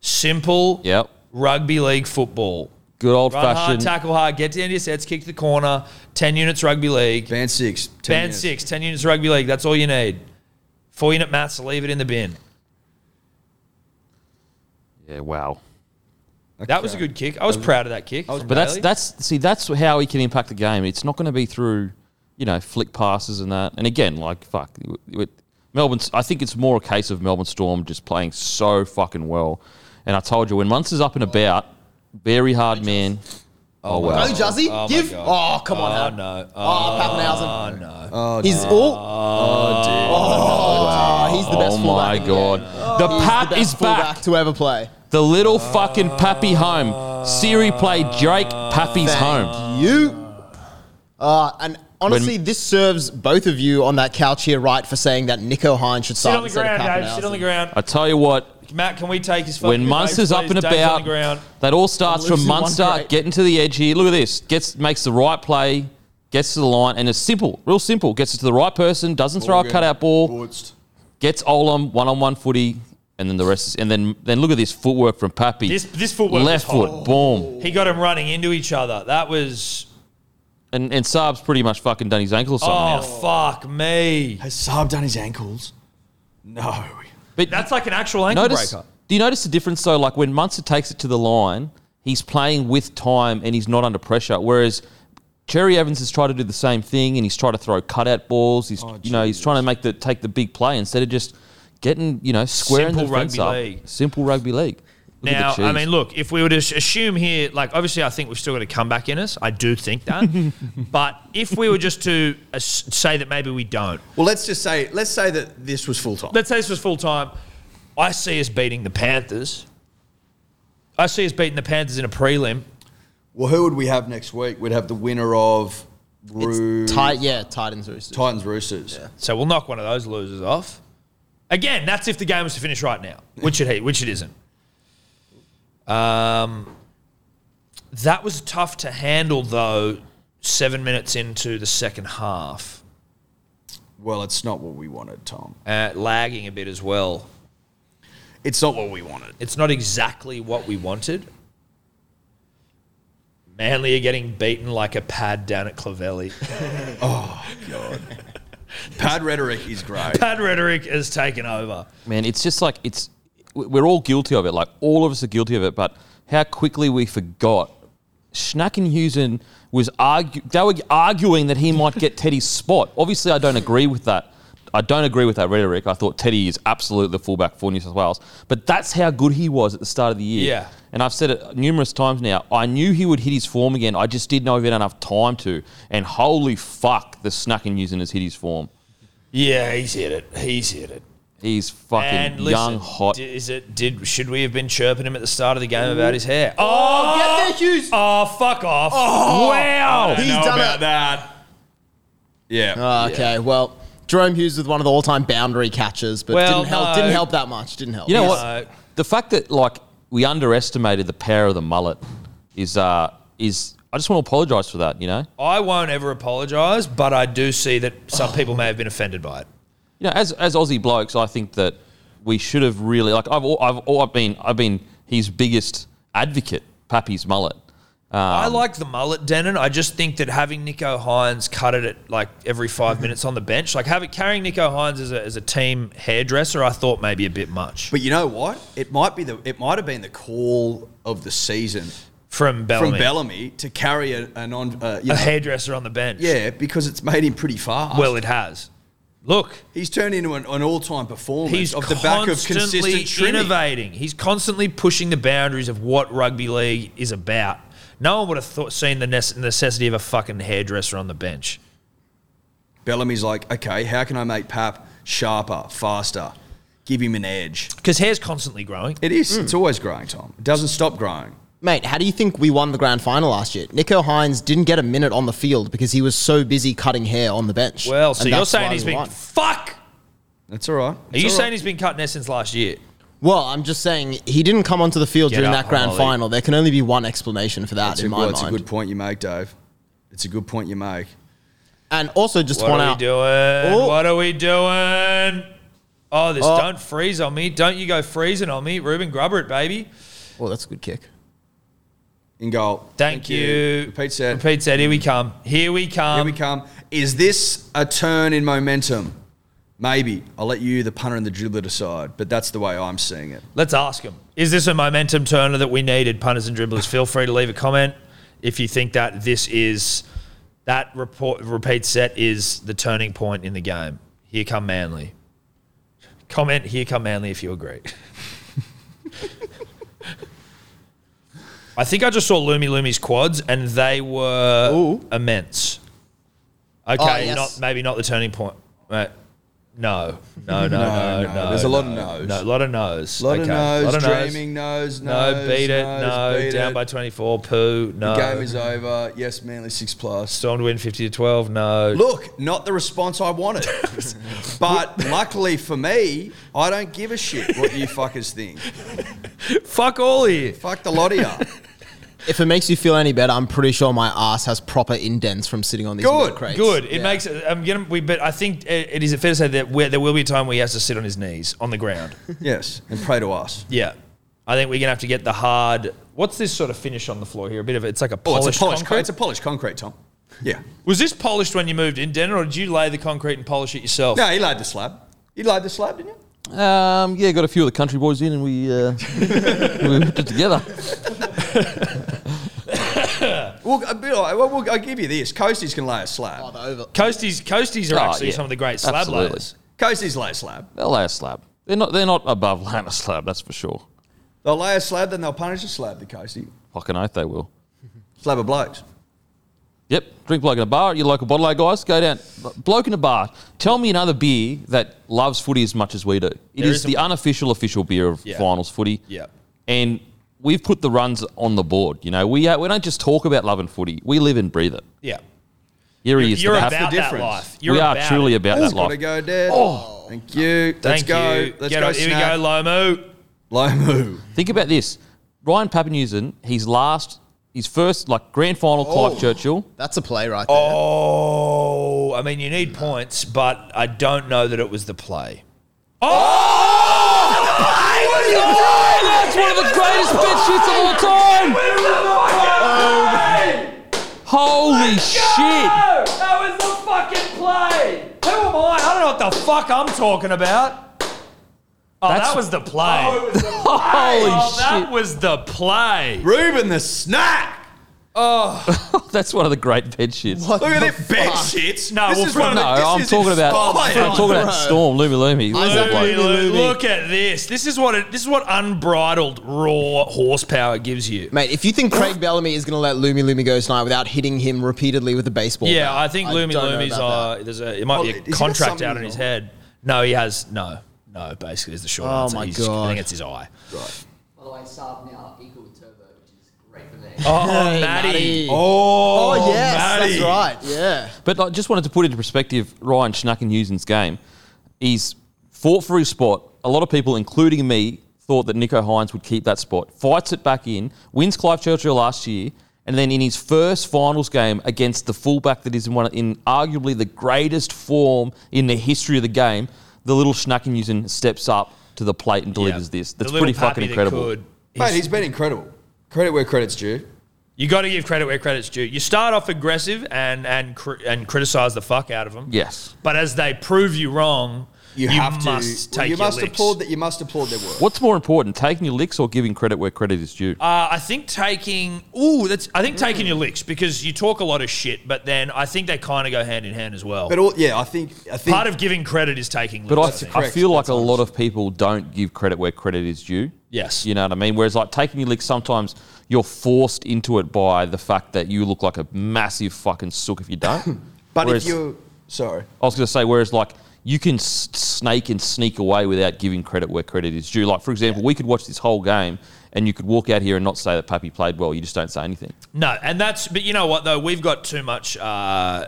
Speaker 1: simple
Speaker 3: Yep.
Speaker 1: rugby league football.
Speaker 3: Good old
Speaker 1: Run hard,
Speaker 3: fashioned.
Speaker 1: tackle hard, get to the end of your sets, kick to the corner, 10 units rugby league.
Speaker 2: Band six. 10
Speaker 1: Band
Speaker 2: minutes.
Speaker 1: six, 10 units rugby league. That's all you need. Four unit maths, leave it in the bin.
Speaker 3: Yeah, wow.
Speaker 1: That was a good kick. I was proud of that kick.
Speaker 3: But that's that's see that's how he can impact the game. It's not going to be through, you know, flick passes and that. And again, like fuck, with Melbourne's. I think it's more a case of Melbourne Storm just playing so fucking well. And I told you when Munster's up and about, very hard man. Oh
Speaker 4: Go,
Speaker 3: wow.
Speaker 4: Jazzy.
Speaker 1: my
Speaker 4: Give.
Speaker 1: God.
Speaker 4: Oh, come on.
Speaker 1: Oh,
Speaker 4: Hal.
Speaker 1: no.
Speaker 4: Oh, Pappenhausen.
Speaker 1: no.
Speaker 4: He's all. Oh, he's the best
Speaker 3: Oh
Speaker 4: fullback.
Speaker 3: my
Speaker 4: in the game.
Speaker 3: god. The
Speaker 4: He's the
Speaker 3: Pap
Speaker 4: best
Speaker 3: is back.
Speaker 4: fullback to ever play.
Speaker 3: The little fucking Pappy home. Siri played Drake Pappy's home.
Speaker 4: You. Uh, and honestly, this serves both of you on that couch here right for saying that Nico Hines should
Speaker 1: Sit
Speaker 4: start
Speaker 1: on the
Speaker 4: instead
Speaker 1: ground,
Speaker 4: of
Speaker 1: Dave. Sit on the
Speaker 4: Pappenhausen.
Speaker 1: ground.
Speaker 3: I tell you what,
Speaker 1: Matt, can we take his fucking
Speaker 3: when
Speaker 1: break,
Speaker 3: Munster's up
Speaker 1: please?
Speaker 3: and
Speaker 1: Dave's on
Speaker 3: about,
Speaker 1: the ground.
Speaker 3: that all starts
Speaker 4: I'm
Speaker 3: from
Speaker 4: losing one
Speaker 3: Munster
Speaker 4: great.
Speaker 3: getting to the edge here. Look at this. Gets makes the right play, gets to the line, and it's simple, real simple. Gets it to the right person, doesn't throw a cutout ball,
Speaker 2: Blitzed.
Speaker 3: gets Olam one on one footy, and then the rest is and then then look at this footwork from Pappy.
Speaker 1: This, this footwork
Speaker 3: Left
Speaker 1: was hot.
Speaker 3: foot, boom.
Speaker 1: He got him running into each other. That was,
Speaker 3: And and Saab's pretty much fucking done his ankle or something.
Speaker 1: oh,
Speaker 3: now.
Speaker 1: fuck me.
Speaker 2: Has Saab done his ankles? No.
Speaker 3: But
Speaker 1: That's like an actual ankle
Speaker 3: notice,
Speaker 1: breaker.
Speaker 3: do you notice the difference though? Like when Munster takes it to the line, he's playing with time and he's not under pressure. Whereas Cherry Evans has tried to do the same thing and he's tried to throw cutout balls. He's
Speaker 1: Oh,
Speaker 3: you know he's trying to make the take the big play instead of just getting you know squaring
Speaker 1: Simple
Speaker 3: the fence
Speaker 1: rugby
Speaker 3: up.
Speaker 1: league.
Speaker 3: Simple rugby league. Look at
Speaker 1: Now,
Speaker 3: the
Speaker 1: I
Speaker 3: Chiefs.
Speaker 1: mean, look, if we were to s- assume here, like, obviously, I think we've still got a comeback in us. I do think that. but if we were just to uh, say that maybe we don't,
Speaker 2: Well, let's just say, let's say that this was full time.
Speaker 1: let's say this was full time. I see us beating the Panthers. I see us beating the Panthers in a prelim.
Speaker 2: Well, who would we have next week? We'd have the winner of Roo-
Speaker 4: It's tight, yeah, Titans Roosters.
Speaker 2: Titans Roosters.
Speaker 1: So we'll knock one of those losers off. Again, that's if the game was to finish right now, which it which it isn't. Um, that was tough to handle though. Seven minutes into the second half,
Speaker 2: Well, it's not what we wanted, Tom.
Speaker 1: uh, lagging a bit as well.
Speaker 2: It's not what we wanted.
Speaker 1: It's not exactly what we wanted. Manly are getting beaten like a pad down at Clavelli.
Speaker 2: Pad rhetoric is great.
Speaker 1: pad rhetoric has taken over.
Speaker 3: Man, it's just like it's we're all guilty of it. Like all of us are guilty of it. But how quickly we forgot. Schnackenhusen was argue. They were arguing that he might get Teddy's spot. Obviously, I don't agree with that. I don't agree with that rhetoric. I thought Teddy is absolutely the fullback for New South Wales. But that's how good he was at the start of the year.
Speaker 1: Yeah.
Speaker 3: And I've said it numerous times now. I knew he would hit his form again. I just didn't know if he had enough time to. And holy fuck, the Schnackenhusen has hit his form.
Speaker 1: Yeah, he's hit it. He's hit it.
Speaker 3: He's fucking
Speaker 1: And listen,
Speaker 3: young, hot.
Speaker 1: d- Is it? Did should we have been chirping him at the start of the game about his hair? Oh,
Speaker 4: Get there, Hughes.
Speaker 1: oh, fuck off! wow,
Speaker 4: He's
Speaker 2: know
Speaker 4: done
Speaker 2: about
Speaker 4: it.
Speaker 2: that. Yeah.
Speaker 1: Uh,
Speaker 4: Oh, Okay, well, Jerome Hughes with one of the all-time boundary catches, but
Speaker 1: Well,
Speaker 4: didn't help.
Speaker 1: no.
Speaker 4: Didn't help that much. Didn't help.
Speaker 3: You know
Speaker 4: Yes.
Speaker 1: No.
Speaker 3: what? The fact that like we underestimated the power of the mullet is uh is I just want to apologise for that. You know,
Speaker 1: I won't ever apologise, but I do see that some people may have been offended by it.
Speaker 3: you know, as as Aussie blokes, I think that we should have really like I've al- I've al- I've been I've been his biggest advocate, Pappy's mullet.
Speaker 1: I like the mullet, Denon. I just think that having Nico Hines cut it at like every five minutes on the bench, like having carrying Nico Hines as a, as a team hairdresser, I thought maybe a bit much
Speaker 2: But you know what? It might be the it might have been the call of the season
Speaker 1: from Bellamy.
Speaker 2: from Bellamy to carry a, a non uh, you
Speaker 1: a
Speaker 2: know,
Speaker 1: hairdresser on the bench.
Speaker 2: yeah because it's made him pretty fast.
Speaker 1: Well, it has. Look,
Speaker 2: he's turned into an, an all time performance
Speaker 1: He's
Speaker 2: off the back of
Speaker 1: constantly
Speaker 2: consistent trimming.
Speaker 1: innovating. He's constantly pushing the boundaries of what rugby league is about. No one would have thought, seen the nece- necessity of a fucking hairdresser on the bench.
Speaker 2: Bellamy's like, okay, how can I make Pap sharper, faster, give him an edge?
Speaker 1: Because hair's constantly growing.
Speaker 2: It is. It's always growing, Tom. It doesn't stop growing.
Speaker 4: Mate, how do you think we won the grand final last year? Nico Hines didn't get a minute on the field because he was so busy cutting hair on the bench.
Speaker 1: Well, so
Speaker 4: And
Speaker 1: you're
Speaker 4: that's
Speaker 1: saying
Speaker 4: why
Speaker 1: he's
Speaker 4: we
Speaker 1: been
Speaker 4: won.
Speaker 1: fuck.
Speaker 2: That's all right.
Speaker 1: Are you saying he's been cutting hair since last year?
Speaker 4: Well, I'm just saying he didn't come onto the field
Speaker 1: Get
Speaker 4: during
Speaker 1: up,
Speaker 4: that grand
Speaker 1: Ollie.
Speaker 4: final. There can only be one explanation for that
Speaker 2: That's,
Speaker 4: in
Speaker 2: a,
Speaker 4: my
Speaker 2: that's a
Speaker 4: mind.
Speaker 2: good point you make, Dave. It's a good point you make.
Speaker 4: and also, just to
Speaker 1: What
Speaker 4: point
Speaker 1: are we
Speaker 4: out,
Speaker 1: doing? What are we doing? Oh, this
Speaker 4: Oh.
Speaker 1: don't freeze on me. Don't you go freezing on me. Ruben Grubber it, baby.
Speaker 4: oh, that's a good kick.
Speaker 2: In goal.
Speaker 1: Thank, you.
Speaker 2: Repeat um, set.
Speaker 1: Repeat set. Here we come. Here we come.
Speaker 2: Here we come. Is this a turn in momentum? Maybe. I'll let you, the punter and the dribbler, decide. But that's the way I'm seeing it.
Speaker 1: Let's ask him. Is this a momentum turner that we needed? Punters and dribblers, feel free to leave a comment if you think that this is that report, repeat set is the turning point in the game. Here come Manly. Comment here come Manly if you agree. I think I just saw Loomy Loomy's quads and they were immense.
Speaker 2: Oh,
Speaker 1: Okay,
Speaker 4: yes.
Speaker 1: not maybe not the turning point. Right. No, no, no, no, no,
Speaker 2: no. There's a lot of
Speaker 1: no,
Speaker 2: no's.
Speaker 1: No, a lot of no's.
Speaker 2: A lot
Speaker 1: Okay.
Speaker 2: of
Speaker 1: Lot
Speaker 2: nose,
Speaker 1: of no's.
Speaker 2: dreaming nose,
Speaker 1: No,
Speaker 2: nose.
Speaker 1: beat it.
Speaker 2: nose,
Speaker 1: no,
Speaker 2: beat
Speaker 1: down
Speaker 2: it.
Speaker 1: by 24. Poo. No.
Speaker 2: Game is over. Yes, Manly six plus.
Speaker 1: Storm to win 50 to 12. No.
Speaker 2: Look, not the response I wanted. but luckily for me, I don't give a shit what you fuckers think.
Speaker 1: Fuck all of you.
Speaker 2: Fuck the lot of ya.
Speaker 4: If it makes you feel any better, I'm pretty sure my ass has proper indents from sitting on these
Speaker 2: Good,
Speaker 4: milk crates.
Speaker 1: Good. It
Speaker 4: Yeah.
Speaker 1: makes. I'm gonna. We. But I think it, it is fair to say that where, there will be a time where he has to sit on his knees on the ground.
Speaker 2: Yes, and pray to us.
Speaker 1: yeah. I think we're gonna have to get the hard. What's this sort of finish on the floor here? A bit of it's like a
Speaker 2: Oh,
Speaker 1: polished,
Speaker 2: it's a polished concrete.
Speaker 1: concrete.
Speaker 2: It's a polished concrete, Tom. Yeah.
Speaker 1: Was this polished when you moved in, Denner, or did you lay the concrete and polish it yourself?
Speaker 2: No, he laid the slab. You laid the slab, didn't you?
Speaker 3: Um, yeah, got a few of the country boys in, and we uh, we put it together.
Speaker 2: Well, a bit like- well, well, I'll give you this. Coasties can lay a slab.
Speaker 4: Oh, the oval-
Speaker 1: Coasties, coasties are
Speaker 3: Oh,
Speaker 1: actually
Speaker 3: yeah.
Speaker 1: some of the great slab
Speaker 3: Absolutely.
Speaker 1: layers.
Speaker 2: Coasties lay a slab.
Speaker 3: They'll lay a slab. They're not. They're not above laying a slab. That's for sure.
Speaker 2: They'll lay a slab, then they'll punish a slab, the Coastie.
Speaker 3: Fucking oath they will.
Speaker 2: Slab of blokes.
Speaker 3: Yep. Drink bloke in a bar at your local bottle, eh, guys. Go down. Bloke in a bar. Tell me another beer that loves footy as much as we do. It is
Speaker 1: There isn't
Speaker 3: the
Speaker 1: one.
Speaker 3: unofficial official beer of
Speaker 1: Yeah.
Speaker 3: finals footy.
Speaker 1: Yeah.
Speaker 3: And we've put the runs on the board. You know, we uh, we don't just talk about loving footy. We live and breathe it.
Speaker 1: Yeah.
Speaker 3: Here he is.
Speaker 1: You're
Speaker 3: the
Speaker 1: about
Speaker 3: bastard.
Speaker 1: that
Speaker 2: difference.
Speaker 1: life. You're
Speaker 3: we are
Speaker 1: about
Speaker 3: truly
Speaker 1: it.
Speaker 3: about that
Speaker 2: Gotta
Speaker 3: life.
Speaker 2: go, Dad. Oh, thank you. Let's
Speaker 1: Thank
Speaker 2: go.
Speaker 1: you.
Speaker 2: Let's
Speaker 1: Get
Speaker 2: go.
Speaker 1: on- Here we go,
Speaker 2: snap.
Speaker 1: Lomo.
Speaker 2: Lomu.
Speaker 3: Think about this. Ryan Papenhuisen, his last, his first like grand final, Clive Churchill.
Speaker 4: That's a play right there.
Speaker 1: Oh, I mean, you need points, but I don't know that it was the play. Oh!
Speaker 3: That's one of the greatest bit shoots of all time.
Speaker 1: Oh,
Speaker 3: Holy shit!
Speaker 1: that was the fucking play. Who am I? I don't know what the fuck I'm talking about. Oh,
Speaker 3: That's-
Speaker 1: that was the play.
Speaker 3: Holy
Speaker 1: Oh, that
Speaker 3: shit!
Speaker 1: was the play.
Speaker 2: Ruben the snack.
Speaker 3: That's one of the great bed shits.
Speaker 4: What
Speaker 2: Look at
Speaker 4: the
Speaker 2: it. Bed
Speaker 4: fuck?
Speaker 2: shits.
Speaker 1: No,
Speaker 2: this
Speaker 1: well,
Speaker 2: is one
Speaker 3: No,
Speaker 2: of the, this
Speaker 3: I'm
Speaker 2: is
Speaker 3: talking about
Speaker 2: inspired.
Speaker 3: I'm talking about
Speaker 4: Bro.
Speaker 3: Storm Loomy Loomy. Look at that bloke.
Speaker 1: Loomy,
Speaker 4: Loomy,
Speaker 1: Loo-
Speaker 4: Loomy.
Speaker 1: Look at this. This is what it, this is what unbridled raw horsepower gives you.
Speaker 4: Mate, if you think Craig Bellamy is going to let Loomy Loomy go tonight without hitting him repeatedly with a baseball,
Speaker 1: Yeah,
Speaker 4: bat,
Speaker 1: I think Loomy
Speaker 4: don't know
Speaker 1: Loomy's
Speaker 4: about that.
Speaker 1: uh, there's a it might
Speaker 2: Oh,
Speaker 1: be a
Speaker 2: has he got
Speaker 1: contract
Speaker 2: something
Speaker 1: out on
Speaker 2: in
Speaker 1: his
Speaker 2: his eye?
Speaker 1: head. No, he has no, no. Basically, is the short
Speaker 4: Oh
Speaker 1: answer.
Speaker 4: my
Speaker 1: He's- I
Speaker 4: God.
Speaker 1: think it's his eye.
Speaker 7: By the way, Saab now equal with Turbo, which is great for me.
Speaker 1: Oh,
Speaker 4: Hey,
Speaker 1: Matty.
Speaker 4: Matty.
Speaker 1: Oh,
Speaker 4: Oh, yes,
Speaker 1: Matty.
Speaker 4: that's right. Yeah.
Speaker 3: But I just wanted to put into perspective Ryan Schnuck and Husen's game. He's fought for his spot. A lot of people, including me, thought that Nico Hines would keep that spot. Fights it back in, wins Clive Churchill last year, and then in his first finals game against the fullback that is in, one, in arguably the greatest form in the history of the game, the little Schnuck and Husen steps up to the plate and delivers
Speaker 1: Yeah.
Speaker 3: this. That's
Speaker 1: The little
Speaker 3: pretty fucking
Speaker 1: puppy that
Speaker 3: incredible.
Speaker 1: could.
Speaker 2: Mate, he's been incredible. Credit where credit's due.
Speaker 1: You got to give credit where credit's due. You start off aggressive and and cr- and criticize the fuck out of them.
Speaker 3: Yes.
Speaker 1: But as they prove you wrong, you,
Speaker 2: You, have
Speaker 1: must
Speaker 2: to.
Speaker 1: take
Speaker 2: you
Speaker 1: your
Speaker 2: must
Speaker 1: licks.
Speaker 2: applaud that. You must applaud their work.
Speaker 3: What's more important, taking your licks or giving credit where credit is due?
Speaker 1: Uh, I think taking ooh, that's I think taking your licks because you talk a lot of shit, but then I think they kind of go hand in hand as well.
Speaker 2: But all, yeah, I think I think
Speaker 1: Part of giving credit is taking licks.
Speaker 3: But
Speaker 1: I think.
Speaker 3: I, I
Speaker 2: correct.
Speaker 3: feel like
Speaker 2: That's
Speaker 3: a lot of people don't give credit where credit is due.
Speaker 1: Yes.
Speaker 3: You know what I mean? Whereas, like, taking your lick, sometimes you're forced into it by the fact that you look like a massive fucking sook if you don't.
Speaker 2: But
Speaker 3: Whereas-
Speaker 2: if you Sorry.
Speaker 3: I was going to say, whereas like you can s- snake and sneak away without giving credit where credit is due. Like for example, we could watch this whole game and you could walk out here and not say that Pappy played well. You just don't say anything.
Speaker 1: No, and that's but you know what though we've got too much, uh, uh,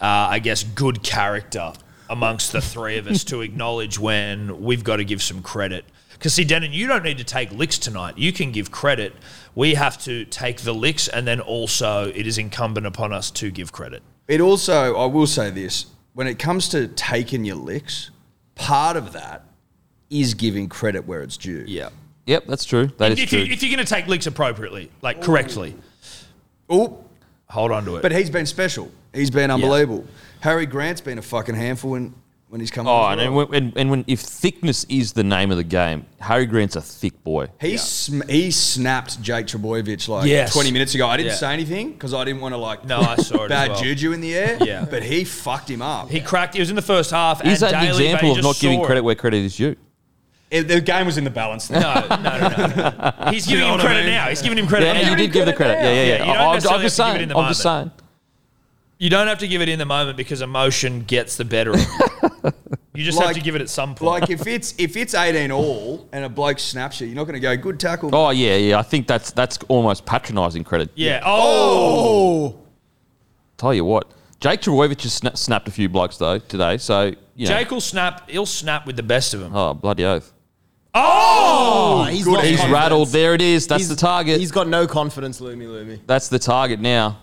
Speaker 1: I guess, good character amongst the three of us to acknowledge when we've got to give some credit. Because see, Denon, you don't need to take licks tonight. You can give credit. We have to take the licks, and then also it is incumbent upon us to give credit.
Speaker 2: It also, I will say this: when it comes to taking your licks, part of that is giving credit where it's due.
Speaker 3: Yep, that's true. That is
Speaker 1: If,
Speaker 3: true.
Speaker 1: you, if you're going to take licks appropriately, like correctly,
Speaker 2: Oh,
Speaker 1: hold on to it.
Speaker 2: but he's been special. He's been unbelievable. Harry Grant's been a fucking handful when when he's come.
Speaker 3: Oh,
Speaker 2: on as
Speaker 3: and, and,
Speaker 2: well.
Speaker 3: when, and, and when if thickness is the name of the game, Harry Grant's a thick boy.
Speaker 2: he sm- he snapped Jake Trebojevic like
Speaker 1: Yes.
Speaker 2: twenty minutes ago. I didn't
Speaker 1: Yeah.
Speaker 2: say anything because I didn't want to like
Speaker 1: no, I saw it. as
Speaker 2: bad
Speaker 1: well.
Speaker 2: juju in the air.
Speaker 1: Yeah.
Speaker 2: but he fucked him up.
Speaker 1: He cracked. It was in the first half.
Speaker 3: Is
Speaker 1: and
Speaker 3: that an
Speaker 1: Daly, but he
Speaker 3: example of
Speaker 1: just
Speaker 3: not giving
Speaker 1: saw it.
Speaker 3: credit where credit is due?
Speaker 2: It- the game was in the balance. There.
Speaker 1: No, no, no, no. He's giving
Speaker 2: You know
Speaker 1: him
Speaker 2: what I
Speaker 1: credit
Speaker 2: mean?
Speaker 1: now. He's giving him credit.
Speaker 3: Yeah,
Speaker 1: now.
Speaker 3: and you did give the credit. Yeah,
Speaker 1: Yeah,
Speaker 3: yeah,
Speaker 1: you
Speaker 3: yeah.
Speaker 1: don't
Speaker 3: I- I'm, I'm
Speaker 1: necessarily
Speaker 3: just
Speaker 1: have to give it
Speaker 3: saying.
Speaker 1: in the
Speaker 3: I'm just saying.
Speaker 1: moment. You don't have to give it in the moment because emotion gets the better of you. You just have
Speaker 2: Like-
Speaker 1: to give it at some point.
Speaker 2: Like if it's if it's eighteen all and a bloke snaps you, you're not going to go good tackle.
Speaker 3: Oh yeah, yeah. I think that's that's almost patronising credit.
Speaker 1: yeah. Oh,
Speaker 3: Tell you what, Jake Trbojevic has sna- snapped a few blokes though today. So you know,
Speaker 1: Jake will snap. He'll snap with the best of them.
Speaker 3: oh bloody oath,
Speaker 4: Oh, he's lost
Speaker 3: he's
Speaker 4: confidence.
Speaker 3: rattled. There it is. That's
Speaker 4: He's-
Speaker 3: the target.
Speaker 4: He's got no confidence, Loomy Loomy.
Speaker 3: that's the target now.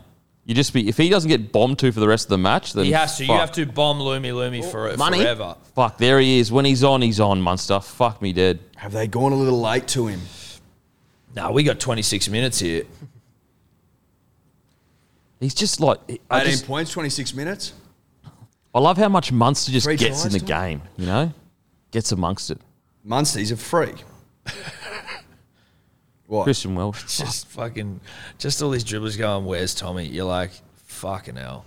Speaker 3: You just be if he doesn't get bombed to for the rest of the match, then
Speaker 1: He has to.
Speaker 3: Fuck,
Speaker 1: You have to bomb Lumi Lumi for
Speaker 4: money?
Speaker 1: forever.
Speaker 3: Fuck, there he is. When he's on, he's on. Munster. Fuck me dead.
Speaker 2: Have they gone a little late to him?
Speaker 1: No, we got 26 minutes here.
Speaker 3: He's just like I,
Speaker 2: 18
Speaker 3: just,
Speaker 2: points, 26 minutes.
Speaker 3: I love how much Munster just
Speaker 2: Three
Speaker 3: gets in
Speaker 2: tries
Speaker 3: the
Speaker 2: to it.
Speaker 3: game. You know, gets amongst it.
Speaker 2: Munster's a freak. what?
Speaker 3: Christian Welsh.
Speaker 1: Just fucking. Just all these dribblers going. Where's Tommy? You're like fucking hell.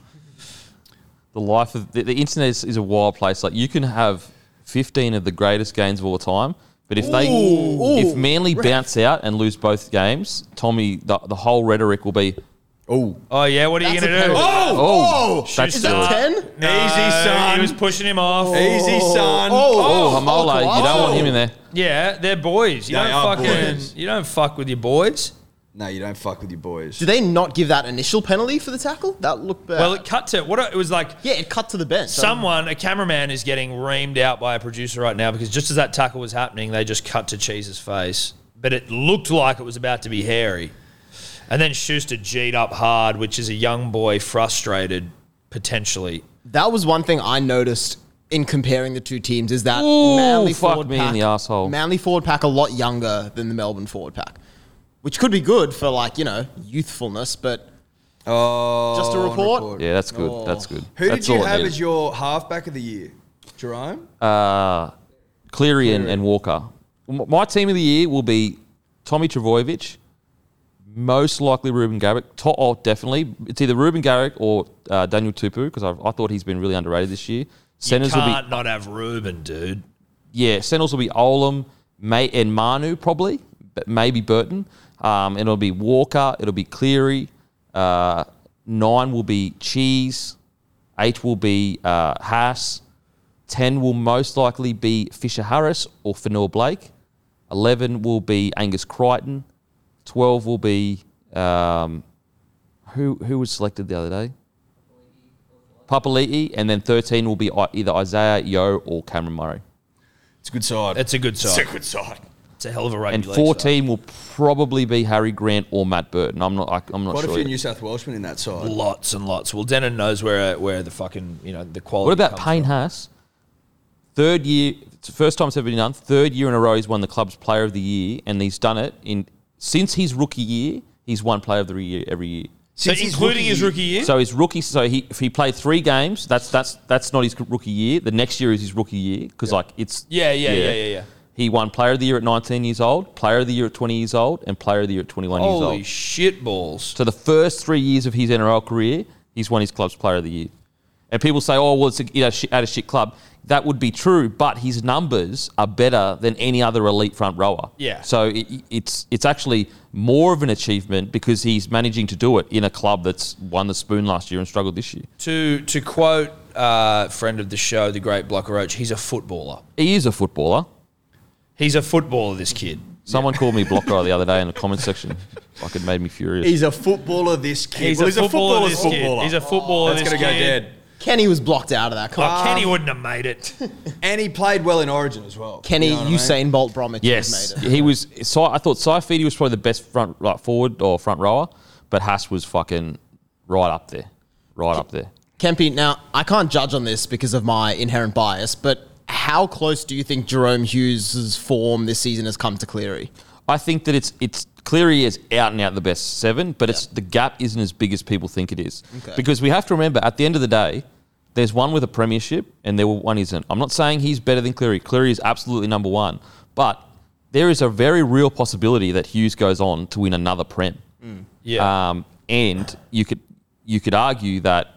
Speaker 3: the life of the, the internet is, is a wild place. Like you can have 15 of the greatest games of all time, but if they if Manly bounce out and lose both games, Tommy, the, the whole rhetoric will be
Speaker 2: oh,
Speaker 1: Oh yeah. What are you
Speaker 4: That's
Speaker 1: gonna
Speaker 4: a
Speaker 1: do?
Speaker 4: penalty.
Speaker 3: oh, that's
Speaker 1: Is
Speaker 4: Is
Speaker 1: that
Speaker 3: silly.
Speaker 4: that
Speaker 1: Uh,
Speaker 4: 10?
Speaker 1: No,
Speaker 2: Easy, son.
Speaker 1: He was pushing him off.
Speaker 2: easy, son.
Speaker 3: Oh, Hamola, you don't want him in there.
Speaker 1: Yeah, they're boys. You
Speaker 2: They
Speaker 1: don't
Speaker 2: are
Speaker 1: fucking.
Speaker 2: boys.
Speaker 1: You don't fuck with your boys.
Speaker 2: No, you don't fuck with your boys.
Speaker 4: Did they not give that initial penalty for the tackle? That looked bad.
Speaker 1: Well, it cut to what a- it was like.
Speaker 4: yeah, it cut to the bench. Um,
Speaker 1: Someone, a cameraman, is getting reamed out by a producer right now because just as that tackle was happening, they just cut to Cheese's face. But it looked like it was about to be hairy. And then Schuster G'd up hard, which is a young boy frustrated, potentially.
Speaker 4: That was one thing I noticed in comparing the two teams is that
Speaker 3: Ooh,
Speaker 4: Manly
Speaker 3: fuck
Speaker 4: forward
Speaker 3: me in
Speaker 4: pack,
Speaker 3: the arsehole.
Speaker 4: Manly forward pack a lot younger than the Melbourne forward pack, which could be good for like you know youthfulness, but
Speaker 2: Oh,
Speaker 4: Just a report?
Speaker 3: Yeah, that's good.
Speaker 4: Oh.
Speaker 3: That's good.
Speaker 2: Who
Speaker 3: that's
Speaker 2: did you
Speaker 3: it
Speaker 2: have
Speaker 3: needed.
Speaker 2: as your halfback of the year? Jerome?
Speaker 3: uh, Cleary and, and Walker. M- My team of the year will be Tommy Travojevic, most likely Ruben Garrick. To- oh, definitely. It's either Ruben Garrick or uh, Daniel Tupu because I, I thought he's been really underrated this year. Centers
Speaker 1: you
Speaker 3: will
Speaker 1: can't
Speaker 3: be
Speaker 1: not have Ruben, dude.
Speaker 3: yeah. Centers will be Olam, May and Manu probably, but maybe Burton. Um, and it'll be Walker. It'll be Cleary. Uh, nine will be Cheese. Eight will be uh, Haas. 10 will most likely be Fisher Harris or Fanor Blake. 11 will be Angus Crichton. 12 will be um, who who was selected the other day? Papali'i. And then 13 will be I- either Isaiah Yo or Cameron Murray.
Speaker 2: It's a good side.
Speaker 1: It's a good
Speaker 2: It's
Speaker 1: side.
Speaker 2: good side.
Speaker 1: It's a hell of a rugby
Speaker 3: And
Speaker 1: league side.
Speaker 3: 14 will probably be Harry Grant or Matt Burton. I'm not, I, I'm not
Speaker 2: Quite a
Speaker 3: sure.
Speaker 2: few
Speaker 3: yet.
Speaker 2: New South Welshmen in that side.
Speaker 1: Lots and lots. Well, Denon knows where where the fucking you know the quality.
Speaker 3: What about
Speaker 1: comes
Speaker 3: Payne Haas? Third year, it's the first time it's ever been done. Third year in a row, he's won the club's Player of the Year, and he's done it in since his rookie year. He's won Player of the Year every year.
Speaker 1: So
Speaker 2: Since his
Speaker 1: including his rookie year.
Speaker 3: So his rookie, so he if he played three games, that's that's that's not his rookie year. The next year is his rookie year because like it's
Speaker 1: Yeah, yeah, yeah, yeah, yeah.
Speaker 3: He won Player of the Year at 19 years old, Player of the Year at 20 years old, and Player of the Year at 21 years
Speaker 1: Holy
Speaker 3: old.
Speaker 1: shit balls!
Speaker 3: So the first three years of his NRL career, he's won his club's Player of the Year. And people say, "Oh, well, it's a, you know, shit, at a shit club." That would be true, but his numbers are better than any other elite front rower.
Speaker 1: Yeah.
Speaker 3: So it, it's it's actually more of an achievement because he's managing to do it in a club that's won the spoon last year and struggled this year.
Speaker 1: To to quote uh, friend of the show, the great Blocker Roach, he's a footballer.
Speaker 3: He is a footballer.
Speaker 1: He's a footballer, this kid.
Speaker 3: Someone called me blocker the other day in the comment section. Like it made me furious.
Speaker 2: He's a footballer. This kid. Well,
Speaker 1: this kid. He's a footballer.
Speaker 2: That's
Speaker 1: this
Speaker 2: gonna go
Speaker 1: kid.
Speaker 2: dead. Um,
Speaker 4: Kenny was blocked out of that. Come
Speaker 1: Oh,
Speaker 4: on.
Speaker 1: Kenny wouldn't have made it.
Speaker 3: Uh,
Speaker 2: And he played well in Origin as well.
Speaker 4: Kenny
Speaker 2: You know what I mean?
Speaker 4: Usain Bolt Bromwich
Speaker 3: yes,
Speaker 4: made it.
Speaker 3: he was. So I thought Saifidi was probably the best front right forward or front rower, but Haas was fucking right up there, right up there.
Speaker 4: Kempi, now I can't judge on this because of my inherent bias, but how close do you think Jerome Hughes' form this season has come to Cleary?
Speaker 3: I think that it's it's Cleary is out and out the best seven, but it's the gap isn't as big as people think it is.
Speaker 4: Okay.
Speaker 3: Because we have to remember at the end of the day, there's one with a premiership and there one isn't. I'm not saying he's better than Cleary. Cleary is absolutely number one, but there is a very real possibility that Hughes goes on to win another prem.
Speaker 1: yeah.
Speaker 3: Um, and you could you could argue that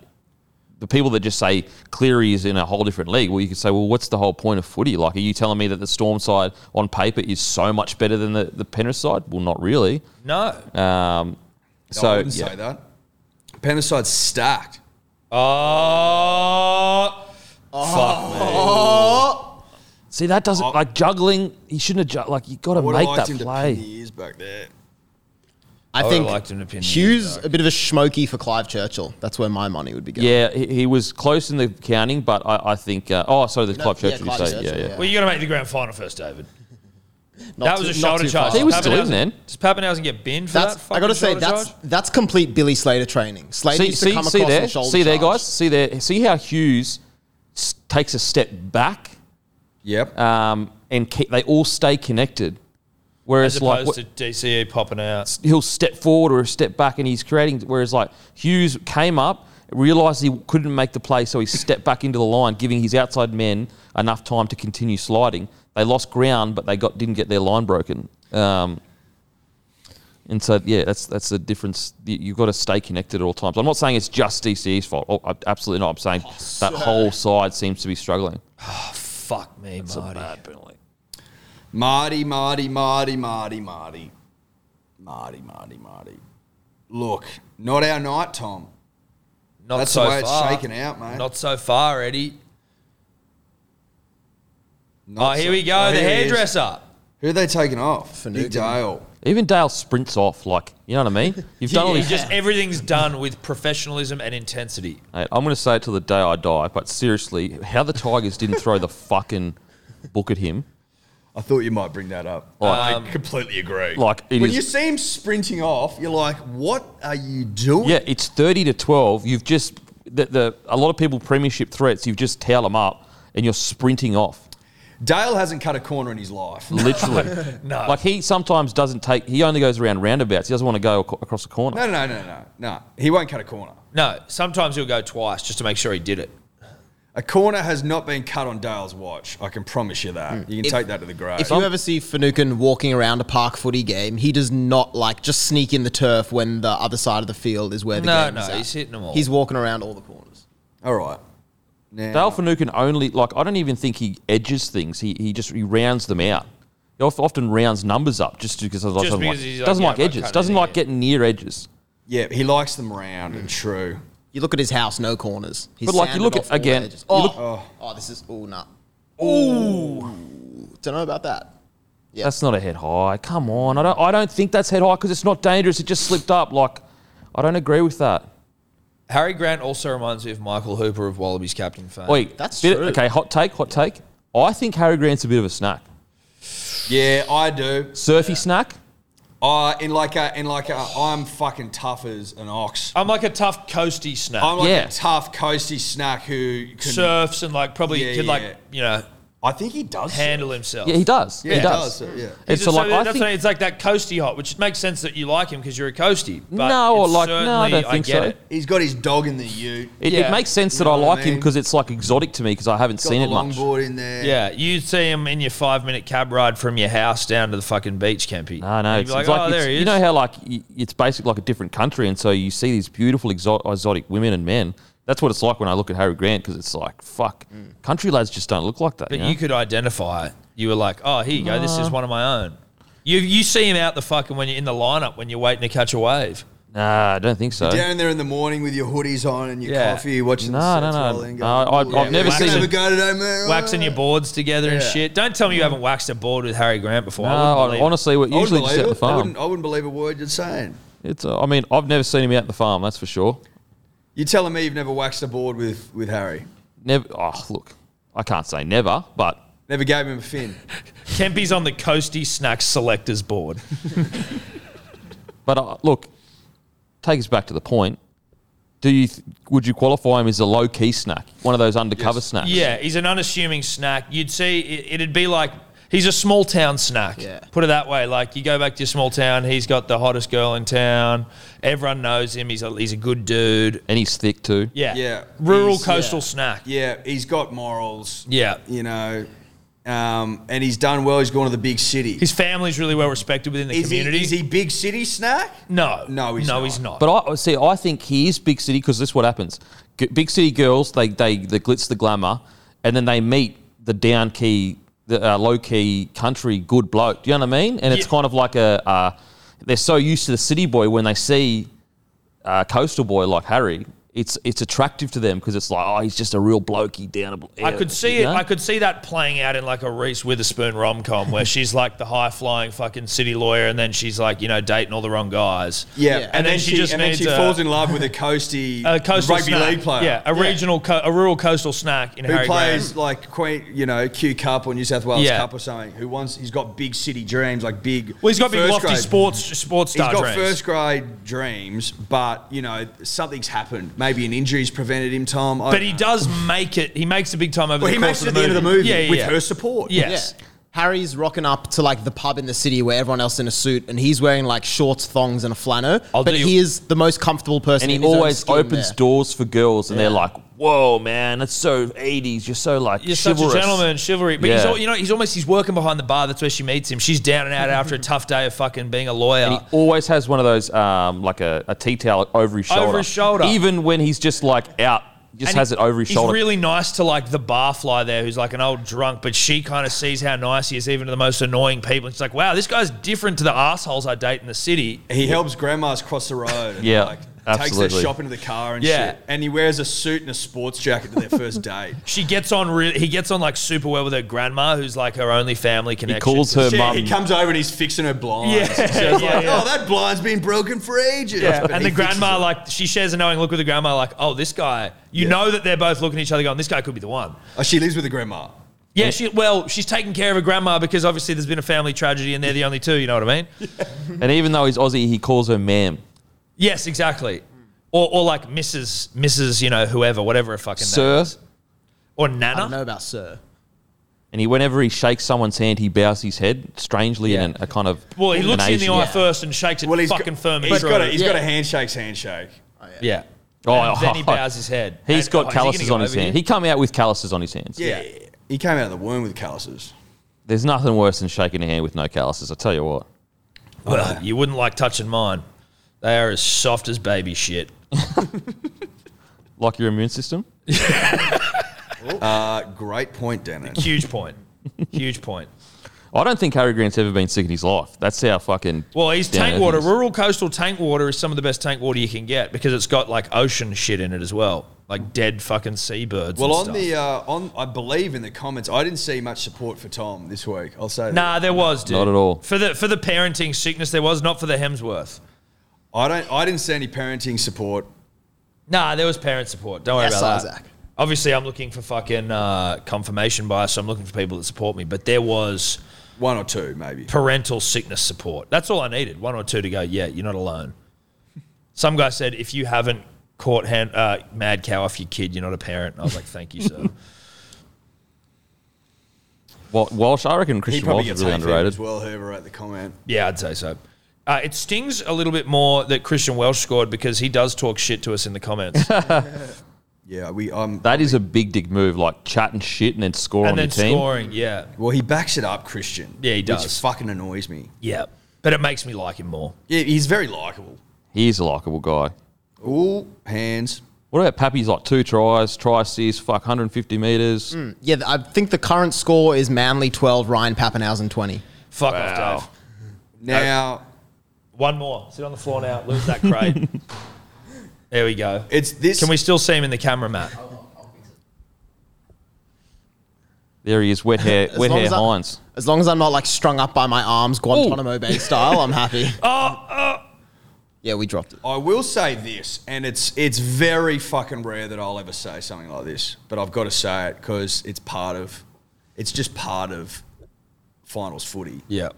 Speaker 3: the people that just say Cleary is in a whole different league, well, you could say, well, what's the whole point of footy? Like, are you telling me that the Storm side on paper is so much better than the, the Penrith side? Well, not really.
Speaker 1: no.
Speaker 2: No,
Speaker 3: Um, so,
Speaker 2: Oh, I wouldn't
Speaker 3: yeah.
Speaker 2: say that. Penrith side's stacked.
Speaker 1: Oh,
Speaker 3: see, that
Speaker 4: Oh.
Speaker 3: doesn't like juggling. You shouldn't have ju- like you got to
Speaker 2: Would have
Speaker 3: make
Speaker 2: liked
Speaker 3: that
Speaker 2: him to
Speaker 4: E,
Speaker 2: pin the
Speaker 3: play.
Speaker 2: ears back there.
Speaker 4: I,
Speaker 1: would've
Speaker 4: think
Speaker 1: liked him to pin the
Speaker 4: Hughes
Speaker 1: ears back.
Speaker 4: a bit of a schmoky for Clive Churchill. That's where my money would be going.
Speaker 3: Yeah, he, he was close in the counting, but I, I think. Uh, oh, sorry, the Clive
Speaker 4: yeah,
Speaker 3: Churchill.
Speaker 4: Clive
Speaker 3: you say,
Speaker 4: Churchill,
Speaker 3: yeah, yeah.
Speaker 4: yeah.
Speaker 1: well, you got to make the grand final first, David.
Speaker 4: Not
Speaker 1: that
Speaker 4: too-
Speaker 1: was a
Speaker 4: not
Speaker 1: shoulder
Speaker 4: too
Speaker 1: charge.
Speaker 4: far.
Speaker 3: He was
Speaker 1: Pappenhausen-
Speaker 3: still in then.
Speaker 1: Does Pappenhausen get binned for
Speaker 4: That's
Speaker 1: that?
Speaker 4: I gotta
Speaker 1: fucking
Speaker 4: say
Speaker 1: shoulder
Speaker 4: that's
Speaker 1: charge?
Speaker 4: that's complete Billy Slater training. Slater
Speaker 3: see,
Speaker 4: used to
Speaker 3: see,
Speaker 4: come
Speaker 3: see
Speaker 4: across
Speaker 3: there,
Speaker 4: and shoulder
Speaker 3: see there,
Speaker 4: charge.
Speaker 3: guys, see there, see how Hughes s- takes a step back,
Speaker 2: Yep.
Speaker 3: um, and ke- they all stay connected. Whereas,
Speaker 1: as
Speaker 3: like,
Speaker 1: opposed
Speaker 3: what-
Speaker 1: to DCE E popping out.
Speaker 3: he'll step forward or step back, and he's creating. Whereas, like, Hughes came up, realized he couldn't make the play, so he stepped back into the line, giving his outside men enough time to continue sliding. They lost ground, but they got didn't get their line broken. Um, and so, yeah, that's that's the difference. You- You've got to stay connected at all times. I'm not saying it's just DCE's fault. Oh, I- absolutely not. I'm saying that whole side seems to be struggling.
Speaker 1: Fuck me, Marty.
Speaker 2: Marty, Marty, Marty, Marty, Marty. Marty, Marty, Marty. Look, not our night, Tom.
Speaker 1: Not
Speaker 2: That's
Speaker 1: so
Speaker 2: the way it's
Speaker 1: far.
Speaker 2: shaken out, mate.
Speaker 1: Not so far, Eddie. Oh,
Speaker 2: Not
Speaker 1: here
Speaker 2: so-
Speaker 1: we go.
Speaker 2: Oh,
Speaker 1: the
Speaker 2: here he is.
Speaker 1: hairdresser.
Speaker 2: Who are they taking off? Big
Speaker 4: Finucane.
Speaker 2: Dale.
Speaker 3: Even Dale sprints off, like you know what I mean. You've done all
Speaker 1: He-
Speaker 3: these
Speaker 1: he just everything's done with professionalism and intensity.
Speaker 3: Mate, I'm going to say it till the day I die, but seriously, how the Tigers didn't throw the fucking book at him.
Speaker 2: I thought you might bring that up.
Speaker 1: Um,
Speaker 2: I completely agree.
Speaker 3: Like, it is.
Speaker 2: when you see him sprinting off, you're like, what are you doing?
Speaker 3: yeah, it's 30 to 12. You've just, the, the, a lot of people, premiership threats, you've just towel them up and you're sprinting off.
Speaker 2: Dale hasn't cut a corner in his life. No,
Speaker 3: Literally.
Speaker 1: No.
Speaker 3: Like, he sometimes doesn't take, he only goes around roundabouts. He doesn't want to go ac- across the corner.
Speaker 2: no, no, no, no. No, he won't cut a corner.
Speaker 1: No, sometimes he'll go twice just to make sure he did it.
Speaker 2: A corner has not been cut on Dale's watch. I can promise you
Speaker 3: Hmm.
Speaker 2: that. You can
Speaker 4: If-
Speaker 2: take that to the grave.
Speaker 4: If you ever see Finucane walking around a park footy game, he does not like just sneak in the turf when the other side of the field is where the
Speaker 1: No,
Speaker 4: game is.
Speaker 1: no,
Speaker 4: at.
Speaker 1: he's hitting 'em all.
Speaker 4: He's walking around all the corners.
Speaker 2: All right. Now,
Speaker 3: Dale Finucane only, like, I don't even think he edges things. He, he just, he rounds them out. He of- often rounds numbers up just because, doesn't
Speaker 1: because
Speaker 3: like,
Speaker 1: he's like,
Speaker 3: doesn't
Speaker 1: yeah,
Speaker 3: like
Speaker 1: I'm not
Speaker 3: edges,
Speaker 1: cutting
Speaker 3: doesn't
Speaker 1: it,
Speaker 3: like
Speaker 1: yeah.
Speaker 3: getting near edges.
Speaker 2: yeah, he likes them round and true.
Speaker 4: You look at his house, no corners. He's
Speaker 3: But, like, you
Speaker 4: sanded
Speaker 3: look at-
Speaker 4: off all the
Speaker 3: again,
Speaker 4: edges.
Speaker 3: you
Speaker 4: Oh,
Speaker 3: look-
Speaker 4: oh. this is all nut. Ooh, don't know about that.
Speaker 3: That's not a head high. Come on. I don't, I don't think that's head high because it's not dangerous. It just slipped up. Like, I don't agree with that.
Speaker 1: Harry Grant also reminds me of Michael Hooper of Wallabies captain fame.
Speaker 3: Wait,
Speaker 4: That's
Speaker 3: bit-
Speaker 4: true.
Speaker 3: Okay, hot take, hot take. I think Harry Grant's a bit of a snack.
Speaker 2: Yeah, I do.
Speaker 3: Surfy snack?
Speaker 2: Uh, in like a, in like a, I'm fucking tough as an ox.
Speaker 1: I'm like a tough coasty snack.
Speaker 2: I'm like
Speaker 3: Yeah.
Speaker 2: a tough coasty snack who can.
Speaker 1: Surfs and like probably
Speaker 2: Yeah,
Speaker 1: could like
Speaker 2: yeah.
Speaker 1: you know
Speaker 2: I think he does.
Speaker 1: handle himself.
Speaker 3: Yeah, he does.
Speaker 2: Yeah,
Speaker 3: he
Speaker 2: he
Speaker 3: does.
Speaker 2: does, yeah.
Speaker 3: And
Speaker 1: It's,
Speaker 3: so, like, I
Speaker 1: that's
Speaker 3: think,
Speaker 1: what- it's like that coasty hot, which makes sense that you like him because you're a coasty. But
Speaker 3: No, or
Speaker 1: it's
Speaker 3: like- no, I
Speaker 1: certainly-
Speaker 3: don't think
Speaker 1: get
Speaker 3: so.
Speaker 1: It.
Speaker 2: He's got his dog in the ute.
Speaker 3: it, it
Speaker 1: yeah.
Speaker 3: makes sense that
Speaker 2: You know
Speaker 3: I
Speaker 2: what I
Speaker 3: like him
Speaker 2: mean?
Speaker 3: because it's like exotic to me because I haven't
Speaker 2: Got
Speaker 3: seen
Speaker 2: the
Speaker 3: it much.
Speaker 2: longboard in there.
Speaker 1: Yeah, you see him in your five minute cab ride from your house down to the fucking beach, Kempy.
Speaker 3: No, no,
Speaker 1: You'd
Speaker 3: it's
Speaker 1: be like,
Speaker 3: it's like
Speaker 1: oh,
Speaker 3: it's-
Speaker 1: there he is.
Speaker 3: you know how like y- it's basically like a different country, and so you see these beautiful exo- exotic women and men. That's what it's like when I look at Harry Grant because it's like fuck, country lads just don't look like that.
Speaker 1: Mm. but
Speaker 3: you know?
Speaker 1: you could identify it. You were like, oh, here you
Speaker 3: Uh-huh.
Speaker 1: go. This is one of my own. You you see him out the fucking when you're in the lineup when you're waiting to catch a wave.
Speaker 3: Nah, I don't think so.
Speaker 2: Down there in the morning with your hoodies on and your
Speaker 1: Yeah.
Speaker 2: coffee, watching
Speaker 3: No,
Speaker 2: the
Speaker 3: no,
Speaker 2: sets
Speaker 3: no.
Speaker 2: roll in,
Speaker 3: No, I- I've
Speaker 2: "Ooh,
Speaker 3: never
Speaker 2: yeah,
Speaker 3: seen-
Speaker 2: have a go today, man.
Speaker 1: Waxing your boards together and
Speaker 2: Yeah.
Speaker 1: shit. Don't tell me you haven't waxed a board with Harry Grant before.
Speaker 3: No,
Speaker 1: I wouldn't believe it.
Speaker 3: honestly, we're
Speaker 2: I wouldn't
Speaker 3: usually just
Speaker 2: believe
Speaker 3: at the
Speaker 2: it. I
Speaker 3: farm.
Speaker 2: wouldn't, I wouldn't believe a word you're saying.
Speaker 3: It's. Uh, I mean, I've never seen him out at the farm. That's for sure.
Speaker 2: You're telling me you've never waxed a board with, with Harry?
Speaker 3: Never. Oh, look, I can't say never, but
Speaker 2: Never gave him a fin.
Speaker 1: Kempy's on the Coasty Snacks Selectors board.
Speaker 3: but uh, look, take us back to the point. Do you th- would you qualify him as a low key snack, one of those undercover snacks?
Speaker 1: yeah, he's an unassuming snack. You'd see it, it'd be like he's a small town snack.
Speaker 4: Yeah.
Speaker 1: Put it that way. Like you go back to your small town, he's got the hottest girl in town. Everyone knows him. He's a, he's a good dude.
Speaker 3: and he's thick too.
Speaker 1: Yeah.
Speaker 2: Yeah.
Speaker 1: Rural
Speaker 2: He's-
Speaker 1: coastal snack.
Speaker 2: Yeah, he's got morals.
Speaker 1: Yeah.
Speaker 2: You know, um, and he's done well. He's gone to the big city.
Speaker 1: His family's really well respected within the
Speaker 2: is, he,
Speaker 1: community.
Speaker 2: is he big city snack?
Speaker 1: No.
Speaker 2: No, he's
Speaker 1: no,
Speaker 2: not.
Speaker 1: he's not.
Speaker 3: But I see. I think he is big city because this is what happens. G- big city girls, they they the glitz, the glamour, and then they meet the down key, the uh, low key country good bloke. Do you know what I mean? And it's
Speaker 1: Yeah.
Speaker 3: kind of like a uh, they're so used to the city boy when they see a coastal boy like Harry. It's it's attractive to them because it's like oh he's just a real blokey down. a-
Speaker 1: I could see
Speaker 3: you
Speaker 1: it.
Speaker 3: know?
Speaker 1: I could see that playing out in like a Reese Witherspoon rom com where she's like the high flying fucking city lawyer, and then she's like you know dating all the wrong guys.
Speaker 2: Yeah,
Speaker 1: and, then, she, just
Speaker 2: and
Speaker 1: needs
Speaker 2: then she
Speaker 1: a,
Speaker 2: falls in love with a coasty
Speaker 1: a coastal
Speaker 2: rugby
Speaker 1: snack.
Speaker 2: league player.
Speaker 1: Yeah, a regional, co- a rural coastal snack in
Speaker 2: Who
Speaker 1: Harry
Speaker 2: plays
Speaker 1: Graham.
Speaker 2: like Queen, you know, Q Cup or New South Wales
Speaker 1: Yeah.
Speaker 2: Cup or something? Who wants? He's got big city dreams, like big.
Speaker 1: Well, he's got big
Speaker 2: first
Speaker 1: lofty
Speaker 2: grade-
Speaker 1: sports sports
Speaker 2: He's
Speaker 1: star
Speaker 2: got
Speaker 1: dreams.
Speaker 2: first grade dreams, but you know something's happened. Maybe an injury's prevented him. Tom, I
Speaker 1: but
Speaker 2: don't
Speaker 1: he
Speaker 2: know.
Speaker 1: does make it. He makes a big time over.
Speaker 2: Well,
Speaker 1: the
Speaker 2: he
Speaker 1: course
Speaker 2: makes it
Speaker 1: of
Speaker 2: at the end of the movie
Speaker 1: Yeah, yeah,
Speaker 2: with
Speaker 1: yeah.
Speaker 2: her support.
Speaker 1: Yes.
Speaker 4: Yeah. Harry's rocking up to like the pub in the city where everyone else in a suit, and he's wearing like shorts, thongs, and a flannel.
Speaker 3: I'll
Speaker 4: but
Speaker 3: do-
Speaker 4: he is the most comfortable person.
Speaker 3: and he
Speaker 4: in his own
Speaker 3: always
Speaker 4: skin
Speaker 3: opens
Speaker 4: there.
Speaker 3: doors for girls, and they're like, "Whoa, man, that's so '80s. You're so like
Speaker 1: You're
Speaker 3: chivalrous.
Speaker 1: such a gentleman, chivalry. But he's
Speaker 3: Yeah.
Speaker 1: all, you know he's almost he's working behind the bar. That's where she meets him. She's down and out after a tough day of fucking being a lawyer.
Speaker 3: And he always has one of those, um, like a, a tea towel over his shoulder.
Speaker 1: Over his shoulder.
Speaker 3: Even when he's just like out, just
Speaker 1: And
Speaker 3: has
Speaker 1: he-
Speaker 3: it over his shoulder.
Speaker 1: He's really nice to like the barfly there, who's like an old drunk, but she kind of sees how nice he is, even to the most annoying people. And she's like, "Wow, this guy's different to the assholes I date in the city."
Speaker 2: He helps grandmas cross the road. And
Speaker 3: Yeah,
Speaker 2: like, Takes
Speaker 3: absolutely.
Speaker 2: their shopping to the car and
Speaker 1: Yeah.
Speaker 2: shit. And he wears a suit and a sports jacket to their first date.
Speaker 1: She gets on. Re- he gets on like super well with her grandma, who's like her only family connection.
Speaker 3: calls her
Speaker 2: Shit,
Speaker 3: mum.
Speaker 2: He comes over and he's fixing her blinds.
Speaker 1: Yeah,
Speaker 2: So it's
Speaker 1: yeah,
Speaker 2: like,
Speaker 1: yeah.
Speaker 2: oh, that blind's been broken for ages. But
Speaker 1: and
Speaker 2: he
Speaker 1: the
Speaker 2: fixes
Speaker 1: grandma,
Speaker 2: it.
Speaker 1: like, she shares a knowing look with the grandma, like, "Oh, this guy." You
Speaker 2: Yeah.
Speaker 1: know that they're both looking at each other, going, "This guy could be the one."
Speaker 2: Oh, she lives with a grandma.
Speaker 1: Yeah, she, well, she's taking care of her grandma because obviously there's been a family tragedy, and they're the only two. You know what I mean?
Speaker 3: and even though he's Aussie, he calls her ma'am.
Speaker 1: Yes, exactly. Or, or like Mrs. Mrs. You know whoever, whatever her fucking name.
Speaker 3: Sir.
Speaker 1: Or
Speaker 4: I don't know
Speaker 1: Nana.
Speaker 4: about Sir.
Speaker 3: And he, whenever he shakes someone's hand, he bows his head strangely in
Speaker 4: Yeah.
Speaker 3: a, a kind of.
Speaker 1: Well, he
Speaker 3: an
Speaker 1: looks you in the
Speaker 3: Asian-
Speaker 1: eye
Speaker 4: Yeah.
Speaker 1: first and shakes it
Speaker 2: Well, he's
Speaker 1: fucking
Speaker 2: got,
Speaker 1: firm. and
Speaker 2: He's
Speaker 1: true.
Speaker 2: got a, he's got a
Speaker 4: Yeah.
Speaker 2: handshake's handshake.
Speaker 1: yeah.
Speaker 3: Oh,
Speaker 1: And then he
Speaker 3: God.
Speaker 1: bows his head.
Speaker 3: He's
Speaker 1: And- oh,
Speaker 3: got
Speaker 1: is he gonna
Speaker 3: calluses
Speaker 1: go
Speaker 3: on his
Speaker 1: over
Speaker 3: hand.
Speaker 1: here?
Speaker 3: He come out with calluses on his hands.
Speaker 2: Yeah. He came out of the womb with calluses.
Speaker 3: There's nothing worse than shaking a hand with no calluses. I tell you what.
Speaker 1: Well, you wouldn't like touching mine. They are as soft as baby shit.
Speaker 3: Like your immune system.
Speaker 2: Uh, great point, Dennis.
Speaker 1: Huge point. Huge point.
Speaker 3: I don't think Harry Grant's ever been sick in his life. That's how fucking.
Speaker 1: Well, he's
Speaker 3: down
Speaker 1: tank
Speaker 3: earth he
Speaker 1: water.
Speaker 3: is.
Speaker 1: Rural coastal tank water is some of the best tank water you can get because it's got like ocean shit in it as well, like dead fucking seabirds.
Speaker 2: Well,
Speaker 1: and
Speaker 2: on
Speaker 1: stuff.
Speaker 2: the uh, on, I believe in the comments, I didn't see much support for Tom this week. I'll say that.
Speaker 1: Nah, there was, dude.
Speaker 3: Not at all.
Speaker 1: For the for the parenting sickness, there was not for the Hemsworth.
Speaker 2: I don't. I didn't see any parenting support.
Speaker 1: Nah, there was parent support. Don't worry
Speaker 4: Yes,
Speaker 1: about that.
Speaker 4: Isaac.
Speaker 1: Obviously, I'm looking for fucking uh, confirmation bias, so I'm looking for people that support me. But there was
Speaker 2: One or two, maybe.
Speaker 1: parental sickness support. That's all I needed. One or two to go. Yeah, you're not alone. Some guy said, if you haven't caught hand, uh, mad cow off your kid, you're not a parent. And I was like, thank you, sir.
Speaker 3: Wa- Walsh, I reckon
Speaker 2: He
Speaker 3: Christian
Speaker 2: probably
Speaker 3: Walsh
Speaker 2: gets
Speaker 3: is really
Speaker 2: hate fever
Speaker 3: underrated.
Speaker 2: as well. Whoever wrote the comment.
Speaker 1: yeah, I'd say so. Uh, it stings a little bit more that Christian Welsh scored because he does talk shit to us in the comments.
Speaker 2: Yeah, we. Um,
Speaker 3: That is a big dick move, like chatting shit and then score on
Speaker 1: and
Speaker 3: your
Speaker 1: then
Speaker 3: team.
Speaker 1: scoring, yeah.
Speaker 2: well, he backs it up, Christian.
Speaker 1: Yeah, he
Speaker 2: Which
Speaker 1: does.
Speaker 2: fucking annoys me.
Speaker 1: Yeah. But it makes me like him more.
Speaker 2: Yeah, he's very likable.
Speaker 3: He's a likable guy.
Speaker 2: All hands.
Speaker 3: What about Pappy's like two tries, try assists, fuck 150 meters.
Speaker 4: Yeah, th- I think the current score is Manly twelve, Ryan Pappenhausen twenty.
Speaker 1: Fuck
Speaker 3: Wow.
Speaker 1: off, Dave.
Speaker 2: Now,
Speaker 1: One more. Sit on the floor now. Lose that crate. there we go.
Speaker 2: It's this.
Speaker 1: Can we still see him in the camera, Matt?
Speaker 3: Oh. There he is, wet hair, wet
Speaker 4: long
Speaker 3: hair
Speaker 4: as I-
Speaker 3: Hines.
Speaker 4: As long as I'm not like strung up by my arms, Guantanamo Bay style, I'm happy.
Speaker 1: Oh,
Speaker 4: Yeah, we dropped it.
Speaker 2: I will say this, and it's it's very fucking rare that I'll ever say something like this, but I've got to say it because it's part of, it's just part of finals footy.
Speaker 1: Yeah.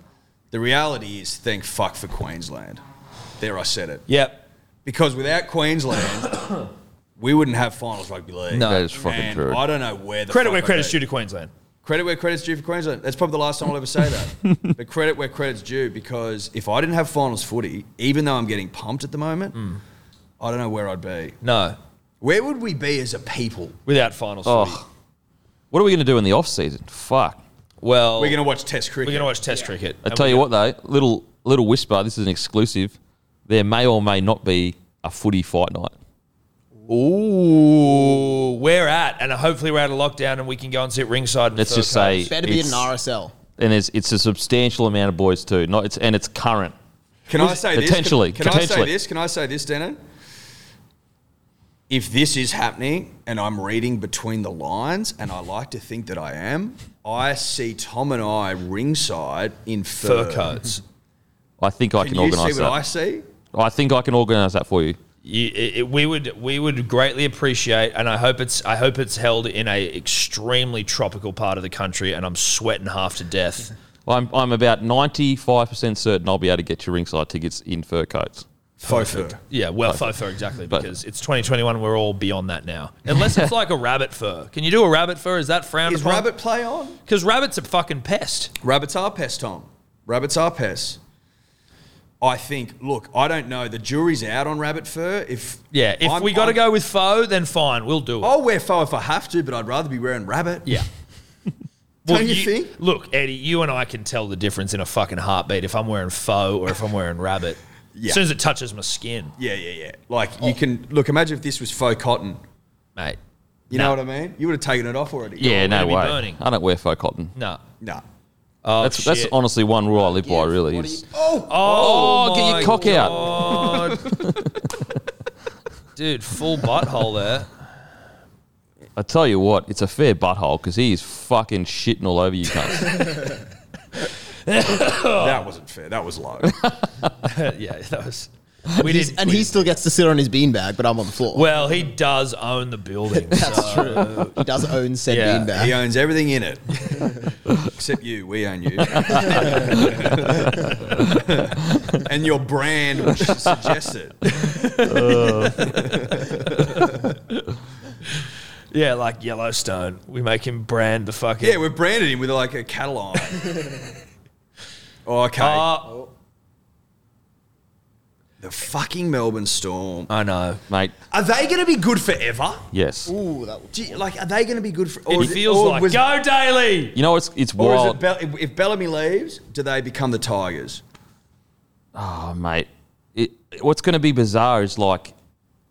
Speaker 2: The reality is, thank fuck for Queensland. There, I said it.
Speaker 1: Yep.
Speaker 2: Because without Queensland, we wouldn't have finals rugby league.
Speaker 1: No.
Speaker 3: That is fucking
Speaker 2: And
Speaker 3: true.
Speaker 2: I don't know where the
Speaker 1: Credit
Speaker 2: fuck
Speaker 1: where
Speaker 2: I'd
Speaker 1: credit's
Speaker 2: be.
Speaker 1: due to Queensland.
Speaker 2: Credit where credit's due for Queensland. That's probably the last time I'll ever say that. but credit where credit's due because if I didn't have finals footy, even though I'm getting pumped at the moment,
Speaker 3: Hmm.
Speaker 2: I don't know where I'd be.
Speaker 1: No.
Speaker 2: Where would we be as a people?
Speaker 1: Without finals.
Speaker 3: Oh.
Speaker 1: footy.
Speaker 3: What are we going to do in the off season? Fuck.
Speaker 1: Well,
Speaker 3: Oh.
Speaker 2: We're going to watch Test cricket.
Speaker 1: we're going to watch Test cricket.
Speaker 3: I tell you what though, little little whisper. This is an exclusive. There may or may not be a footy fight night.
Speaker 1: Ooh, we're at, and hopefully we're out of lockdown and we can go and sit ringside. And
Speaker 3: Let's
Speaker 1: fill
Speaker 3: just
Speaker 1: cups.
Speaker 3: say
Speaker 4: Better be in
Speaker 3: it's-
Speaker 4: an RSL.
Speaker 3: and it's, it's a substantial amount of boys too. Not it's and it's current.
Speaker 2: Can I say this?
Speaker 3: Potentially,
Speaker 2: Can, can I
Speaker 3: potentially.
Speaker 2: say this? Can I say this, Deno? If this is happening and I'm reading between the lines, and I like to think that I am, I see Tom and I ringside in fur.
Speaker 1: fur coats.
Speaker 3: I think I
Speaker 2: Can,
Speaker 3: can,
Speaker 2: you see what
Speaker 3: organise that.
Speaker 2: I see?
Speaker 3: I think I can organise that for you.
Speaker 1: You, it, it- we would we would greatly appreciate, and I hope it's I hope it's held in a extremely tropical part of the country, and I'm sweating half to death.
Speaker 3: I'm, I'm about 95% certain I'll be able to get you ringside tickets in fur coats.
Speaker 2: Faux fur.
Speaker 1: Yeah, well, faux fur exactly because it's 2021. We're all beyond that now, unless it's like a rabbit fur. Can you do a rabbit fur? Is that frowned
Speaker 2: Is rabbit play on?
Speaker 1: Because rabbits a fucking pest.
Speaker 2: Rabbits are pests, Tom. Rabbits are pests. I think. Look, I don't know. The jury's out on rabbit fur. If
Speaker 1: Yeah, if
Speaker 2: I'm-
Speaker 1: we got to
Speaker 2: I'm-
Speaker 1: go with faux, then fine, we'll do it.
Speaker 2: I'll wear faux if I have to, but I'd rather be wearing rabbit.
Speaker 1: Yeah.
Speaker 2: Don't you think?
Speaker 1: Look, Eddie, you and I can tell the difference in a fucking heartbeat if I'm wearing faux or if I'm wearing rabbit.
Speaker 2: Yeah.
Speaker 1: As soon as it touches my skin,
Speaker 2: Yeah, yeah, yeah. Like you can look. Imagine if this was faux cotton.
Speaker 1: mate.
Speaker 2: You know what I mean? You would have taken it off already.
Speaker 3: Yeah, no
Speaker 1: gonna be
Speaker 3: way.
Speaker 1: burning.
Speaker 3: I don't wear fur cotton.
Speaker 1: No.
Speaker 2: Nah.
Speaker 1: Oh,
Speaker 3: that's that's
Speaker 1: shit.
Speaker 3: honestly one rule I live by. Really
Speaker 4: What are
Speaker 3: is.
Speaker 4: you-
Speaker 1: Oh,
Speaker 3: Oh, get your cock out.
Speaker 1: out. Dude, full butthole there.
Speaker 3: I tell you what, it's a fair butthole because he is fucking shitting all over you guys.
Speaker 2: That wasn't fair. That was low.
Speaker 1: yeah, that was. We
Speaker 4: He's-
Speaker 1: didn't,
Speaker 4: and he still gets to sit on his beanbag, but I'm on the floor.
Speaker 1: well, he does own the building. so-
Speaker 4: That's true. He does own said
Speaker 1: Yeah.
Speaker 2: he
Speaker 4: beanbag.
Speaker 2: owns everything in it, except you. We own you, and your brand, which suggests it.
Speaker 1: Yeah, like Yellowstone. We make him brand the fucking.
Speaker 2: Yeah, we branded him with like a cattle eye. oh, okay.
Speaker 3: Uh,
Speaker 1: Oh,
Speaker 2: the fucking Melbourne Storm.
Speaker 1: I know.
Speaker 2: Oh,
Speaker 3: Mate,
Speaker 2: Are they going to be good forever?
Speaker 3: yes.
Speaker 4: Ooh, that
Speaker 2: Do you- like, are they going to be good for?
Speaker 1: It
Speaker 2: or is
Speaker 1: feels
Speaker 2: or
Speaker 1: like
Speaker 2: was-
Speaker 1: go daily.
Speaker 3: You know, it's, it's
Speaker 2: Or is
Speaker 3: wild.
Speaker 2: it Bell- if Bellamy leaves, do they become the Tigers?
Speaker 3: Oh, mate. It, what's going to be bizarre is like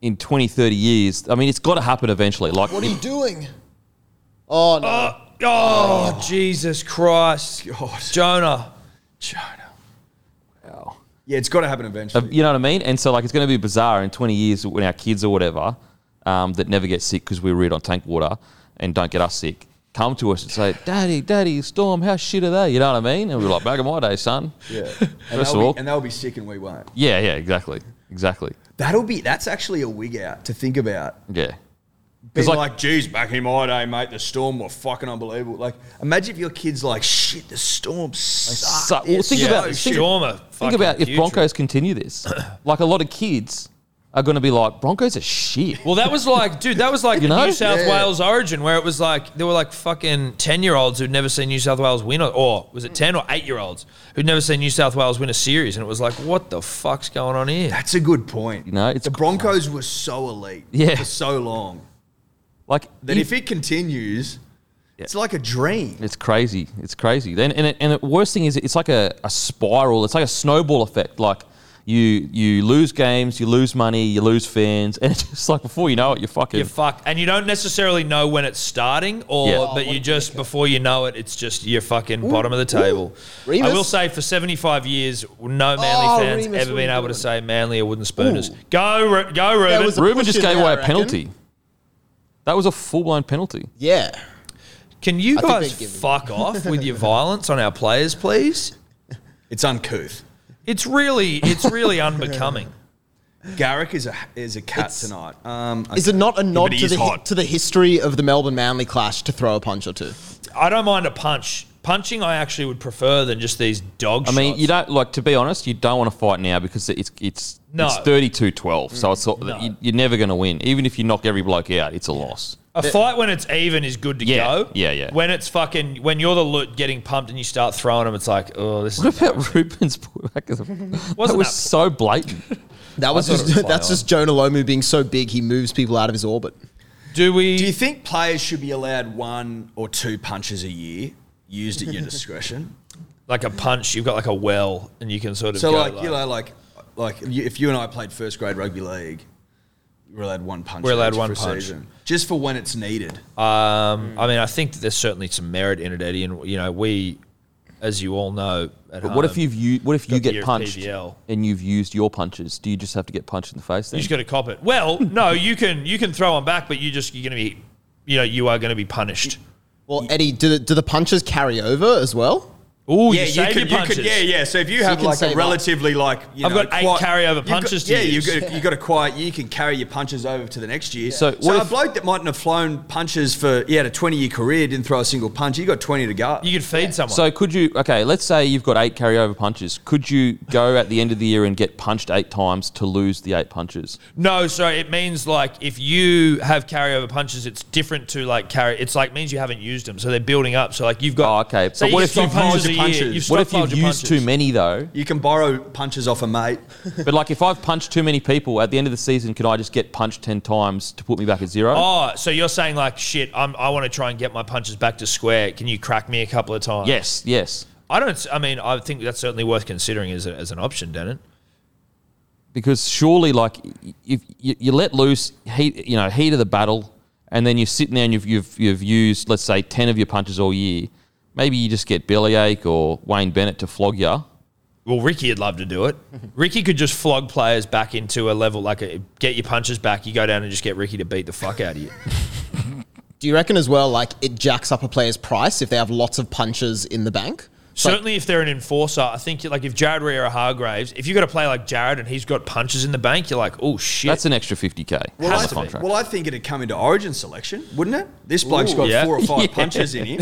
Speaker 3: in 20, 30 years, I mean, it's got to happen eventually. Like,
Speaker 4: What are you doing? Oh no!
Speaker 1: Oh, Jesus Christ.
Speaker 3: Oh,
Speaker 2: God.
Speaker 1: Jonah.
Speaker 2: Jonah. Yeah, it's got to happen eventually.
Speaker 3: Uh, You know what I mean? And so, like, it's going to be bizarre in 20 years when our kids or whatever um, that never get sick because we reared on tank water and don't get us sick come to us and say, Daddy, Daddy, Storm, how shit are they? You know what I mean? And we're like, back in my day, son.
Speaker 2: yeah. And
Speaker 3: First
Speaker 2: they'll
Speaker 3: of all-
Speaker 2: be, and they'll be sick and we won't.
Speaker 3: Yeah, yeah, exactly. Exactly.
Speaker 2: That'll be that's actually a wig out to think about.
Speaker 3: Yeah.
Speaker 2: Being
Speaker 3: like-
Speaker 2: like, geez, back in my day, mate, the storm were fucking unbelievable. Like, imagine if your kids like, shit, the storm sucks.
Speaker 3: suck. Well, think about-
Speaker 1: Think,
Speaker 3: think-
Speaker 1: Stormer.
Speaker 3: Think about if Broncos continue this. Like, a lot of kids are going to be like, Broncos are shit.
Speaker 1: Well, that was like, dude, that was like
Speaker 3: You know?
Speaker 1: New South
Speaker 2: Yeah.
Speaker 1: Wales origin where it was like, there were like fucking 10 year olds who'd never seen New South Wales win, or, or was it 10 or 8 year olds who'd never seen New South Wales win a series? And it was like, what the fuck's going on here?
Speaker 2: That's a good point. You
Speaker 3: know, it's
Speaker 2: the Broncos were so elite
Speaker 3: Yeah.
Speaker 2: for so long
Speaker 3: Like,
Speaker 2: that if it continues, it's like a dream.
Speaker 3: It's crazy. It's crazy. Then and it, and the worst thing is it's like a, a spiral. It's like a snowball effect. Like You you lose games, you lose money, you lose fans, and it's just like before you know it, you're fucking.
Speaker 1: You're fucked, and you don't necessarily know when it's starting, or
Speaker 3: Yeah.
Speaker 1: but you just before you know it, it's just you're fucking bottom of the table.
Speaker 4: Remus?
Speaker 1: I will say, for 75 years, no Manly
Speaker 4: Oh,
Speaker 1: fans
Speaker 4: Remus,
Speaker 1: ever
Speaker 4: what
Speaker 1: been
Speaker 4: are you
Speaker 1: able to
Speaker 4: doing?
Speaker 1: say Manly or wooden spooners. Go, Ru- go, Ruben.
Speaker 4: was a-
Speaker 3: Ruben just
Speaker 4: pushing
Speaker 3: gave
Speaker 4: there,
Speaker 3: away
Speaker 4: I
Speaker 3: a
Speaker 4: reckon.
Speaker 3: penalty. That was a full blown penalty.
Speaker 4: Yeah.
Speaker 1: Can you
Speaker 4: I think
Speaker 1: guys
Speaker 4: they'd give him-
Speaker 1: fuck off with your violence on our players, please?
Speaker 2: It's uncouth.
Speaker 1: It's really, it's really unbecoming.
Speaker 2: Garrick is a is a cat
Speaker 4: It's-
Speaker 2: tonight. Um,
Speaker 4: Is it not a nod
Speaker 2: but he
Speaker 4: to
Speaker 2: is
Speaker 4: the hi-
Speaker 2: hot.
Speaker 4: to the history of the Melbourne Manly clash to throw a punch or two?
Speaker 1: I don't mind a punch. Punching, I actually would prefer than just these dog.
Speaker 3: I mean,
Speaker 1: shots.
Speaker 3: you don't like to be honest. You don't want to fight now because it's it's
Speaker 1: No. Mm,
Speaker 3: it's 32-12. So it's sort of-
Speaker 1: No.
Speaker 3: you, you're never going to win, even if you knock every bloke out. It's a loss.
Speaker 1: A fight when it's even is good to
Speaker 3: Yeah,
Speaker 1: go.
Speaker 3: yeah, yeah.
Speaker 1: When it's fucking when you're the loot getting pumped and you start throwing them, it's like oh this is
Speaker 3: What about Ruben's pullback? That was
Speaker 1: Wasn't that-
Speaker 3: so blatant.
Speaker 4: That was
Speaker 1: thought it
Speaker 4: just,
Speaker 1: was fly
Speaker 4: that's
Speaker 1: on.
Speaker 4: just Jonah Lomu being so big he moves people out of his orbit.
Speaker 1: Do we?
Speaker 2: do you think players should be allowed one or two punches a year, used at your discretion?
Speaker 1: like a punch? You've got like a well, and you can sort of
Speaker 2: So
Speaker 1: go
Speaker 2: like you know like like you- if you and I played first grade rugby league, we're allowed one punch.
Speaker 1: We're allowed
Speaker 2: each
Speaker 1: one
Speaker 2: for a
Speaker 1: punch.
Speaker 2: season, just for when it's needed. Mm.
Speaker 1: um, I mean, I think that there's certainly some merit in it, Eddie, and you know we, as you all know, at
Speaker 3: But what if
Speaker 1: home,
Speaker 3: you've u- what if you
Speaker 1: Um, got the
Speaker 3: get
Speaker 1: year of
Speaker 3: punched
Speaker 1: PVL.
Speaker 3: and you've used your punches? Do you just have to get punched in the face? Then
Speaker 1: You just got to cop it. Well, no, you can you can throw them back, but you just you're gonna be, you know, you are gonna be punished.
Speaker 4: Well, Eddie, do the, do the punches carry over as well?
Speaker 1: Oh,
Speaker 2: yeah,
Speaker 1: you
Speaker 2: you
Speaker 1: save
Speaker 2: could,
Speaker 1: your
Speaker 2: you
Speaker 1: punches.
Speaker 2: could, yeah, yeah. So if you have
Speaker 4: can
Speaker 2: like
Speaker 4: save
Speaker 2: a
Speaker 4: up.
Speaker 2: relatively like, you
Speaker 1: I've
Speaker 2: know,
Speaker 1: got eight carryover
Speaker 2: you've
Speaker 1: punches to
Speaker 2: Got, yeah,
Speaker 1: use.
Speaker 2: you got you got a quiet. You can carry your punches over to the next year.
Speaker 3: So
Speaker 2: So,
Speaker 3: what
Speaker 2: a
Speaker 3: if-
Speaker 2: bloke that mightn't have flown punches for he had a twenty year career didn't throw a single punch. He got twenty to go.
Speaker 1: You could feed someone.
Speaker 3: So could you? Okay, let's say you've got eight carryover punches. Could you go at the end of the year and get punched eight times to lose the eight punches?
Speaker 1: No, so it means like if you have carryover punches, it's different to like carry. It's like means you haven't used them, so they're building up. So like you've got.
Speaker 3: Oh, okay.
Speaker 1: So
Speaker 3: But
Speaker 1: you
Speaker 3: what
Speaker 1: get
Speaker 3: if you've
Speaker 1: 12 punches a
Speaker 2: used your
Speaker 1: year,
Speaker 2: punches?
Speaker 1: you've
Speaker 3: What if
Speaker 1: 12
Speaker 3: you've
Speaker 1: your
Speaker 3: used too
Speaker 1: punches.
Speaker 3: many though?
Speaker 2: You can borrow punches off a mate.
Speaker 3: But like, if I've punched too many people at the end of the season, can I just get punched ten times to put me back at zero?
Speaker 1: Oh, so you're saying like shit? I'm, I want to try and get my punches back to square. Can you crack me a couple of times?
Speaker 3: Yes, yes.
Speaker 1: I don't. I mean, I think that's certainly worth considering as, a, as an option, Denon.
Speaker 3: because surely like if you, you let loose heat you know heat of the battle and then you're sitting there and you've, you've, you've used let's say 10 of your punches all year maybe you just get bellyache or wayne bennett to flog you
Speaker 1: Well, Ricky would love to do it. Ricky could just flog players back into a level like a, get your punches back. You go down and just get Ricky to beat the fuck out of you.
Speaker 4: Do you reckon as well, like, it jacks up a player's price if they have lots of punches in the bank? It's like,
Speaker 1: Certainly, if they're an enforcer, I think like if Jared Rea or Hargraves, if you've got a player like Jared and he's got punches in the bank, you're like, oh shit.
Speaker 3: that's an extra 50k
Speaker 2: Well,
Speaker 3: out of
Speaker 2: I,
Speaker 3: the contract
Speaker 2: well, I think it'd come into origin selection, wouldn't it? This bloke's got
Speaker 1: yeah.
Speaker 2: four or five punches in him.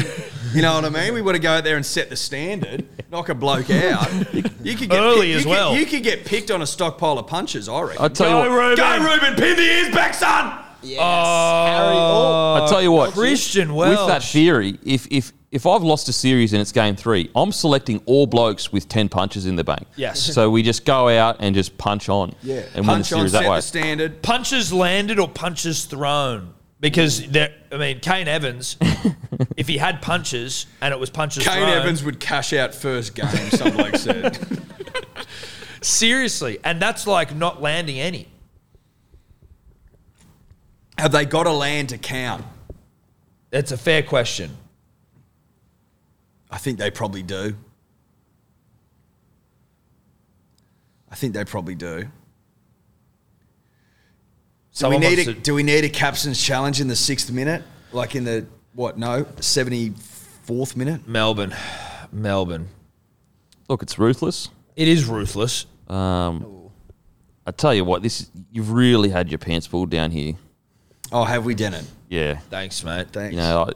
Speaker 2: You know what I mean? We want to go out there and set the standard, knock a bloke out. You could get
Speaker 1: Early
Speaker 2: you
Speaker 1: as
Speaker 2: could-
Speaker 1: well.
Speaker 2: you could get picked on a stockpile of punches. I reckon.
Speaker 3: i tell you what
Speaker 1: Ruben.
Speaker 2: Go, Ruben! Pin the ears back, son.
Speaker 4: yes, Harry, oh.
Speaker 3: i tell you what
Speaker 1: Christian
Speaker 3: with that
Speaker 1: Welsh.
Speaker 3: theory if, if, if i've lost a series and it's game three i'm selecting all blokes with 10 punches in the bank
Speaker 1: Yes.
Speaker 3: so we just go out and just punch on and win the
Speaker 2: punch on,
Speaker 3: series
Speaker 2: set
Speaker 3: that way
Speaker 2: the standard.
Speaker 1: punches landed or punches thrown? Because there, I mean, Kane Evans, if he had punches and it was punches
Speaker 2: Kane
Speaker 1: thrown,
Speaker 2: Evans would cash out first game. Some bloke said.
Speaker 1: seriously, and that's like not landing any.
Speaker 2: Have they got a land to count?
Speaker 1: That's a fair question.
Speaker 2: I think they probably do. I think they probably do. Do we
Speaker 1: Someone
Speaker 2: need
Speaker 1: wants
Speaker 2: a,
Speaker 1: to-
Speaker 2: do we need a captain's challenge in the sixth minute? Like in the what? No, seventy fourth minute.
Speaker 1: Melbourne, Melbourne.
Speaker 3: look it's ruthless
Speaker 1: It is ruthless.
Speaker 3: I tell you what, this you've really had your pants pulled down here.
Speaker 2: Oh, have we done it?
Speaker 3: Yeah,
Speaker 1: Thanks, mate.
Speaker 2: Thanks.
Speaker 3: you know, I,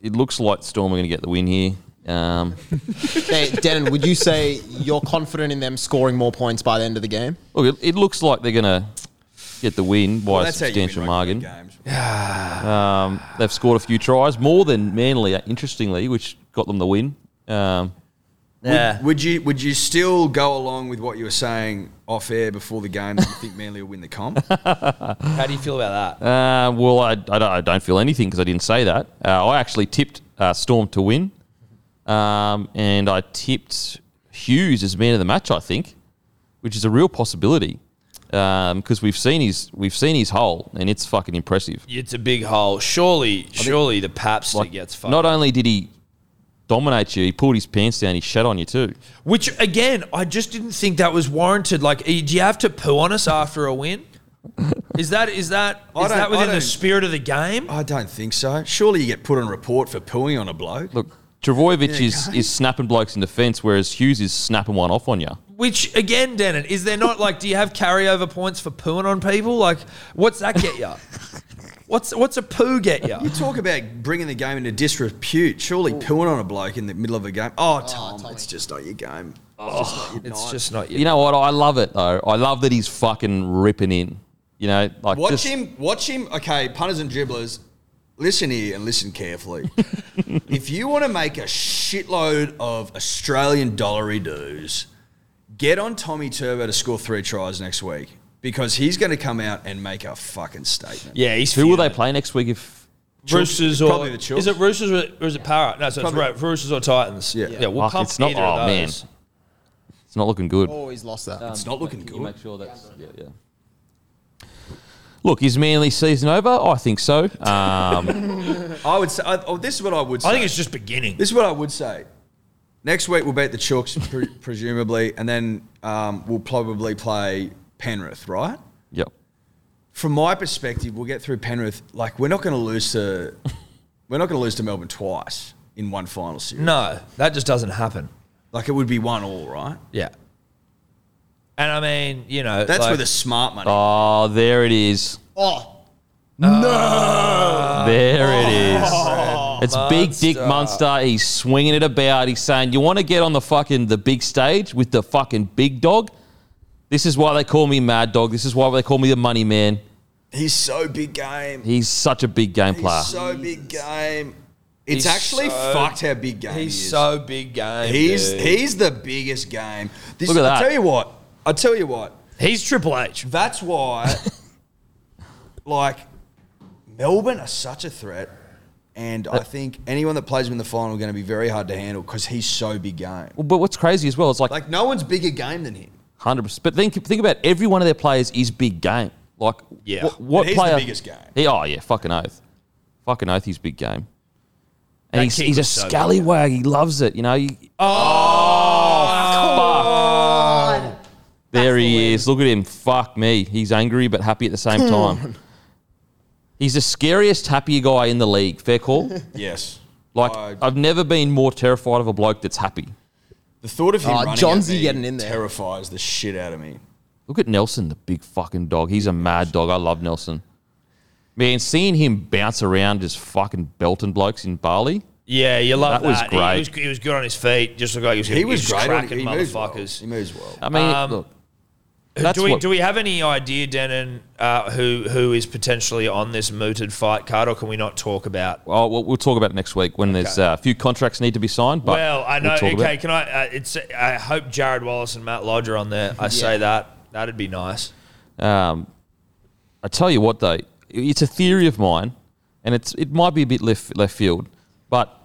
Speaker 3: it looks like Storm are going to get the win here. Um,
Speaker 4: Hey, Denon, would you say you're confident in them scoring more points by the end of the game?
Speaker 3: look, it, it looks like they're going to get the win by
Speaker 2: Well,
Speaker 3: a
Speaker 2: that's how you win
Speaker 3: substantial
Speaker 2: rugby
Speaker 3: margin.
Speaker 2: games.
Speaker 3: Um, they've scored a few tries, more than Manly, uh, interestingly, which got them the win. Um,
Speaker 1: Yeah.
Speaker 2: Would you would you still go along with what you were saying off air before the game? that you think Manly will win the comp?
Speaker 1: How do you feel about that?
Speaker 3: uh, well, I, I don't, I don't feel anything because I didn't say that. Uh, I actually tipped uh, Storm to win, um, and I tipped Hughes as man of the match. I think. which is a real possibility because we've seen his we've seen his hole and it's fucking impressive.
Speaker 1: It's a big hole. Surely, surely the Paps
Speaker 3: Like,
Speaker 1: gets fucked.
Speaker 3: not only did he dominate you, he pulled his pants down, he shat on you too.
Speaker 1: Which again, I just didn't think that was warranted. Like, eh, do you have to poo on us after a win? Is that is that
Speaker 2: I
Speaker 1: is that
Speaker 2: don't- I
Speaker 1: within the
Speaker 2: don't-
Speaker 1: spirit of the game?
Speaker 2: I don't think so. Surely you get put on report for pooing on a bloke.
Speaker 3: Look, Travojevic
Speaker 2: Yeah,
Speaker 3: is,
Speaker 2: guys.
Speaker 3: is snapping blokes in defence, whereas Hughes is snapping one off on you.
Speaker 1: Which again, Denon, is there not like do you have carryover points for pooing on people? Like, what's that get you? What's what's a poo get you?
Speaker 2: You talk about bringing the game into disrepute. Surely pooing on a bloke in the middle of a game. Oh, Tom,
Speaker 7: Tommy.
Speaker 2: it's just not your game.
Speaker 1: It's just not you.
Speaker 3: You know what? I love it though. I love that he's fucking ripping in. You know, like
Speaker 2: Watch
Speaker 3: just-
Speaker 2: him. Watch him. Okay, punters and dribblers, listen here and listen carefully. if you want to make a shitload of Australian dollary doos, get on Tommy Turbo to score three tries next week because he's going to come out and make a fucking statement.
Speaker 1: Yeah, he's
Speaker 3: Who will
Speaker 1: feeling
Speaker 3: they
Speaker 1: it.
Speaker 3: play next week? If
Speaker 1: Roosters or
Speaker 2: Probably the Chooks.
Speaker 1: is it Roosters or, or is it Para? No, so
Speaker 2: Probably-
Speaker 1: it's Ro- Roosters or Titans.
Speaker 2: Yeah.
Speaker 1: yeah. We'll
Speaker 3: Fuck,
Speaker 1: pump
Speaker 3: it's not-
Speaker 1: either of
Speaker 3: oh, man.
Speaker 1: those.
Speaker 3: it's not looking good,
Speaker 4: Always lost that.
Speaker 2: It's not looking good.
Speaker 3: sure that's yeah, yeah. Look, is Manly season over? I think so. Um,
Speaker 2: I would say. I, oh, this is what I would. say.
Speaker 1: I think it's just beginning.
Speaker 2: This is what I would say. Next week we'll beat the Chooks, pre- presumably, and then um, we'll probably play Penrith, right?
Speaker 3: yep.
Speaker 2: From my perspective, we'll get through Penrith. Like we're not going to lose to, we're not going to lose to Melbourne twice in one final series.
Speaker 1: No, that just doesn't happen.
Speaker 2: Like it would be one all, right?
Speaker 1: Yeah. And I mean, you know,
Speaker 2: That's
Speaker 1: like-
Speaker 2: where the smart money.
Speaker 3: Oh, there it is.
Speaker 4: Oh,
Speaker 3: There it is. It's Big Dick Munster. He's swinging it about. He's saying, "You want to get on the fucking the big stage with the fucking big dog? This is why they call me Mad Dog. This is why they call me the Money Man.
Speaker 2: He's so big game.
Speaker 3: He's such a big game player.
Speaker 2: He's so big game. It's
Speaker 1: He's
Speaker 2: actually
Speaker 1: so-
Speaker 2: fucked how big game
Speaker 1: He's
Speaker 2: he is.
Speaker 1: so big game.
Speaker 2: he's
Speaker 1: dude.
Speaker 2: he's the biggest game. This,
Speaker 3: Look at
Speaker 2: I
Speaker 3: that.
Speaker 2: tell you what. I tell you what.
Speaker 1: he's Triple H.
Speaker 2: That's why, like, Melbourne are such a threat, and I think anyone that plays him in the final are going to be very hard to handle because he's so big game.
Speaker 3: Well, But what's crazy as well, it's like
Speaker 2: Like, no one's bigger game than him.
Speaker 3: hundred percent. But think think about every one of their players is big game. Like
Speaker 1: Yeah.
Speaker 3: what, what
Speaker 2: And he's the
Speaker 3: player?
Speaker 2: biggest game.
Speaker 3: He, oh yeah, fucking oath, fucking oath. He's big game,
Speaker 1: That
Speaker 3: and he's,
Speaker 1: kick
Speaker 3: he's a
Speaker 1: was so big.
Speaker 3: scallywag. He loves it. You know. You,
Speaker 1: Oh,
Speaker 3: oh,
Speaker 2: Oh,
Speaker 3: fuck. There he is. Look at him. Fuck me. He's angry but happy at the same time. He's the scariest, happier guy in the league. Fair call.
Speaker 2: Yes.
Speaker 3: Like
Speaker 2: I-
Speaker 3: I've never been more terrified of a bloke that's happy.
Speaker 2: The thought of him
Speaker 4: Oh,
Speaker 3: uh,
Speaker 2: running at
Speaker 4: Johnsy
Speaker 2: me
Speaker 4: getting in there.
Speaker 2: terrifies the shit out of me.
Speaker 3: Look at Nelson, the big fucking dog. He's a mad dog. I love Nelson. Man, seeing him bounce around just fucking belting blokes in Bali.
Speaker 1: Yeah, you love
Speaker 3: That was
Speaker 1: that.
Speaker 3: great.
Speaker 1: He was, he was good on his feet. Just looked like he was.
Speaker 2: He was, great. on-
Speaker 1: cracking
Speaker 2: he moves well.
Speaker 1: motherfuckers.
Speaker 2: He moves well.
Speaker 3: I mean,
Speaker 1: Um,
Speaker 3: look. That's
Speaker 1: do we
Speaker 3: what,
Speaker 1: do we have any idea, Denon, uh, who who is potentially on this mooted fight card, or can we not talk about?
Speaker 3: oh, well, we'll talk about it next week when there's uh, a few contracts need to be signed. But
Speaker 1: well, I know.
Speaker 3: we'll talk about
Speaker 1: okay,
Speaker 3: it.
Speaker 1: can I? Uh, it's. I hope Jared Wallace and Matt Lodge are on there. I say that. That'd be nice.
Speaker 3: Um, I tell you what, though, it's a theory of mine, and it's it might be a bit left left field, but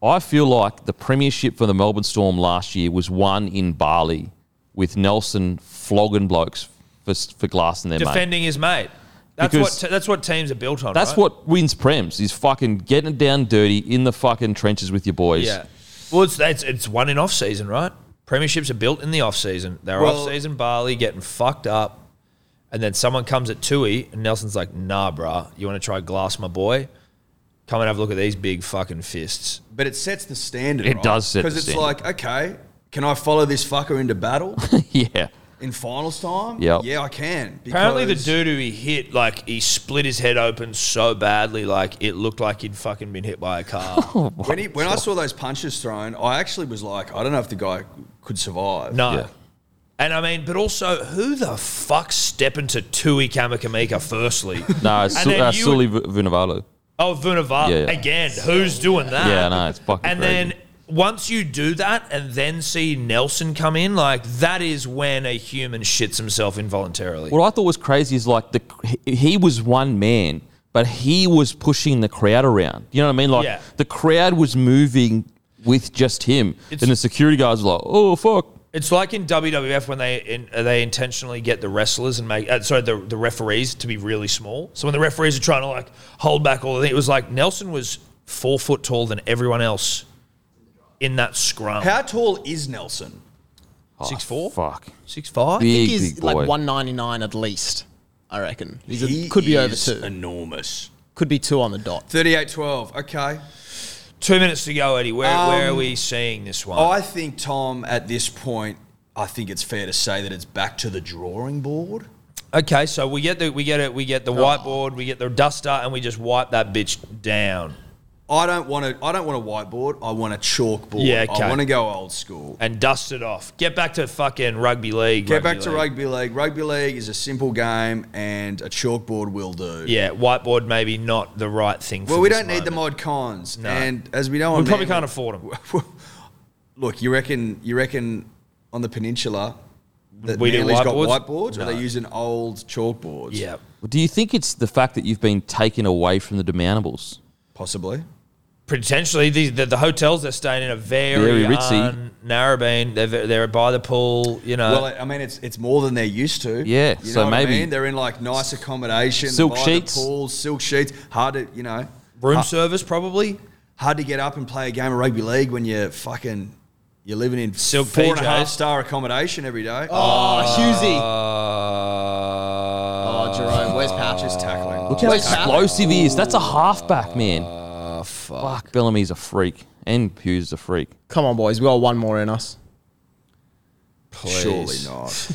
Speaker 3: I feel like the premiership for the Melbourne Storm last year was won in Bali with Nelson flogging blokes for for glass in their mate.
Speaker 1: Defending his mate. That's
Speaker 3: Because-
Speaker 1: what. T- that's what teams are built on.
Speaker 3: That's
Speaker 1: right?
Speaker 3: what wins prems is fucking getting it down dirty in the fucking trenches with your boys.
Speaker 1: Yeah. Well, it's it's, it's one in off season, right? Premierships are built in the off season. They're
Speaker 2: Well-
Speaker 1: off season barley getting fucked up, and then someone comes at Tui, and Nelson's like, "Nah, bruh, you want to try glass, my boy? Come and have a look at these big fucking fists."
Speaker 2: But it sets the standard.
Speaker 3: It
Speaker 2: right?
Speaker 3: does set the
Speaker 2: it's
Speaker 3: standard.
Speaker 2: like, okay, can I follow this fucker into battle
Speaker 3: yeah.
Speaker 2: in finals time?
Speaker 3: Yep.
Speaker 2: Yeah, I can.
Speaker 1: Apparently, the
Speaker 2: because-
Speaker 1: dude who he hit, like, he split his head open so badly, like it looked like he'd fucking been hit by a car.
Speaker 2: When, he, when I saw those punches thrown, I actually was like, I don't know if the guy could survive.
Speaker 1: no.
Speaker 3: Yeah.
Speaker 1: And I mean, but also, who the fuck step into Tui Kamakamika firstly?
Speaker 3: No, it's Su-
Speaker 1: then
Speaker 3: uh,
Speaker 1: you-
Speaker 3: Sully V- Vunivalu.
Speaker 1: Oh, Vunivalu
Speaker 3: Yeah, yeah.
Speaker 1: again. Who's doing that?
Speaker 3: Yeah, I know, it's fucking
Speaker 1: And
Speaker 3: crazy.
Speaker 1: then once you do that, and then see Nelson come in, like that is when a human shits himself involuntarily.
Speaker 3: What I thought was crazy is like the he- he was one man, but he was pushing the crowd around. You know what I mean? Like
Speaker 1: Yeah.
Speaker 3: the crowd was moving with just him,
Speaker 1: It's-
Speaker 3: and the security guards were like, "Oh fuck."
Speaker 1: It's like in WWF when they in, uh, they intentionally get the wrestlers and make uh, sorry the, the referees to be really small. So when the referees are trying to like hold back all the things, it was like Nelson was four foot taller than everyone else in that scrum.
Speaker 2: How tall is Nelson?
Speaker 1: Six four?
Speaker 3: Oh, Fuck.
Speaker 1: Six five?
Speaker 4: I
Speaker 3: Big,
Speaker 4: think he's
Speaker 3: big boy.
Speaker 4: like 199 at least. I reckon he's
Speaker 2: He
Speaker 4: a, could be over
Speaker 2: is
Speaker 4: two.
Speaker 2: Enormous.
Speaker 4: Could be two on the dot.
Speaker 2: 38-12. Okay.
Speaker 1: Two minutes to go, Eddie. Where where are
Speaker 2: Um,
Speaker 1: we seeing this one?
Speaker 2: I think Tom at this point. I think it's fair to say that it's back to the drawing board.
Speaker 1: okay, so we get the we get it we get
Speaker 2: Oh.
Speaker 1: the whiteboard, we get the duster, and we just wipe that bitch down.
Speaker 2: I don't want to. I don't want a whiteboard. I want a chalkboard.
Speaker 1: Yeah, okay.
Speaker 2: I want to go old school.
Speaker 1: and dust it off. Get back to fucking rugby league.
Speaker 2: Get back to
Speaker 1: league.
Speaker 2: rugby league. Rugby league is a simple game, and a chalkboard will do.
Speaker 1: Yeah, whiteboard maybe not the right thing.
Speaker 2: Well,
Speaker 1: for
Speaker 2: we
Speaker 1: this
Speaker 2: don't need the
Speaker 1: moment.
Speaker 2: mod cons,
Speaker 1: No.
Speaker 2: and as we know,
Speaker 1: We
Speaker 2: on
Speaker 1: probably
Speaker 2: Man-
Speaker 1: can't afford them.
Speaker 2: Look, you reckon? You reckon on the peninsula that
Speaker 1: We do
Speaker 2: Manly's got
Speaker 1: whiteboards?
Speaker 2: whiteboards,
Speaker 1: No.
Speaker 2: or they use an old chalkboard?
Speaker 1: Yeah,
Speaker 3: Do you think it's the fact that you've been taken away from the demandables?
Speaker 2: possibly.
Speaker 1: potentially the, the the hotels they're staying in are very,
Speaker 3: Very ritzy.
Speaker 1: un- Narrabeen. They're ve- they're by the pool. You know,
Speaker 2: Well, I I mean, it's it's more than they're used to.
Speaker 3: Yeah,
Speaker 2: You
Speaker 3: so
Speaker 2: know what I
Speaker 3: maybe-
Speaker 2: mean? they're in like nice accommodation,
Speaker 3: Silk
Speaker 2: by
Speaker 3: sheets.
Speaker 2: the pools, silk sheets. Hard to you know,
Speaker 1: room
Speaker 2: ha-
Speaker 1: service probably.
Speaker 2: hard to get up and play a game of rugby league when you're fucking you're living in
Speaker 1: Silk
Speaker 2: four and a half
Speaker 1: PJs.
Speaker 2: star accommodation every day.
Speaker 4: Oh, Husey.
Speaker 1: Uh,
Speaker 4: Oh, Jerome. Where's Pouches
Speaker 2: tackling.
Speaker 3: Look how
Speaker 4: Where's Powell?
Speaker 3: explosive he is. That's a halfback, man.
Speaker 1: Ah,
Speaker 3: fuck. Bellamy's a freak. And Hughes is a freak.
Speaker 4: Come on, boys. We got one more in us.
Speaker 2: Surely not.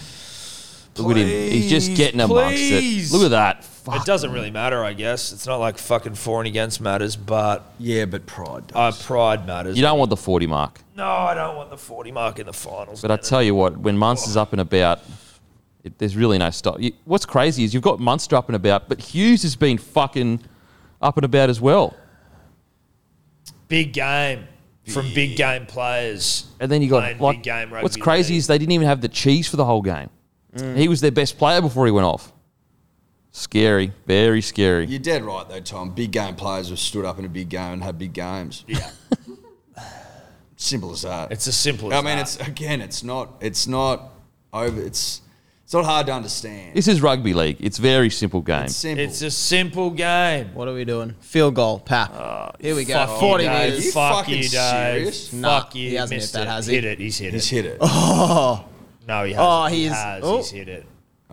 Speaker 3: Look at him. He's just
Speaker 1: Please,
Speaker 3: getting amongst
Speaker 1: please.
Speaker 3: it. Look at that. Fuck.
Speaker 1: it doesn't really matter, I guess. It's not like fucking for and against matters, but
Speaker 2: yeah, but pride. Does.
Speaker 1: uh, pride matters.
Speaker 3: You don't want the 40 mark.
Speaker 1: no, I don't want the forty mark in the finals.
Speaker 3: But I
Speaker 1: man.
Speaker 3: tell you what, when Munster's
Speaker 1: Oh.
Speaker 3: up and about, it, there's really no stop. You, what's crazy is you've got Munster up and about, but Hughes has been fucking up and about as well.
Speaker 1: big game from big game players.
Speaker 3: And then you got
Speaker 1: Playing
Speaker 3: like,
Speaker 1: big game
Speaker 3: what's
Speaker 1: rugby
Speaker 3: crazy
Speaker 1: league. Mm.
Speaker 3: is they didn't even have the cheese for the whole game. He was their best player before he went off. Scary, very scary.
Speaker 2: You're dead right though, Tom. Big game players have stood up in a big game and had big games.
Speaker 1: Yeah.
Speaker 2: Simple as that.
Speaker 1: It's as simple as
Speaker 2: I mean,
Speaker 1: that.
Speaker 2: it's again, it's not, it's not over. It's it's not hard to understand.
Speaker 3: This is rugby league. It's very simple game.
Speaker 2: It's simple.
Speaker 1: It's a simple game.
Speaker 4: What are we doing? Field goal, Pap. Here we go.
Speaker 1: Fuck
Speaker 4: 40
Speaker 1: you, Dave.
Speaker 4: meters.
Speaker 2: You
Speaker 1: Fuck
Speaker 2: fucking
Speaker 1: you, Dave.
Speaker 2: serious?
Speaker 4: Nah,
Speaker 1: Fuck you.
Speaker 4: he hasn't hit
Speaker 1: missed
Speaker 4: that,
Speaker 1: it.
Speaker 4: has he?
Speaker 1: hit it. He's hit
Speaker 2: He's
Speaker 1: it.
Speaker 2: hit it.
Speaker 1: No, he hasn't.
Speaker 4: Oh,
Speaker 1: he
Speaker 4: he is-
Speaker 1: has.
Speaker 4: oh.
Speaker 1: He's hit it.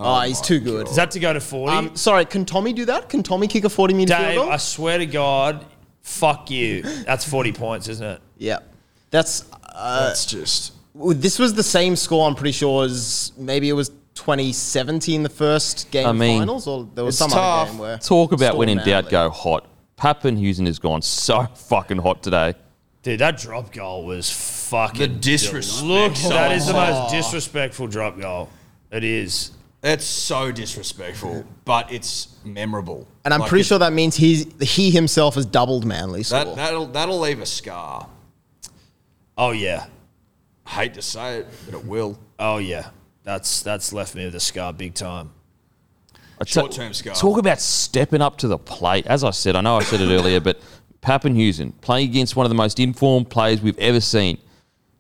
Speaker 4: Oh, he's too good.
Speaker 1: Is that to go to 40?
Speaker 4: Um, sorry, can Tommy do that? Can Tommy kick a 40 meter
Speaker 1: Dave,
Speaker 4: field
Speaker 1: I
Speaker 4: goal?
Speaker 1: swear to God, fuck you. That's 40 points, isn't it?
Speaker 4: Yeah. That's.
Speaker 2: That's just.
Speaker 4: Well, This was the same score, I'm pretty sure, as maybe it was 2017, the first game
Speaker 3: I
Speaker 4: of
Speaker 3: mean,
Speaker 4: finals, or there was
Speaker 2: it's
Speaker 4: some
Speaker 2: tough.
Speaker 4: other game
Speaker 1: uh,
Speaker 4: where.
Speaker 3: Talk about when in
Speaker 4: Storm
Speaker 3: doubt,
Speaker 4: Manly.
Speaker 3: go hot. Pappen Hughes has gone so fucking hot today.
Speaker 1: Dude, that drop goal was fucking.
Speaker 2: The disrespect.
Speaker 1: Look, that is the
Speaker 4: Oh.
Speaker 1: most disrespectful drop goal. It is.
Speaker 2: That's so disrespectful, but it's memorable.
Speaker 4: And I'm
Speaker 2: Like,
Speaker 4: pretty
Speaker 2: it-
Speaker 4: sure that means he's, he himself has doubled Manly's
Speaker 2: that
Speaker 4: score.
Speaker 2: that'll that'll leave a scar.
Speaker 1: Oh, yeah.
Speaker 2: Hate to say it, but it will.
Speaker 1: Oh, yeah. That's that's left me with a scar big time.
Speaker 3: I t-
Speaker 2: Short-term scar.
Speaker 3: Talk about stepping up to the plate. As I said, I know I said it earlier, but Pappenhuisen playing against one of the most informed players we've ever seen.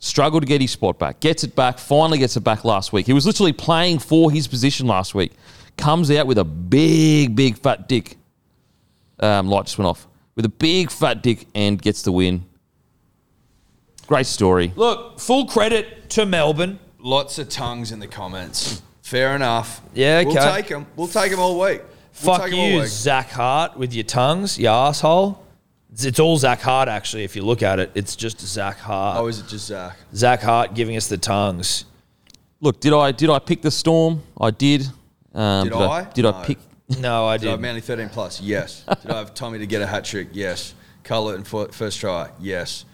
Speaker 3: Struggled to get his spot back. Gets it back. Finally gets it back last week. He was literally playing for his position last week. Comes out with a big, big fat dick. Um, light just went off. With a big fat dick and gets the win. Great story.
Speaker 1: Look, full credit to Melbourne.
Speaker 2: Lots of tongues in the comments. Fair enough.
Speaker 1: Yeah,
Speaker 2: We'll
Speaker 1: okay.
Speaker 2: take them. We'll take them all week. We'll
Speaker 1: Fuck
Speaker 2: take 'em all
Speaker 1: you,
Speaker 2: week.
Speaker 1: Zach Hart, with your tongues, you asshole. It's, it's all Zach Hart, actually, if you look at it. It's just Zach Hart.
Speaker 2: Oh, is it just Zach?
Speaker 1: Zach Hart giving us the tongues.
Speaker 3: Look, did I did I pick the storm? I did. Um,
Speaker 2: Did I?
Speaker 3: Did I
Speaker 2: No.
Speaker 3: pick?
Speaker 1: No, I
Speaker 2: Did I have
Speaker 1: didn't.
Speaker 2: Manly 13 plus? Yes. Did I have Tommy to get a hat trick? Yes. Colour and fir- first try? Yes.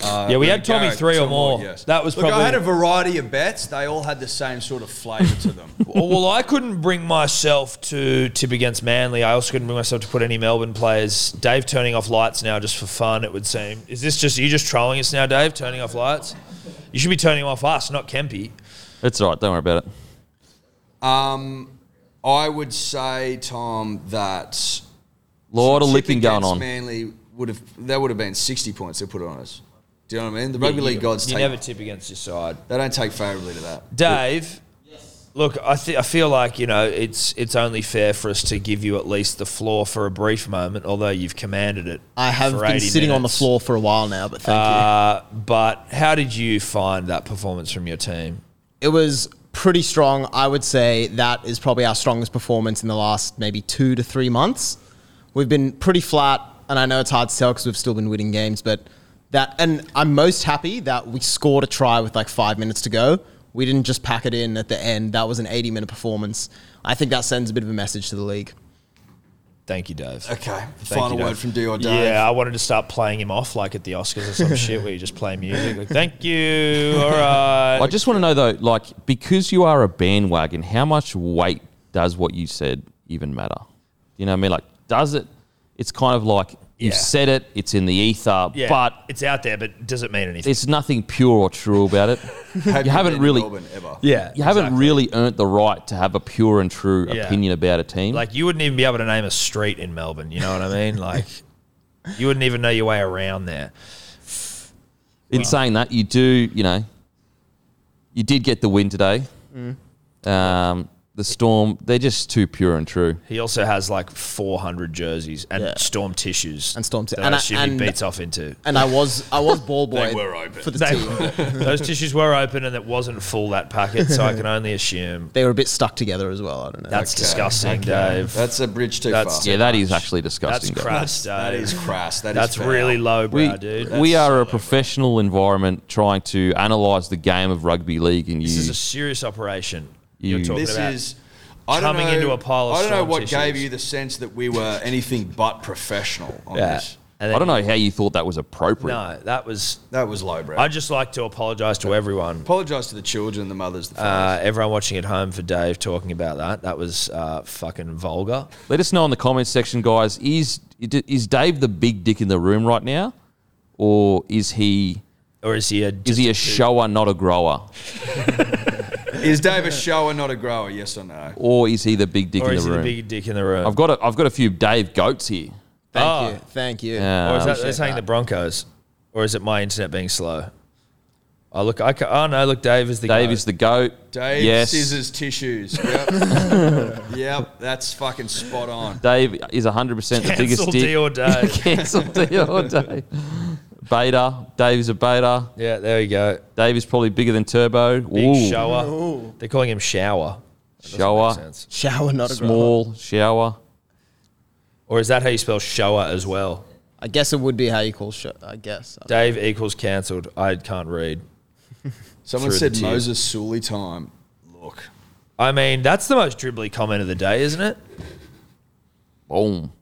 Speaker 2: Uh,
Speaker 1: Yeah, we had
Speaker 2: Garrick,
Speaker 1: Tommy three or
Speaker 2: two
Speaker 1: more. That was
Speaker 2: Look,
Speaker 1: probably-
Speaker 2: I had a variety of bets. They all had the same sort of flavour to them.
Speaker 1: well, Oh, well, I couldn't bring myself to tip against Manly. I also couldn't bring myself to put any Melbourne players. Dave turning off lights now just for fun, it would seem. Is this just, are you just trolling us now, Dave, turning off lights? You should be turning off us, not Kempy.
Speaker 3: It's all right. Don't worry about it.
Speaker 2: Um, I would say, Tom, that
Speaker 3: lot of
Speaker 2: tip
Speaker 3: lipping going
Speaker 2: against
Speaker 3: on.
Speaker 2: Manly would have that would have been sixty points they put on us. Do you know what I mean? The rugby
Speaker 1: you-
Speaker 2: league gods
Speaker 1: You
Speaker 2: take
Speaker 1: never tip against your side.
Speaker 2: they don't take favourably to that.
Speaker 1: Dave. Look, I, th- I feel like you know it's it's only fair for us to give you at least the floor for a brief moment, although you've commanded it.
Speaker 4: I have
Speaker 1: for
Speaker 4: been
Speaker 1: 80
Speaker 4: sitting on the
Speaker 1: minutes.
Speaker 4: floor for a while now, but thank you.
Speaker 1: Uh, but how did you find that performance from your team?
Speaker 4: it was pretty strong. I would say that is probably our strongest performance in the last maybe two to three months. We've been pretty flat, and I know it's hard to tell because we've still been winning games, but that, and I'm most happy that we scored a try with like five minutes to go. We didn't just pack it in at the end. That was an 80 minute performance. I think that sends a bit of a message to the league.
Speaker 1: Thank you, Dave.
Speaker 2: Okay.
Speaker 1: Thank
Speaker 2: Final
Speaker 1: you,
Speaker 2: word
Speaker 1: Dave.
Speaker 2: from Do or Dave.
Speaker 1: Yeah, I wanted to start playing him off like at the Oscars or some shit where you just play music. Like, Thank you. All right.
Speaker 3: I just want to know though, like because you are a bandwagon, how much weight does what you said even matter? You know what I mean? Like, does it? It's kind of like you've
Speaker 1: Yeah.
Speaker 3: said it; it's in the ether,
Speaker 1: Yeah,
Speaker 3: but
Speaker 1: it's out there, but does it mean anything?
Speaker 3: there's nothing pure or true about it.
Speaker 2: Have
Speaker 3: you haven't
Speaker 2: been to
Speaker 3: really-
Speaker 2: Melbourne ever.
Speaker 1: yeah,
Speaker 3: You haven't really earned the right to have a pure and true
Speaker 1: Yeah.
Speaker 3: opinion about a team.
Speaker 1: like you wouldn't even be able to name a street in Melbourne. You know what I mean? Like you wouldn't even know your way around there.
Speaker 3: in saying that, you do, you know, you did get the win today.
Speaker 1: Mm.
Speaker 3: Um, the Storm, they're just too pure and true.
Speaker 1: He also has like 400 jerseys and
Speaker 4: Yeah.
Speaker 1: storm tissues
Speaker 4: And storm ti-
Speaker 1: that
Speaker 4: and
Speaker 1: I
Speaker 4: I-
Speaker 1: assume
Speaker 4: and-
Speaker 1: he beats off into.
Speaker 4: And I was, I was ball boy
Speaker 2: They were open.
Speaker 4: for the
Speaker 1: They-
Speaker 4: team.
Speaker 1: those tissues were open and it wasn't full that packet, so I can only assume
Speaker 4: They were a bit stuck together as well. I don't know.
Speaker 1: that's
Speaker 2: Okay.
Speaker 1: disgusting, Dave.
Speaker 2: That's a bridge too
Speaker 1: That's
Speaker 2: far.
Speaker 1: too
Speaker 3: Yeah, that is actually
Speaker 1: That's
Speaker 3: disgusting. though.
Speaker 1: crass,
Speaker 2: That
Speaker 1: Dave.
Speaker 2: is crass. That is
Speaker 1: That's
Speaker 2: foul.
Speaker 1: really low,
Speaker 3: We,
Speaker 1: bro, dude.
Speaker 3: we
Speaker 1: That's-
Speaker 3: are a professional environment trying to analyse the game of rugby league, and
Speaker 1: This is
Speaker 3: you,
Speaker 1: a serious operation.
Speaker 3: You-
Speaker 1: You, are talking
Speaker 2: This
Speaker 1: about.
Speaker 2: is. I don't
Speaker 1: coming
Speaker 2: know,
Speaker 1: into a pile of
Speaker 2: I don't know
Speaker 1: storm
Speaker 2: what
Speaker 1: tissues.
Speaker 2: gave you the sense that we were anything but professional on
Speaker 1: yeah.
Speaker 2: this.
Speaker 1: And
Speaker 3: I don't
Speaker 1: then-
Speaker 3: know how you thought that was appropriate.
Speaker 1: No, that was.
Speaker 2: That was lowbrow.
Speaker 1: I just like to apologise to everyone.
Speaker 2: apologise to the children, the mothers, the fathers.
Speaker 1: Uh, everyone watching at home for Dave talking about that. That was uh, fucking vulgar.
Speaker 3: Let us know in the comments section, guys. Is is Dave the big dick in the room right now, or is he
Speaker 1: Or is he a.
Speaker 3: is he a shower, not a grower,
Speaker 2: is Dave a shower, not a grower? Yes or no?
Speaker 3: or is he the big dick
Speaker 1: or
Speaker 3: in
Speaker 1: is he
Speaker 3: the
Speaker 1: the
Speaker 3: room?
Speaker 1: big dick in the room?
Speaker 3: I've got a, I've got a few Dave goats here.
Speaker 4: Thank
Speaker 1: Ah.
Speaker 4: you. Thank you.
Speaker 1: or is
Speaker 3: Um,
Speaker 1: that they're saying the Broncos? Or is it my internet being slow? Oh, look. I ca- oh, no. Look, Dave is the
Speaker 3: Dave
Speaker 1: goat.
Speaker 3: is the goat.
Speaker 2: Dave
Speaker 3: yes.
Speaker 2: scissors tissues. Yep. yep, that's fucking spot on.
Speaker 3: Dave is 100% the biggest
Speaker 1: Cancel
Speaker 3: dick.
Speaker 1: deal, Dave.
Speaker 3: Cancel deal, Dave. Beta. Dave is a beta.
Speaker 1: yeah, there you go.
Speaker 3: Dave is probably bigger than Turbo.
Speaker 1: Big
Speaker 3: Ooh,
Speaker 1: shower. They're calling him shower. Makes
Speaker 3: shower.
Speaker 1: sense.
Speaker 4: Shower, not a grower.
Speaker 3: Small shower.
Speaker 1: Or is that how you spell shower as well?
Speaker 4: I guess it would be how you call shit. I guess.
Speaker 1: Dave equals cancelled. I can't read.
Speaker 2: Someone
Speaker 1: Through the
Speaker 2: said
Speaker 1: tears.
Speaker 2: Moses Sully time. Look,
Speaker 1: I mean, that's the most dribbly comment of the day, isn't it?
Speaker 3: Boom.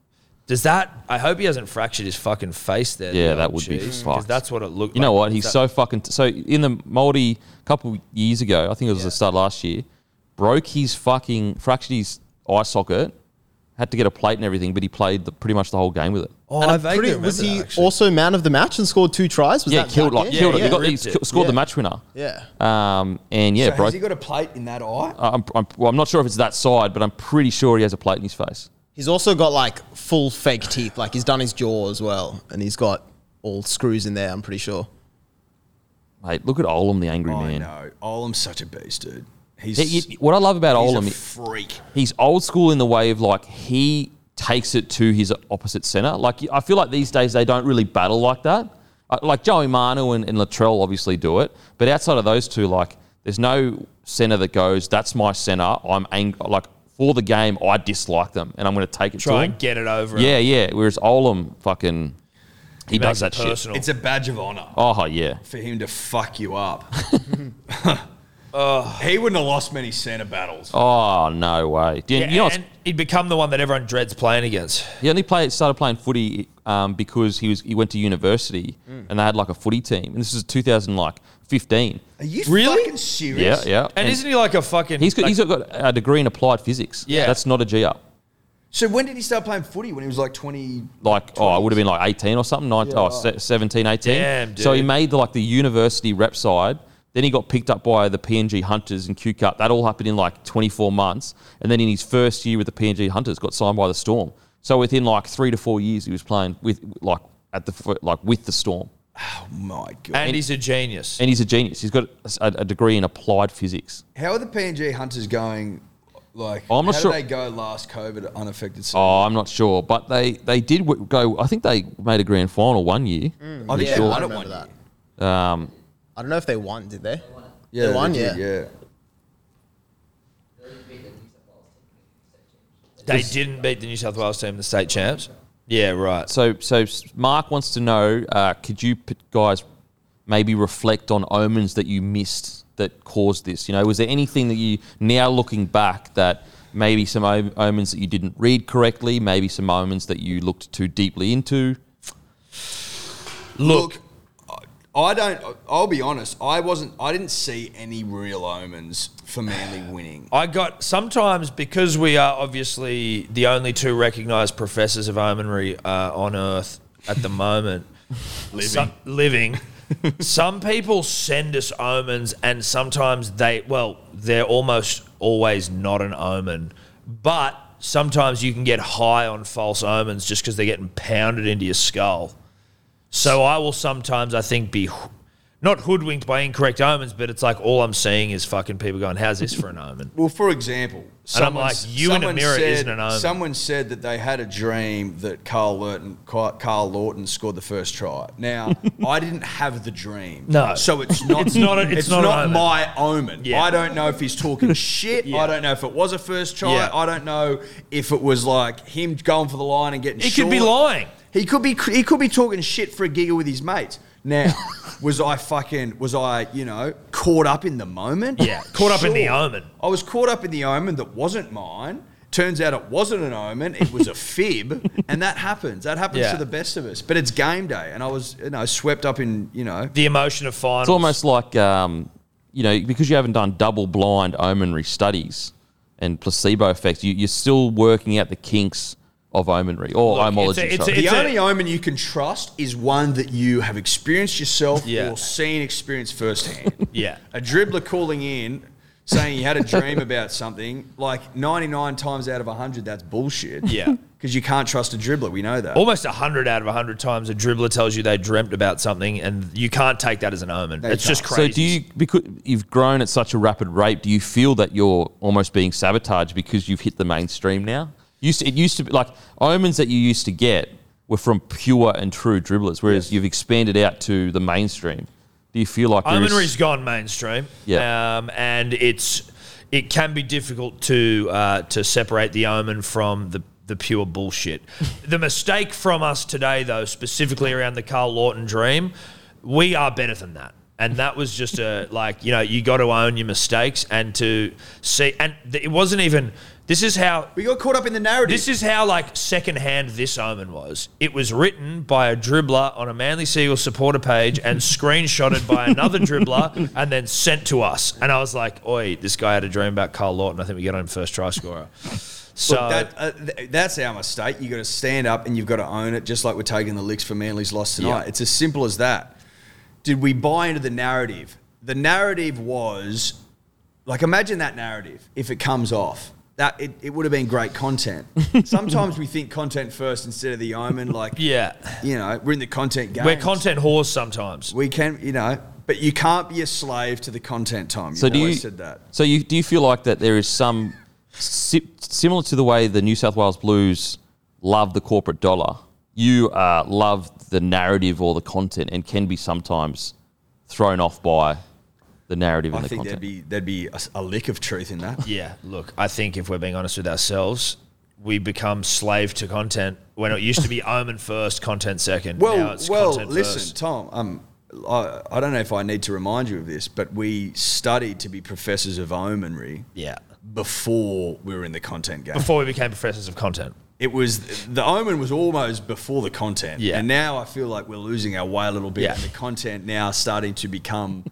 Speaker 1: Does that? I hope he hasn't fractured his fucking face there.
Speaker 3: Yeah,
Speaker 1: the
Speaker 3: that
Speaker 1: old
Speaker 3: would be
Speaker 1: cheese,
Speaker 3: fucked.
Speaker 1: That's what it looked.
Speaker 3: You know
Speaker 1: like.
Speaker 3: what? He's so fucking. so in the Moldy a couple years ago, I think it was the start of last year, broke his fucking fractured his eye socket, had to get a plate and everything, but he played the, pretty much the whole game with it.
Speaker 1: Oh,
Speaker 4: And
Speaker 1: I
Speaker 4: I'm
Speaker 1: vaguely
Speaker 4: pretty-
Speaker 1: remember
Speaker 4: was he
Speaker 1: that, actually.
Speaker 4: also man of the match and scored two tries? Was
Speaker 3: yeah,
Speaker 4: that
Speaker 3: killed
Speaker 4: that
Speaker 3: like
Speaker 4: game?
Speaker 3: killed it. He,
Speaker 1: yeah.
Speaker 3: got, he
Speaker 1: Ripped
Speaker 3: sc-
Speaker 1: it.
Speaker 3: scored the
Speaker 4: Yeah.
Speaker 3: match winner.
Speaker 4: Yeah.
Speaker 3: Um, and yeah,
Speaker 2: so
Speaker 3: broke.
Speaker 2: has he got a plate in that eye?
Speaker 3: I'm, I'm, well, I'm not sure if it's that side, but I'm pretty sure he has a plate in his face.
Speaker 4: He's also got like full fake teeth. Like he's done his jaw as well, and he's got all screws in there. I'm pretty sure.
Speaker 3: Mate, look at Olam, the angry
Speaker 2: I
Speaker 3: man.
Speaker 2: know. Olam's such a beast, dude. He's,
Speaker 3: He- he- what I love about
Speaker 2: he's
Speaker 3: Olam,
Speaker 2: a freak.
Speaker 3: he's old school in the way of like he takes it to his opposite center. Like I feel like these days they don't really battle like that. Uh, Like Joey Manu and, and Latrell obviously do it, but outside of those two, like there's no center that goes, "That's my center." I'm ang-, like for the game, I dislike them, and I'm going to take it
Speaker 1: try
Speaker 3: to
Speaker 1: and
Speaker 3: them.
Speaker 1: get it over.
Speaker 3: Yeah, yeah. Whereas Olam, fucking, he, does that shit.
Speaker 1: personal.
Speaker 2: It's a badge of honor
Speaker 3: Oh yeah.
Speaker 2: for him to fuck you up. he wouldn't have lost many centre battles.
Speaker 3: Oh no way. Yeah,
Speaker 1: yeah,
Speaker 3: you know, it's-
Speaker 1: and he'd become the one that everyone dreads playing against.
Speaker 3: He only played started playing footy um, because he was he went to university and they had like a footy team. And this is 2000 like 15.
Speaker 2: Are you
Speaker 1: Really?
Speaker 2: fucking
Speaker 3: Yeah,
Speaker 2: serious?
Speaker 3: yeah.
Speaker 1: And, isn't he like a fucking?
Speaker 3: he's got,
Speaker 1: like,
Speaker 3: he's got a degree in applied physics.
Speaker 1: Yeah.
Speaker 3: that's not a G up.
Speaker 2: So when did he start playing footy? When he was like 20?
Speaker 3: Like oh, I would have been like 18 or something, 19, oh, se- 17, 18.
Speaker 1: Damn,
Speaker 3: So he
Speaker 1: dude.
Speaker 3: made the, like the university rep side. Then he got picked up by the PNG Hunters in Q Cup. That all happened in like 24 months. And then in his first year with the PNG Hunters, got signed by the Storm. So within like three to four years, he was playing with like at the fir- like with the Storm.
Speaker 2: Oh my god!
Speaker 1: And he's a genius.
Speaker 3: and he's a genius. He's got a, a degree in applied physics.
Speaker 2: How are the PNG hunters going? Like,
Speaker 3: I'm not
Speaker 2: how
Speaker 3: sure-
Speaker 2: did they go last COVID unaffected?
Speaker 3: Oh, I'm not sure, but they they did w- go. I think they made a grand final one year.
Speaker 2: Mm. I think
Speaker 4: Yeah,
Speaker 2: they
Speaker 4: I
Speaker 2: won it
Speaker 4: remember
Speaker 2: one
Speaker 4: that.
Speaker 2: year.
Speaker 3: Um,
Speaker 4: I don't know if they won, did they?
Speaker 2: Yeah,
Speaker 4: They won,
Speaker 2: did, yeah.
Speaker 1: They didn't beat the New South Wales team, the state champs. Yeah, right.
Speaker 3: so so s- Mark wants to know: uh, Could you p- guys maybe reflect on omens that you missed that caused this? You know, was there anything that you now looking back that maybe some o- omens that you didn't read correctly, maybe some omens that you looked too deeply into?
Speaker 2: Look, I I don't. I'll be honest. I wasn't. I didn't see any real omens for Manly winning.
Speaker 1: I got sometimes because we are obviously the only two recognised professors of omenry uh, on Earth at the moment. living. living. Some people send us omens, and sometimes they, well, they're almost always not an omen. But sometimes you can get high on false omens just because they're getting pounded into your skull. So I will sometimes, I think, be h- not hoodwinked by incorrect omens, but it's like all I'm seeing is fucking people going, "How's this for an omen?"
Speaker 2: Well, for example,
Speaker 1: And I'm like,
Speaker 2: someone's-
Speaker 1: you in a
Speaker 2: someone
Speaker 1: mirror
Speaker 2: said,
Speaker 1: isn't an omen.
Speaker 2: Someone said that they had a dream that Carl Lawton, Carl Lawton scored the first try. Now, I didn't have the dream.
Speaker 1: No.
Speaker 2: So it's not
Speaker 1: It's not a- it's not an omen.
Speaker 2: my omen.
Speaker 1: Yeah.
Speaker 2: I don't know if he's talking shit.
Speaker 1: Yeah.
Speaker 2: I don't know if it was a first try.
Speaker 1: Yeah.
Speaker 2: I don't know if it was like him going for the line and getting
Speaker 1: It could be
Speaker 2: short.
Speaker 1: lying.
Speaker 2: He could be he could be talking shit for a giggle with his mates. Now, was I fucking was I you know caught up in the moment?
Speaker 1: Yeah, caught up in the omen.
Speaker 2: I was caught up in the omen that wasn't mine. Turns out it wasn't an omen; it was a fib, and that happens. That happens
Speaker 1: Yeah.
Speaker 2: to the best of us. But it's game day, and I was you know swept up in you know
Speaker 1: The emotion of finals.
Speaker 3: It's almost like, um, you know, because you haven't done double blind omenry studies and placebo effects, you, you're still working out the kinks of omenry or
Speaker 1: Look,
Speaker 3: omology.
Speaker 1: it's a- it's a-
Speaker 3: sorry.
Speaker 2: the
Speaker 1: it's
Speaker 2: only omen you can trust is one that you have experienced yourself
Speaker 1: Yeah.
Speaker 2: or seen experience firsthand.
Speaker 1: yeah.
Speaker 2: a dribbler calling in saying he had a dream about something, like 99 times out of 100, that's bullshit.
Speaker 1: Yeah.
Speaker 2: Because you can't trust a dribbler. We know that.
Speaker 1: Almost 100 out of 100 times a dribbler tells you they dreamt about something and you can't take that as an omen.
Speaker 2: They
Speaker 1: it's just
Speaker 2: can't.
Speaker 1: crazy.
Speaker 3: So do you because you've grown at such a rapid rate? Do you feel that you're almost being sabotaged because you've hit the mainstream now? Used to, it used to be like omens that you used to get were from pure and true dribblers, whereas you've expanded out to the mainstream. Do you feel like there is-
Speaker 1: Omenry's gone mainstream.
Speaker 3: Yeah.
Speaker 1: Um, and it's it can be difficult to uh, to separate the omen from the the pure bullshit. the mistake from us today, though, specifically around the Carl Lawton dream, we are better than that. And that was just a like you know you got to own your mistakes and to see and th- it wasn't even this is how
Speaker 2: we got caught up in the narrative.
Speaker 1: this is how like secondhand this omen was. It was written by a dribbler on a Manly Seagull supporter page and screenshotted by another dribbler and then sent to us. And I was like, "Oi, this guy had a dream about Carl Lawton. I think we get on first try scorer." So
Speaker 2: Look, that, uh, th- that's our mistake. You've got to stand up and you've got to own it, just like we're taking the licks for Manly's loss tonight. It's as simple as that. Did we buy into the narrative? The narrative was like, imagine that narrative if it comes off. That it, it would have been great content. Sometimes we think content first instead of the omen. Like,
Speaker 1: yeah,
Speaker 2: you know, we're in the content game.
Speaker 1: we're content whores sometimes.
Speaker 2: We can, you know, but you can't be a slave to the content. Tom, you've
Speaker 3: So do
Speaker 2: always
Speaker 3: you
Speaker 2: said that.
Speaker 3: So you do you feel like that there is some si- similar to the way the New South Wales Blues love the corporate dollar? You uh, love the narrative or the content, and can be sometimes thrown off by the narrative
Speaker 2: I
Speaker 3: and the
Speaker 2: think there'd
Speaker 3: content.
Speaker 2: be there'd be a, a lick of truth in that.
Speaker 1: Yeah, look, I think if we're being honest with ourselves, we become slave to content when it used to be omen first, content second. now
Speaker 2: Well,
Speaker 1: it's
Speaker 2: well,
Speaker 1: content
Speaker 2: listen,
Speaker 1: first.
Speaker 2: Tom. Um, I, I don't know if I need to remind you of this, but we studied to be professors of omenry
Speaker 1: yeah.
Speaker 2: before we were in the content game.
Speaker 1: Before we became professors of content.
Speaker 2: It was the omen was almost before the content,
Speaker 1: Yeah.
Speaker 2: and now I feel like we're losing our way a little bit.
Speaker 1: Yeah.
Speaker 2: And the content now starting to become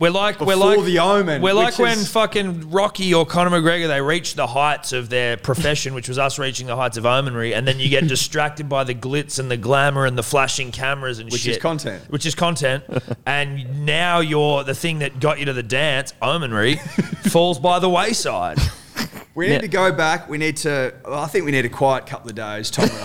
Speaker 1: We're like we're
Speaker 2: Before
Speaker 1: like
Speaker 2: the Omen,
Speaker 1: We're like
Speaker 2: which
Speaker 1: when
Speaker 2: is-
Speaker 1: fucking Rocky or Conor McGregor they reached the heights of their profession, which was us reaching the heights of omenry, and then you get distracted by the glitz and the glamour and the flashing cameras and
Speaker 2: Which
Speaker 1: shit,
Speaker 2: is content.
Speaker 1: which is content, and now you're the thing that got you to the dance, omenry, falls by the wayside.
Speaker 2: We need to go back. We need to. I think we need a quiet couple of days, Tom and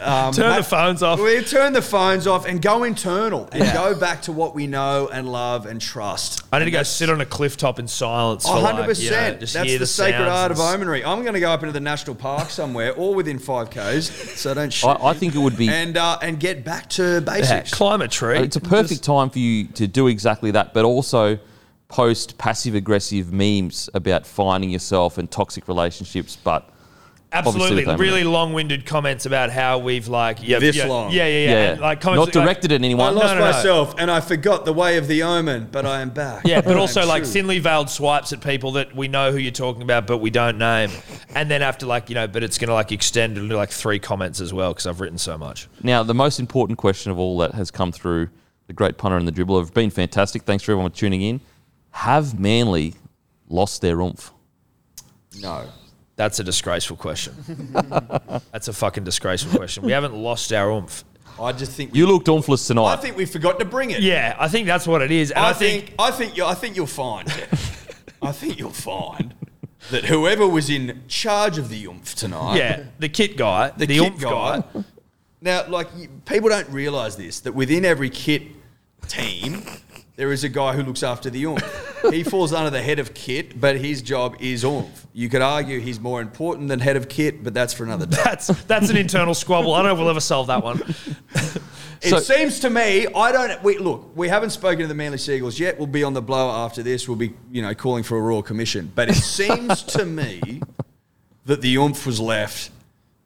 Speaker 2: I. Um,
Speaker 1: Turn
Speaker 2: ma-
Speaker 1: the phones off.
Speaker 2: We turn the phones off and go internal and go back to what we know and love and trust.
Speaker 1: I need to go sit on a cliff top in silence. For
Speaker 2: A
Speaker 1: 100%.
Speaker 2: hundred percent. That's the, sacred art of omenry. I'm going to go up into the national park somewhere, or within five k's, so don't shoot.
Speaker 3: I, I think it would be.
Speaker 2: and uh, and get back to
Speaker 1: Yeah,
Speaker 2: basics.
Speaker 1: climb a tree.
Speaker 3: It's a perfect time for you to do exactly that, but also post passive aggressive memes about finding yourself and toxic relationships. But
Speaker 1: Absolutely,
Speaker 3: Obviously with
Speaker 1: really long-winded comments about how we've like yeah,
Speaker 2: This
Speaker 1: yeah,
Speaker 2: long.
Speaker 1: Yeah, yeah, yeah.
Speaker 3: yeah,
Speaker 1: and, Like comments
Speaker 3: not
Speaker 1: like-
Speaker 3: directed at
Speaker 2: I
Speaker 3: anyone.
Speaker 2: lost
Speaker 1: no, no.
Speaker 2: myself and I forgot the way of the omen, but I am back.
Speaker 1: yeah, but
Speaker 2: I'm
Speaker 1: also like
Speaker 2: true.
Speaker 1: thinly veiled swipes at people that we know who you're talking about, but we don't name, and then after like you know, but it's going to like extend to like three comments as well because I've written so much.
Speaker 3: Now, the most important question of all that has come through the great punter and the dribbler have been fantastic. Thanks for everyone for tuning in. Have Manly lost their oomph?
Speaker 2: No.
Speaker 1: That's a disgraceful question. That's a fucking disgraceful question. We haven't lost our oomph.
Speaker 2: I just think we,
Speaker 3: You looked oomphless
Speaker 2: I
Speaker 3: tonight.
Speaker 2: think we forgot to bring it.
Speaker 1: Yeah, I think that's what it is, and
Speaker 2: I,
Speaker 1: I,
Speaker 2: think, I think you I think you'll find. I think you'll find that whoever was in charge of the oomph tonight,
Speaker 1: yeah, the kit guy, the,
Speaker 2: the, kit
Speaker 1: oomph guy.
Speaker 2: guy. Now, like y- people don't realise this that within every kit team, there is a guy who looks after the oomph. he falls under the head of kit, but his job is oomph. You could argue he's more important than head of kit, but that's for another day.
Speaker 1: That's that's an internal squabble. I don't know if we'll ever solve that one.
Speaker 2: It
Speaker 3: So-
Speaker 2: seems to me, I don't. We, look, we haven't spoken to the Manly Seagulls yet. We'll be on the blower after this. We'll be, you know, calling for a royal commission. But it seems to me that the oomph was left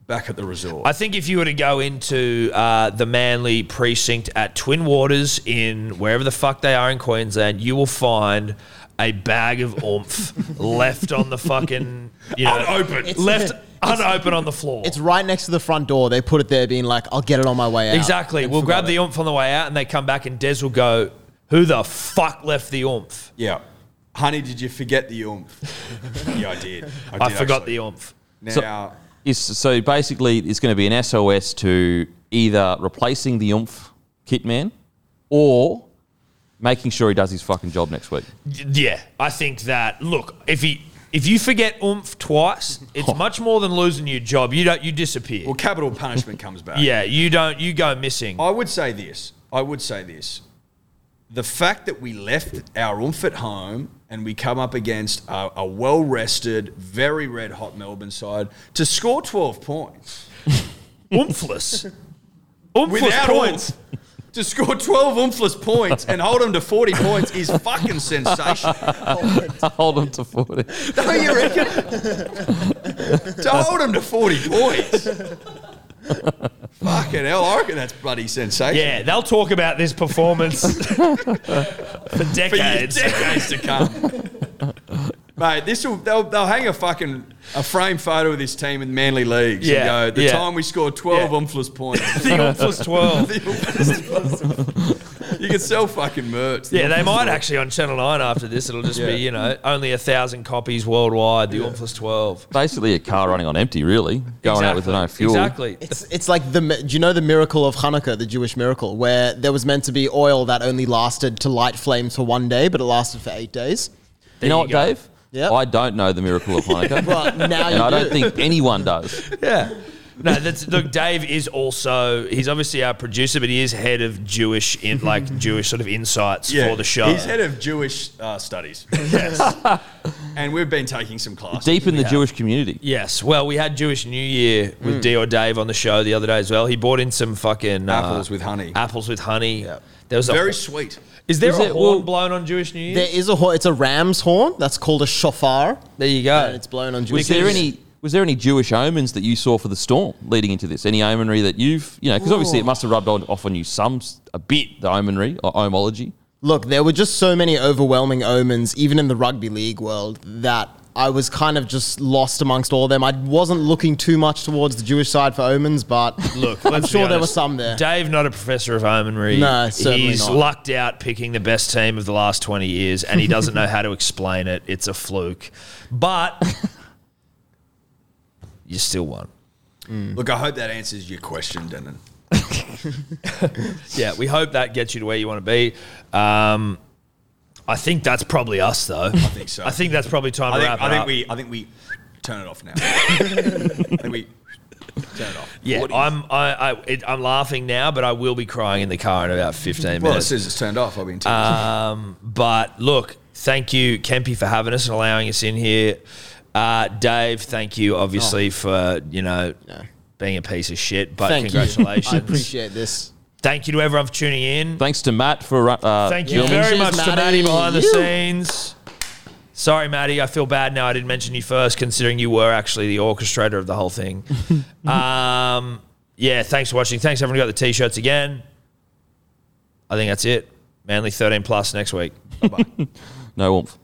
Speaker 2: back at the resort.
Speaker 1: I think if you were to go into uh, the Manly precinct at Twin Waters in wherever the fuck they are in Queensland, you will find a bag of oomph left on the fucking you know,
Speaker 2: Unopened.
Speaker 4: It's-
Speaker 1: left
Speaker 4: it's-
Speaker 1: unopened on the floor.
Speaker 4: It's right next to the front door. They put it there, being like, "I'll get it on my way out."
Speaker 1: exactly.
Speaker 4: and
Speaker 1: We'll
Speaker 4: forgot
Speaker 1: grab
Speaker 4: it.
Speaker 1: the oomph on the way out, and they come back, and Des will go, "Who the fuck left the oomph?
Speaker 2: yeah, honey, did you forget the oomph? yeah, I did.
Speaker 1: I
Speaker 2: did
Speaker 1: forgot
Speaker 2: actually.
Speaker 1: the oomph."
Speaker 2: Now,
Speaker 3: Is, so basically, it's going to be an SOS to either replacing the oomph kit man or making sure he does his fucking job next week.
Speaker 1: Yeah, I think that. Look, if he if you forget oomph twice, it's much more than losing your job. You don't you disappear.
Speaker 2: well, capital punishment comes back.
Speaker 1: yeah, you don't you go missing.
Speaker 2: I would say this. I would say this. The fact that we left our oomph at home and we come up against a, a well rested, very red hot Melbourne side to score 12 points
Speaker 1: Oomphless. Oomphless
Speaker 2: without
Speaker 1: points.
Speaker 2: points. To score 12 oomphless points and hold them to 40 points is fucking sensational.
Speaker 3: Hold on to 40.
Speaker 2: Don't you reckon? to hold them to 40 points. fucking hell, I reckon that's bloody sensational.
Speaker 1: Yeah, they'll talk about this performance for
Speaker 2: for years-
Speaker 1: decades.
Speaker 2: decades to come. Mate, this will they'll, they'll hang a fucking a frame photo of this team in Manly leagues.
Speaker 1: Yeah,
Speaker 2: and go, the
Speaker 1: yeah.
Speaker 2: time we scored twelve
Speaker 1: Yeah.
Speaker 2: umphless points.
Speaker 1: the Oomphless 12.
Speaker 2: The Umflus- you can sell fucking merch. The
Speaker 1: Yeah, they
Speaker 2: Umflus-
Speaker 1: might actually on Channel 9 after this. It'll just
Speaker 2: Yeah.
Speaker 1: be, you know, only a thousand copies worldwide, the Oomphless 12.
Speaker 3: Basically, a car running on empty, really. Going out with
Speaker 1: Exactly.
Speaker 3: no fuel.
Speaker 1: Exactly.
Speaker 4: It's, it's like the mi- do you know the miracle of Hanukkah, the Jewish miracle, where there was meant to be oil that only lasted to light flames for one day, but it lasted for eight days.
Speaker 3: You know what,
Speaker 1: you go.
Speaker 3: Dave?
Speaker 4: Yep.
Speaker 3: I don't know the miracle of Hanukkah.
Speaker 4: Well, now you
Speaker 3: and I
Speaker 4: do.
Speaker 3: don't think anyone does.
Speaker 1: Yeah. No, that's look. Dave is also he's obviously our producer, but he is head of Jewish in like Jewish sort of insights
Speaker 2: Yeah,
Speaker 1: for the show.
Speaker 2: He's head of Jewish uh, studies. Yes, and we've been taking some classes.
Speaker 3: Deep in the Jewish community.
Speaker 1: yes. Well, we had Jewish New Year with
Speaker 4: Mm.
Speaker 1: D or Dave on the show the other day as well. He brought in some fucking uh,
Speaker 2: Apples with honey.
Speaker 1: Apples with honey. There was a,
Speaker 2: Very sweet.
Speaker 1: Is there
Speaker 3: Is
Speaker 1: a
Speaker 3: it-
Speaker 1: horn
Speaker 3: well-
Speaker 1: blown on Jewish New Year?
Speaker 4: There is a horn. It's a ram's horn that's called a shofar,
Speaker 1: there you go.
Speaker 4: and it's blown on Jewish.
Speaker 3: Was there
Speaker 4: Because-
Speaker 3: any? Was there any Jewish omens that you saw for the storm leading into this? Any omenry that you've, you know, because obviously it must have rubbed on, off on you some s- a bit the omenry or omology.
Speaker 4: Look, there were just so many overwhelming omens, even in the rugby league world, that I was kind of just lost amongst all of them. I wasn't looking too much towards the Jewish side for omens, but
Speaker 1: Look,
Speaker 4: I'm
Speaker 1: let's be
Speaker 4: sure there
Speaker 1: honest.
Speaker 4: were some there.
Speaker 1: Dave, not a professor of omenry.
Speaker 4: No, certainly
Speaker 1: He's
Speaker 4: not.
Speaker 1: lucked out picking the best team of the last 20 years, and he doesn't know how to explain it. It's a fluke. But you still won.
Speaker 2: Look, I hope that answers your question, Denon.
Speaker 1: Yeah, we hope that gets you to where you want to be. Um, I think that's probably us, though. I think
Speaker 2: so.
Speaker 1: I think that's probably time
Speaker 2: I
Speaker 1: to
Speaker 2: think,
Speaker 1: wrap it
Speaker 2: I think
Speaker 1: up.
Speaker 2: we I think we turn it off now. I think we Turn it off.
Speaker 1: Yeah, I'm I, I it, I'm laughing now, but I will be crying in the car in about 15
Speaker 2: Well, as
Speaker 1: minutes.
Speaker 2: soon as it's turned off, I'll be in tears.
Speaker 1: Um, but look, thank you, Kempy, for having us and allowing us in here. Uh, Dave, thank you, obviously, for you know being a piece of shit. But
Speaker 4: Thank you.
Speaker 1: congratulations.
Speaker 4: I appreciate this.
Speaker 1: Thank you to everyone for tuning in.
Speaker 3: Thanks to Matt for uh,
Speaker 1: Thank you
Speaker 3: filming.
Speaker 1: very
Speaker 4: Cheers,
Speaker 1: much to
Speaker 4: Matty.
Speaker 1: Maddie behind the
Speaker 4: You.
Speaker 1: scenes. Sorry, Maddie, I feel bad now. I didn't mention you first, considering you were actually the orchestrator of the whole thing. um, yeah, thanks for watching. Thanks, everyone who got the t-shirts again. I think that's it. Manly 13 plus next week.
Speaker 3: No warmth.